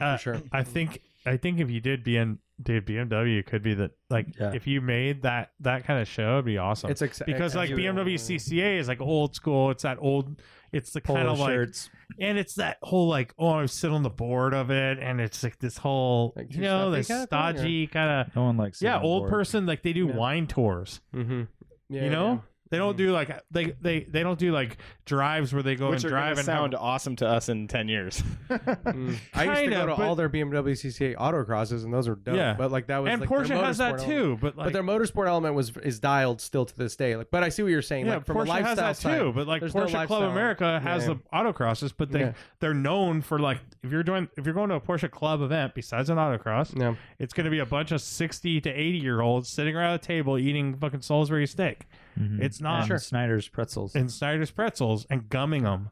Speaker 1: uh,
Speaker 6: For sure.
Speaker 1: I think I think if you did BM did BMW, it could be that like
Speaker 5: Yeah.
Speaker 1: if you made that that kind of show, it'd be awesome.
Speaker 6: It's ex-
Speaker 1: because like
Speaker 6: accessible.
Speaker 1: BMW CCA is like old school. It's that old. It's the kind
Speaker 5: Polo
Speaker 1: of like
Speaker 5: shirts.
Speaker 1: and it's that whole like oh I sit on the board of it and it's like this whole
Speaker 6: Like
Speaker 1: you know
Speaker 6: two-steppy
Speaker 1: this
Speaker 6: kinda thing, or-
Speaker 1: stodgy kind of
Speaker 5: No one likes.
Speaker 1: yeah
Speaker 5: sitting on
Speaker 1: old
Speaker 5: board.
Speaker 1: person like they do wine tours
Speaker 6: Mhm. Yeah, Mm.
Speaker 1: you know they don't do like they they they don't do like drives where they go
Speaker 7: which
Speaker 1: and
Speaker 7: are
Speaker 1: drive
Speaker 7: going to
Speaker 1: and
Speaker 7: sound
Speaker 1: have,
Speaker 7: awesome to us in 10 years
Speaker 6: yeah. Mm. I used to
Speaker 1: Kinda,
Speaker 6: go to
Speaker 1: but-
Speaker 6: all their BMW CCA autocrosses, and those are dope.
Speaker 1: Yeah.
Speaker 6: But like that was
Speaker 1: and
Speaker 6: like, their
Speaker 1: Porsche has that
Speaker 6: motorsport
Speaker 1: too
Speaker 6: element.
Speaker 1: but like
Speaker 6: but their motorsport element was is dialed still to this day. Like, but I see what you're saying.
Speaker 1: yeah
Speaker 6: like, from a
Speaker 1: Porsche has
Speaker 6: lifestyle
Speaker 1: that
Speaker 6: side,
Speaker 1: too but like
Speaker 6: there's no
Speaker 1: Porsche Club
Speaker 6: lifestyle.
Speaker 1: America has
Speaker 6: Yeah.
Speaker 1: the autocrosses but they
Speaker 6: Yeah.
Speaker 1: they're known for like if you're doing if you're going to a Porsche Club event besides an autocross
Speaker 6: Yeah.
Speaker 1: it's going to be a bunch of 60 to 80 year olds sitting around a table eating fucking Salisbury steak
Speaker 5: Mhm.
Speaker 1: it's not
Speaker 5: And Snyder's pretzels.
Speaker 1: and Snyder's pretzels and gumming them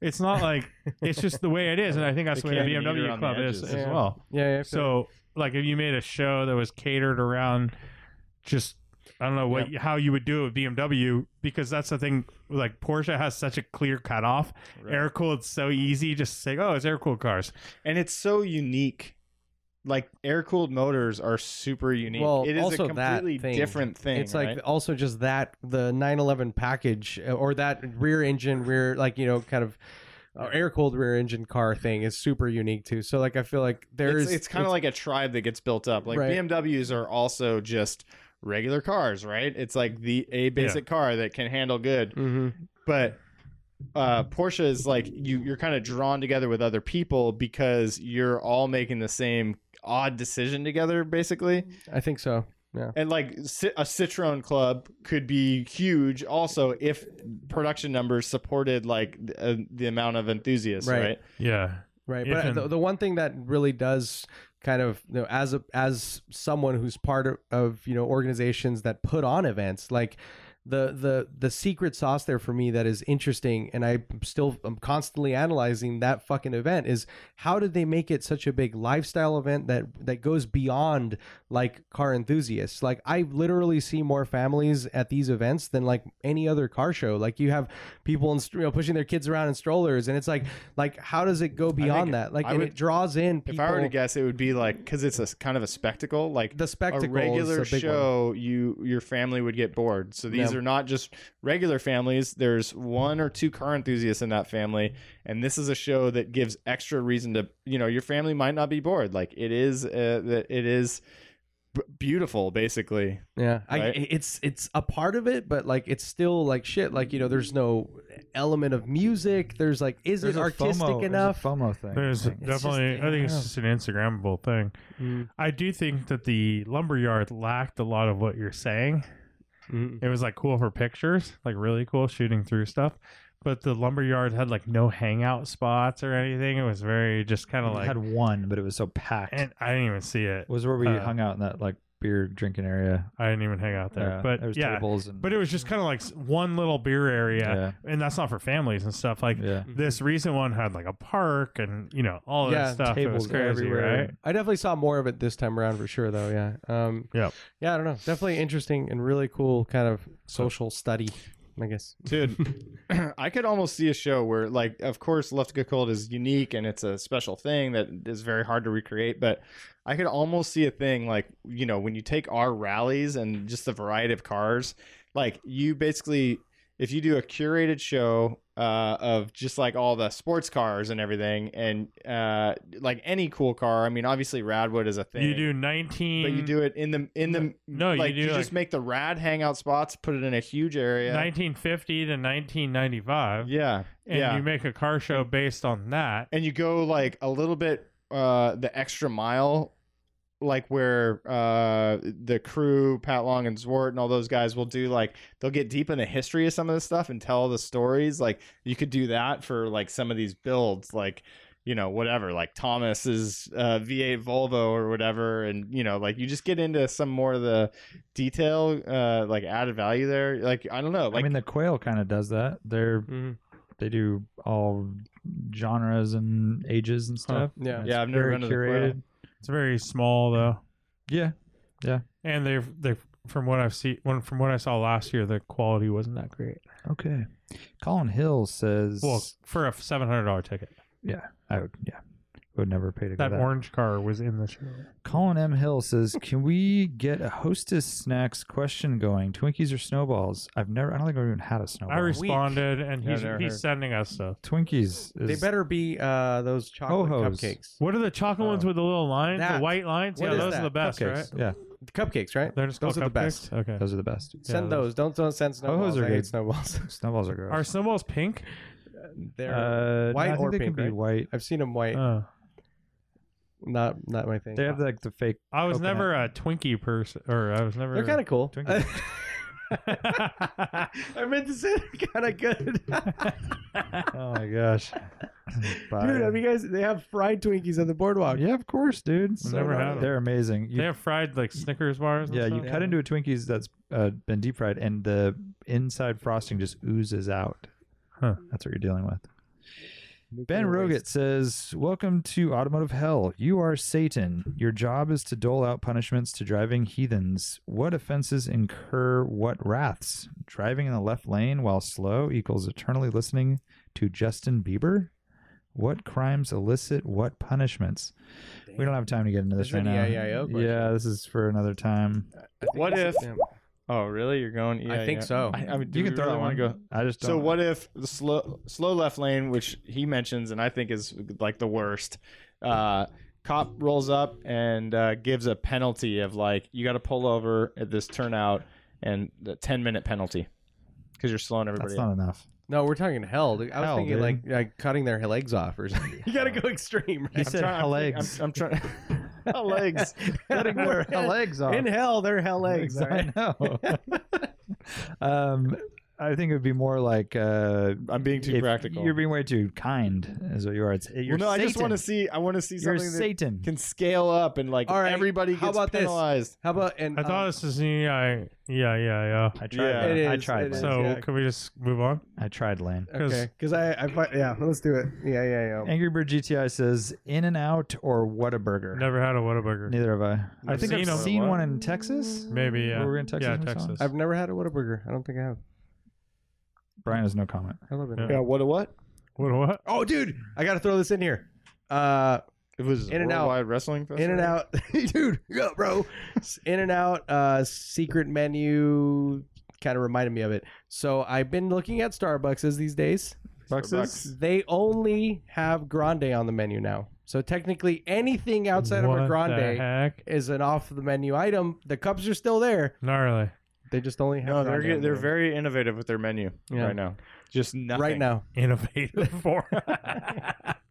Speaker 1: it's not like it's just the way it is and I think that's the
Speaker 7: They
Speaker 1: way the
Speaker 7: can't even eat
Speaker 1: BMW
Speaker 7: around
Speaker 1: Club
Speaker 7: the
Speaker 1: is
Speaker 7: edges.
Speaker 1: as
Speaker 6: Yeah.
Speaker 1: well
Speaker 6: Yeah. yeah I feel
Speaker 1: so, like, if you made a show that was catered around just, I don't know what how you would do it with BMW because that's the thing. Like Porsche has such a clear cutoff. Air cooled so easy. Just say, oh, it's air cooled cars.
Speaker 7: and it's so unique like air cooled motors are super unique
Speaker 6: Well,
Speaker 7: it is
Speaker 6: also
Speaker 7: a
Speaker 6: that
Speaker 7: completely
Speaker 6: thing.
Speaker 7: different thing
Speaker 6: It's like
Speaker 7: right?
Speaker 6: also just that the 911 package uh, or that rear engine rear like you know kind of air cooled rear engine car thing is super unique too. So like I feel like there
Speaker 7: it's,
Speaker 6: is
Speaker 7: it's kind of like a tribe that gets built up. Like
Speaker 6: Right.
Speaker 7: BMWs are also just regular cars, right? It's like the a basic car that can handle good,
Speaker 6: Mhm.
Speaker 7: but uh, Porsche is like you you're kind of drawn together with other people because you're all making the same odd decision together, basically.
Speaker 6: I think so. Yeah.
Speaker 7: And like Ci- a Citroen club could be huge also if production numbers supported like the, uh, the amount of enthusiasts,
Speaker 6: Right.
Speaker 7: right?
Speaker 1: Yeah.
Speaker 6: Right,
Speaker 1: You
Speaker 6: but
Speaker 1: can-
Speaker 6: the, the one thing that really does kind of you know, as a, as someone who's part of, of you know organizations that put on events like the the the secret sauce there for me that is interesting and I still I'm constantly analyzing that fucking event is how did they make it such a big lifestyle event that that goes beyond like car enthusiasts like I literally see more families at these events than like any other car show like you have people in you know pushing their kids around in strollers and it's like like how does it go beyond that like
Speaker 7: I
Speaker 6: and
Speaker 7: would-
Speaker 6: it draws in people
Speaker 7: If I were to guess, it would be like because it's a s- kind of a spectacle. Like
Speaker 6: The spectacle
Speaker 7: a regular
Speaker 6: is a big
Speaker 7: show, you your family would get bored. So these are
Speaker 6: Yeah.
Speaker 7: not just regular families. There's one or two car enthusiasts in that family, and this is a show that gives extra reason to you know your family might not be bored. Like it is, uh, that it is b- beautiful, basically.
Speaker 6: Yeah, I,
Speaker 7: Right?
Speaker 6: it's it's a part of it, but like it's still like shit. Like you know, there's no element of music. There's like, is
Speaker 5: There's
Speaker 6: it
Speaker 5: a
Speaker 6: artistic
Speaker 5: FOMO,
Speaker 6: enough?
Speaker 5: There's a FOMO thing.
Speaker 1: There's
Speaker 5: I think.
Speaker 1: definitely,
Speaker 6: just-
Speaker 1: I think it's
Speaker 6: yeah.
Speaker 1: just an Instagrammable thing.
Speaker 5: Mm-hmm.
Speaker 6: Mm.
Speaker 1: I do think that the lumberyard lacked a lot of what you're saying.
Speaker 5: Mm-hmm.
Speaker 6: Mm.
Speaker 1: It was like cool for pictures, like really cool shooting through stuff. But the lumberyard had like no hangout spots or anything. It was very just kind of
Speaker 5: I
Speaker 1: like,
Speaker 5: had one, but it was so packed.
Speaker 1: and I didn't even see it.
Speaker 5: it was where we
Speaker 1: uh,
Speaker 5: hung out in that like beer drinking area.
Speaker 1: I didn't even hang out there.
Speaker 5: Yeah, there
Speaker 1: but
Speaker 5: was
Speaker 1: yeah,
Speaker 5: tables and
Speaker 1: but it was just kind of like s- one little beer area,
Speaker 5: yeah,
Speaker 1: and that's not for families and stuff. Like
Speaker 5: yeah.
Speaker 1: this recent one had like a park and you know all
Speaker 6: Yeah,
Speaker 1: that stuff.
Speaker 5: tables
Speaker 1: it was crazy,
Speaker 5: everywhere.
Speaker 1: right?
Speaker 6: I definitely saw more of it this time around for sure, though. Yeah. Um,
Speaker 1: Yep.
Speaker 6: Yeah, I don't know. Definitely interesting and really cool kind of social study, I guess.
Speaker 7: Dude, I could almost see a show where, like, of course, Left to Get Cold is unique and it's a special thing that is very hard to recreate. But I could almost see a thing like, you know, when you take our rallies and just the variety of cars, like, you basically, if you do a curated show uh, of just like all the sports cars and everything, and uh, like any cool car, I mean, obviously, Radwood is a thing.
Speaker 1: You do nineteen,
Speaker 7: But you do it in the in the
Speaker 1: No, you
Speaker 7: like
Speaker 1: do,
Speaker 7: you,
Speaker 1: like-
Speaker 7: just make the rad hangout spots, put it in a huge area.
Speaker 1: 1950 to 1995,
Speaker 7: Yeah,
Speaker 1: and
Speaker 7: yeah.
Speaker 1: you make a car show based on that.
Speaker 7: and you go like a little bit uh the extra mile like where uh the crew pat long and zwart and all those guys will do like they'll get deep in the history of some of this stuff and tell the stories like you could do that for like some of these builds like you know whatever like thomas's uh v8 volvo or whatever and you know like you just get into some more of the detail uh like added value there like i don't know like
Speaker 5: I mean, the Quail kind of does that. They're
Speaker 6: Mhm.
Speaker 5: they do all genres and ages and stuff.
Speaker 6: Yeah.
Speaker 5: It's
Speaker 7: Yeah, I've never
Speaker 5: very
Speaker 7: been to the Quail.
Speaker 5: curated.
Speaker 1: It's very small though,
Speaker 5: Yeah,
Speaker 1: and they've they from what I've seen, when, from what I saw last year, the quality wasn't that great.
Speaker 5: okay. Colin Hill says,
Speaker 1: Well, for a seven hundred dollar ticket,
Speaker 5: I would, yeah, would never pay to go
Speaker 1: that
Speaker 5: that.
Speaker 1: orange car was in the show.
Speaker 5: Colin M. Hill says, "Can we get a hostess snacks question going? Twinkies or snowballs? I've never. I don't think I've even had a snowball.
Speaker 1: I responded, and he's
Speaker 7: never
Speaker 1: he's
Speaker 7: heard.
Speaker 1: sending us
Speaker 5: Oh.
Speaker 1: stuff.
Speaker 5: Twinkies. Is,
Speaker 6: They better be uh, those chocolate
Speaker 5: Ho-Hos.
Speaker 6: cupcakes.
Speaker 1: What are the chocolate ones with the little lines, the
Speaker 6: That.
Speaker 1: white lines?
Speaker 6: What
Speaker 1: yeah,
Speaker 6: is
Speaker 1: those
Speaker 6: that?
Speaker 1: are the best,
Speaker 5: Cupcakes.
Speaker 1: right?
Speaker 5: Yeah,
Speaker 6: Cupcakes, right?
Speaker 1: They're just
Speaker 6: Those
Speaker 1: called
Speaker 6: are the
Speaker 1: cupcakes?
Speaker 6: best.
Speaker 1: Okay.
Speaker 5: those are the best.
Speaker 6: send those. Don't don't send snowballs.
Speaker 5: Ho-Hos are
Speaker 6: I hate
Speaker 5: good.
Speaker 6: snowballs.
Speaker 5: Snowballs are gross.
Speaker 1: Are snowballs pink?
Speaker 6: They're
Speaker 5: Uh,
Speaker 6: white
Speaker 5: no, I think
Speaker 6: or
Speaker 5: they
Speaker 6: pink,
Speaker 5: can be
Speaker 6: right?
Speaker 5: white.
Speaker 6: I've seen them white.
Speaker 1: Oh.
Speaker 6: not not my thing.
Speaker 5: They have like the fake.
Speaker 1: I was
Speaker 5: Coconut.
Speaker 1: never a Twinkie person, or I was never.
Speaker 6: They're kind of cool.
Speaker 5: Twinkies.
Speaker 6: I meant to say they're kind of good.
Speaker 5: Uh, Oh my gosh,
Speaker 6: Dude, have you guys? They have fried Twinkies on the boardwalk.
Speaker 5: Yeah, of course, dude.
Speaker 1: I've never had them.
Speaker 5: They're amazing. You,
Speaker 1: They have fried like Snickers bars. And
Speaker 5: yeah,
Speaker 1: stuff?
Speaker 5: you cut into a Twinkies that's uh, been deep fried, and the inside frosting just oozes out.
Speaker 1: Huh.
Speaker 5: That's what you're dealing with. Ben Roget says, "Welcome to automotive hell. You are Satan. Your job is to dole out punishments to driving heathens. What offenses incur what wraths? Driving in the left lane while slow equals eternally listening to Justin Bieber. What crimes elicit what punishments? We don't have time to get into this E
Speaker 6: This
Speaker 5: right
Speaker 6: is an
Speaker 5: now.
Speaker 6: EIIO question.
Speaker 5: yeah, this is for another time.
Speaker 7: what if
Speaker 6: Yeah.
Speaker 7: oh really you're going yeah,
Speaker 6: I think
Speaker 7: yeah.
Speaker 6: so.
Speaker 7: I, I mean, do
Speaker 5: you
Speaker 7: we
Speaker 5: can throw
Speaker 7: really
Speaker 5: that
Speaker 7: wanna
Speaker 5: one.
Speaker 7: go
Speaker 5: I just don't.
Speaker 7: So what if the slow slow left lane, which he mentions and I think is like the worst, uh, cop rolls up and uh, gives a penalty of like you got to pull over at this turnout and the ten minute penalty because you're slowing
Speaker 5: That's
Speaker 7: everybody.
Speaker 5: not enough.
Speaker 6: No, we're talking hell. dude. I was
Speaker 5: Hell,
Speaker 6: thinking
Speaker 5: dude.
Speaker 6: like like cutting their legs off or something. you gotta go extreme.
Speaker 5: He
Speaker 6: Right?
Speaker 5: said
Speaker 7: trying-
Speaker 5: legs.
Speaker 7: I'm, I'm trying. legs.
Speaker 5: Cutting their legs off.
Speaker 4: In hell, they're hell eggs. all right?
Speaker 5: I know. um, I think it would be more like uh,
Speaker 7: I'm being too
Speaker 5: if-
Speaker 7: practical.
Speaker 5: You're being way too kind, is what you are. It's, you're
Speaker 7: well, no, I just want
Speaker 5: Satan.
Speaker 7: to see. I want to see
Speaker 5: You're
Speaker 7: something that
Speaker 5: Satan.
Speaker 7: can scale up and like
Speaker 6: All right,
Speaker 7: everybody gets
Speaker 6: how about this?
Speaker 7: penalized.
Speaker 6: How about and
Speaker 1: I thought
Speaker 6: uh,
Speaker 1: this is yeah, yeah, yeah, yeah.
Speaker 5: I tried.
Speaker 7: Yeah.
Speaker 5: Lane.
Speaker 6: It
Speaker 5: I
Speaker 6: is,
Speaker 5: tried.
Speaker 6: it
Speaker 5: Lane.
Speaker 6: is.
Speaker 1: So
Speaker 6: Yeah.
Speaker 1: can we just move on?
Speaker 5: I tried. Lane.
Speaker 6: um, okay? Because I, I, fi- yeah, let's do it. Yeah, yeah, yeah.
Speaker 5: Angry Bird GTI says In and Out or Whataburger.
Speaker 1: Never had a Whataburger.
Speaker 5: Neither have I. I
Speaker 1: I've
Speaker 5: think I've
Speaker 1: seen 'em.
Speaker 5: seen one in Texas.
Speaker 1: Maybe yeah.
Speaker 5: Were we in Texas
Speaker 1: Yeah,
Speaker 5: when we saw
Speaker 1: Texas.
Speaker 6: I've never had a Whataburger. I don't think I have.
Speaker 5: Brian has no comment.
Speaker 6: I love it.
Speaker 1: Yeah.
Speaker 7: Yeah, what a what?
Speaker 1: What? What?
Speaker 6: Oh, dude, I gotta throw this in here. Uh,
Speaker 7: It was
Speaker 6: In and out.
Speaker 7: Worldwide wrestling festival.
Speaker 6: In and Out, dude, yeah, bro. In and Out, uh, secret menu kind of reminded me of it. So I've been looking at Starbucks these days.
Speaker 7: Bucks.
Speaker 6: They only have grande on the menu now. So technically, anything outside
Speaker 1: what
Speaker 6: of a
Speaker 1: the
Speaker 6: grande
Speaker 1: heck?
Speaker 6: is an off the menu item. The cups are still there.
Speaker 1: Gnarly.
Speaker 6: They just only have.
Speaker 7: No, they're
Speaker 6: grande on
Speaker 7: get-
Speaker 6: the
Speaker 7: they're
Speaker 6: menu.
Speaker 7: very innovative with their menu
Speaker 6: Yeah.
Speaker 7: right now. Just nothing.
Speaker 6: right now.
Speaker 1: Innovative for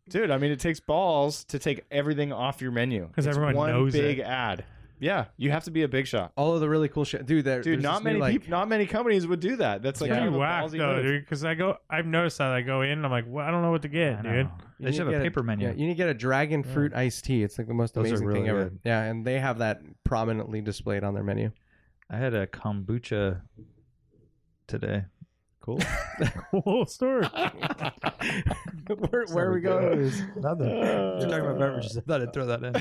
Speaker 7: dude. I mean, it takes balls to take everything off your menu
Speaker 1: 'Cause
Speaker 7: It's
Speaker 1: everyone
Speaker 7: one
Speaker 1: knows
Speaker 7: big
Speaker 1: it.
Speaker 7: ad. Yeah, you have to be a big shot,
Speaker 6: All of the really cool shit, dude. there-
Speaker 7: dude.
Speaker 6: there's
Speaker 7: Not
Speaker 6: this new,
Speaker 7: many
Speaker 6: like,
Speaker 7: peop- not many companies would do that. That's like
Speaker 6: Yeah.
Speaker 7: kind
Speaker 1: pretty
Speaker 7: of a
Speaker 1: whack
Speaker 7: ballsy
Speaker 1: though,
Speaker 7: move.
Speaker 1: dude. Because I go, I've noticed that I go in and I'm like, well, I don't know what to
Speaker 5: I
Speaker 1: get,
Speaker 5: know.
Speaker 1: dude.
Speaker 5: They
Speaker 6: You
Speaker 5: should have
Speaker 6: need
Speaker 5: a
Speaker 6: to get
Speaker 5: paper menu.
Speaker 6: Yeah, you need to get a dragon fruit iced tea. It's like the most
Speaker 5: Those are
Speaker 6: amazing
Speaker 5: really
Speaker 6: thing ever.
Speaker 5: good.
Speaker 6: Yeah, and they have that prominently displayed on their menu.
Speaker 5: I had a kombucha today. Cool.
Speaker 1: Whole story.
Speaker 6: where where are we going? with this?
Speaker 5: Nothing.
Speaker 1: Uh,
Speaker 5: You're talking about beverages. I thought I'd throw that in.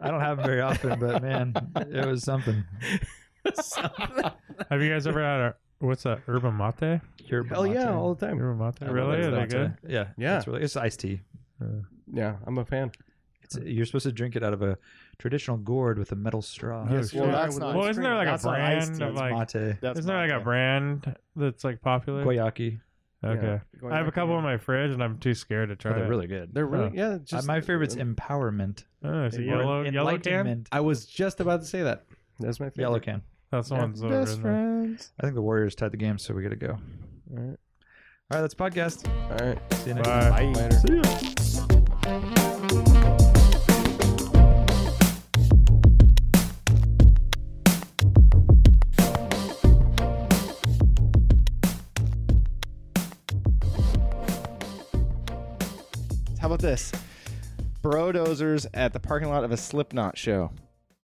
Speaker 5: I don't have them very often, but man, it was something.
Speaker 1: Have you guys ever had a what's that? Urban mate.
Speaker 5: Your
Speaker 6: Hell yeah, all the time.
Speaker 1: Urban mate.
Speaker 5: I love
Speaker 1: Really?
Speaker 5: that
Speaker 1: Are they
Speaker 5: stuff
Speaker 1: good?
Speaker 5: today. uh, Yeah.
Speaker 6: Yeah.
Speaker 5: It's, really, it's iced tea.
Speaker 6: Yeah, I'm a fan.
Speaker 5: It's, you're supposed to drink it out of a traditional gourd with a metal straw.
Speaker 1: Yes,
Speaker 7: Well, that's not.
Speaker 1: Well, isn't there like
Speaker 7: That's
Speaker 1: a
Speaker 7: not
Speaker 1: brand
Speaker 7: iced tea,
Speaker 1: of
Speaker 7: it's
Speaker 1: Oh, like?
Speaker 5: mate.
Speaker 7: That's
Speaker 1: Isn't there
Speaker 7: not-
Speaker 1: like a brand that's like popular?
Speaker 5: Koyaki.
Speaker 1: Okay.
Speaker 6: Going
Speaker 1: I have a
Speaker 6: back
Speaker 1: couple
Speaker 6: to-
Speaker 1: in my fridge, and I'm too scared to try
Speaker 5: Oh, they're
Speaker 1: it.
Speaker 5: really good.
Speaker 6: They're really yeah. it's
Speaker 5: Uh,
Speaker 6: just
Speaker 5: my favorite's empowerment.
Speaker 1: Oh, it's a
Speaker 5: Or
Speaker 1: yellow, yellow can.
Speaker 5: enlightenment.
Speaker 6: I was just about to say that. That's my favorite.
Speaker 5: Yellow can.
Speaker 1: That's the one's over.
Speaker 7: Best
Speaker 1: isn't it?
Speaker 7: friends.
Speaker 5: I think the Warriors tied the game, so we got to go. All
Speaker 6: Alright.
Speaker 5: All right, that's podcast.
Speaker 6: All right.
Speaker 5: See you next
Speaker 1: Bye.
Speaker 6: Later.
Speaker 7: How about this? Bro dozers at the parking lot of a Slipknot show.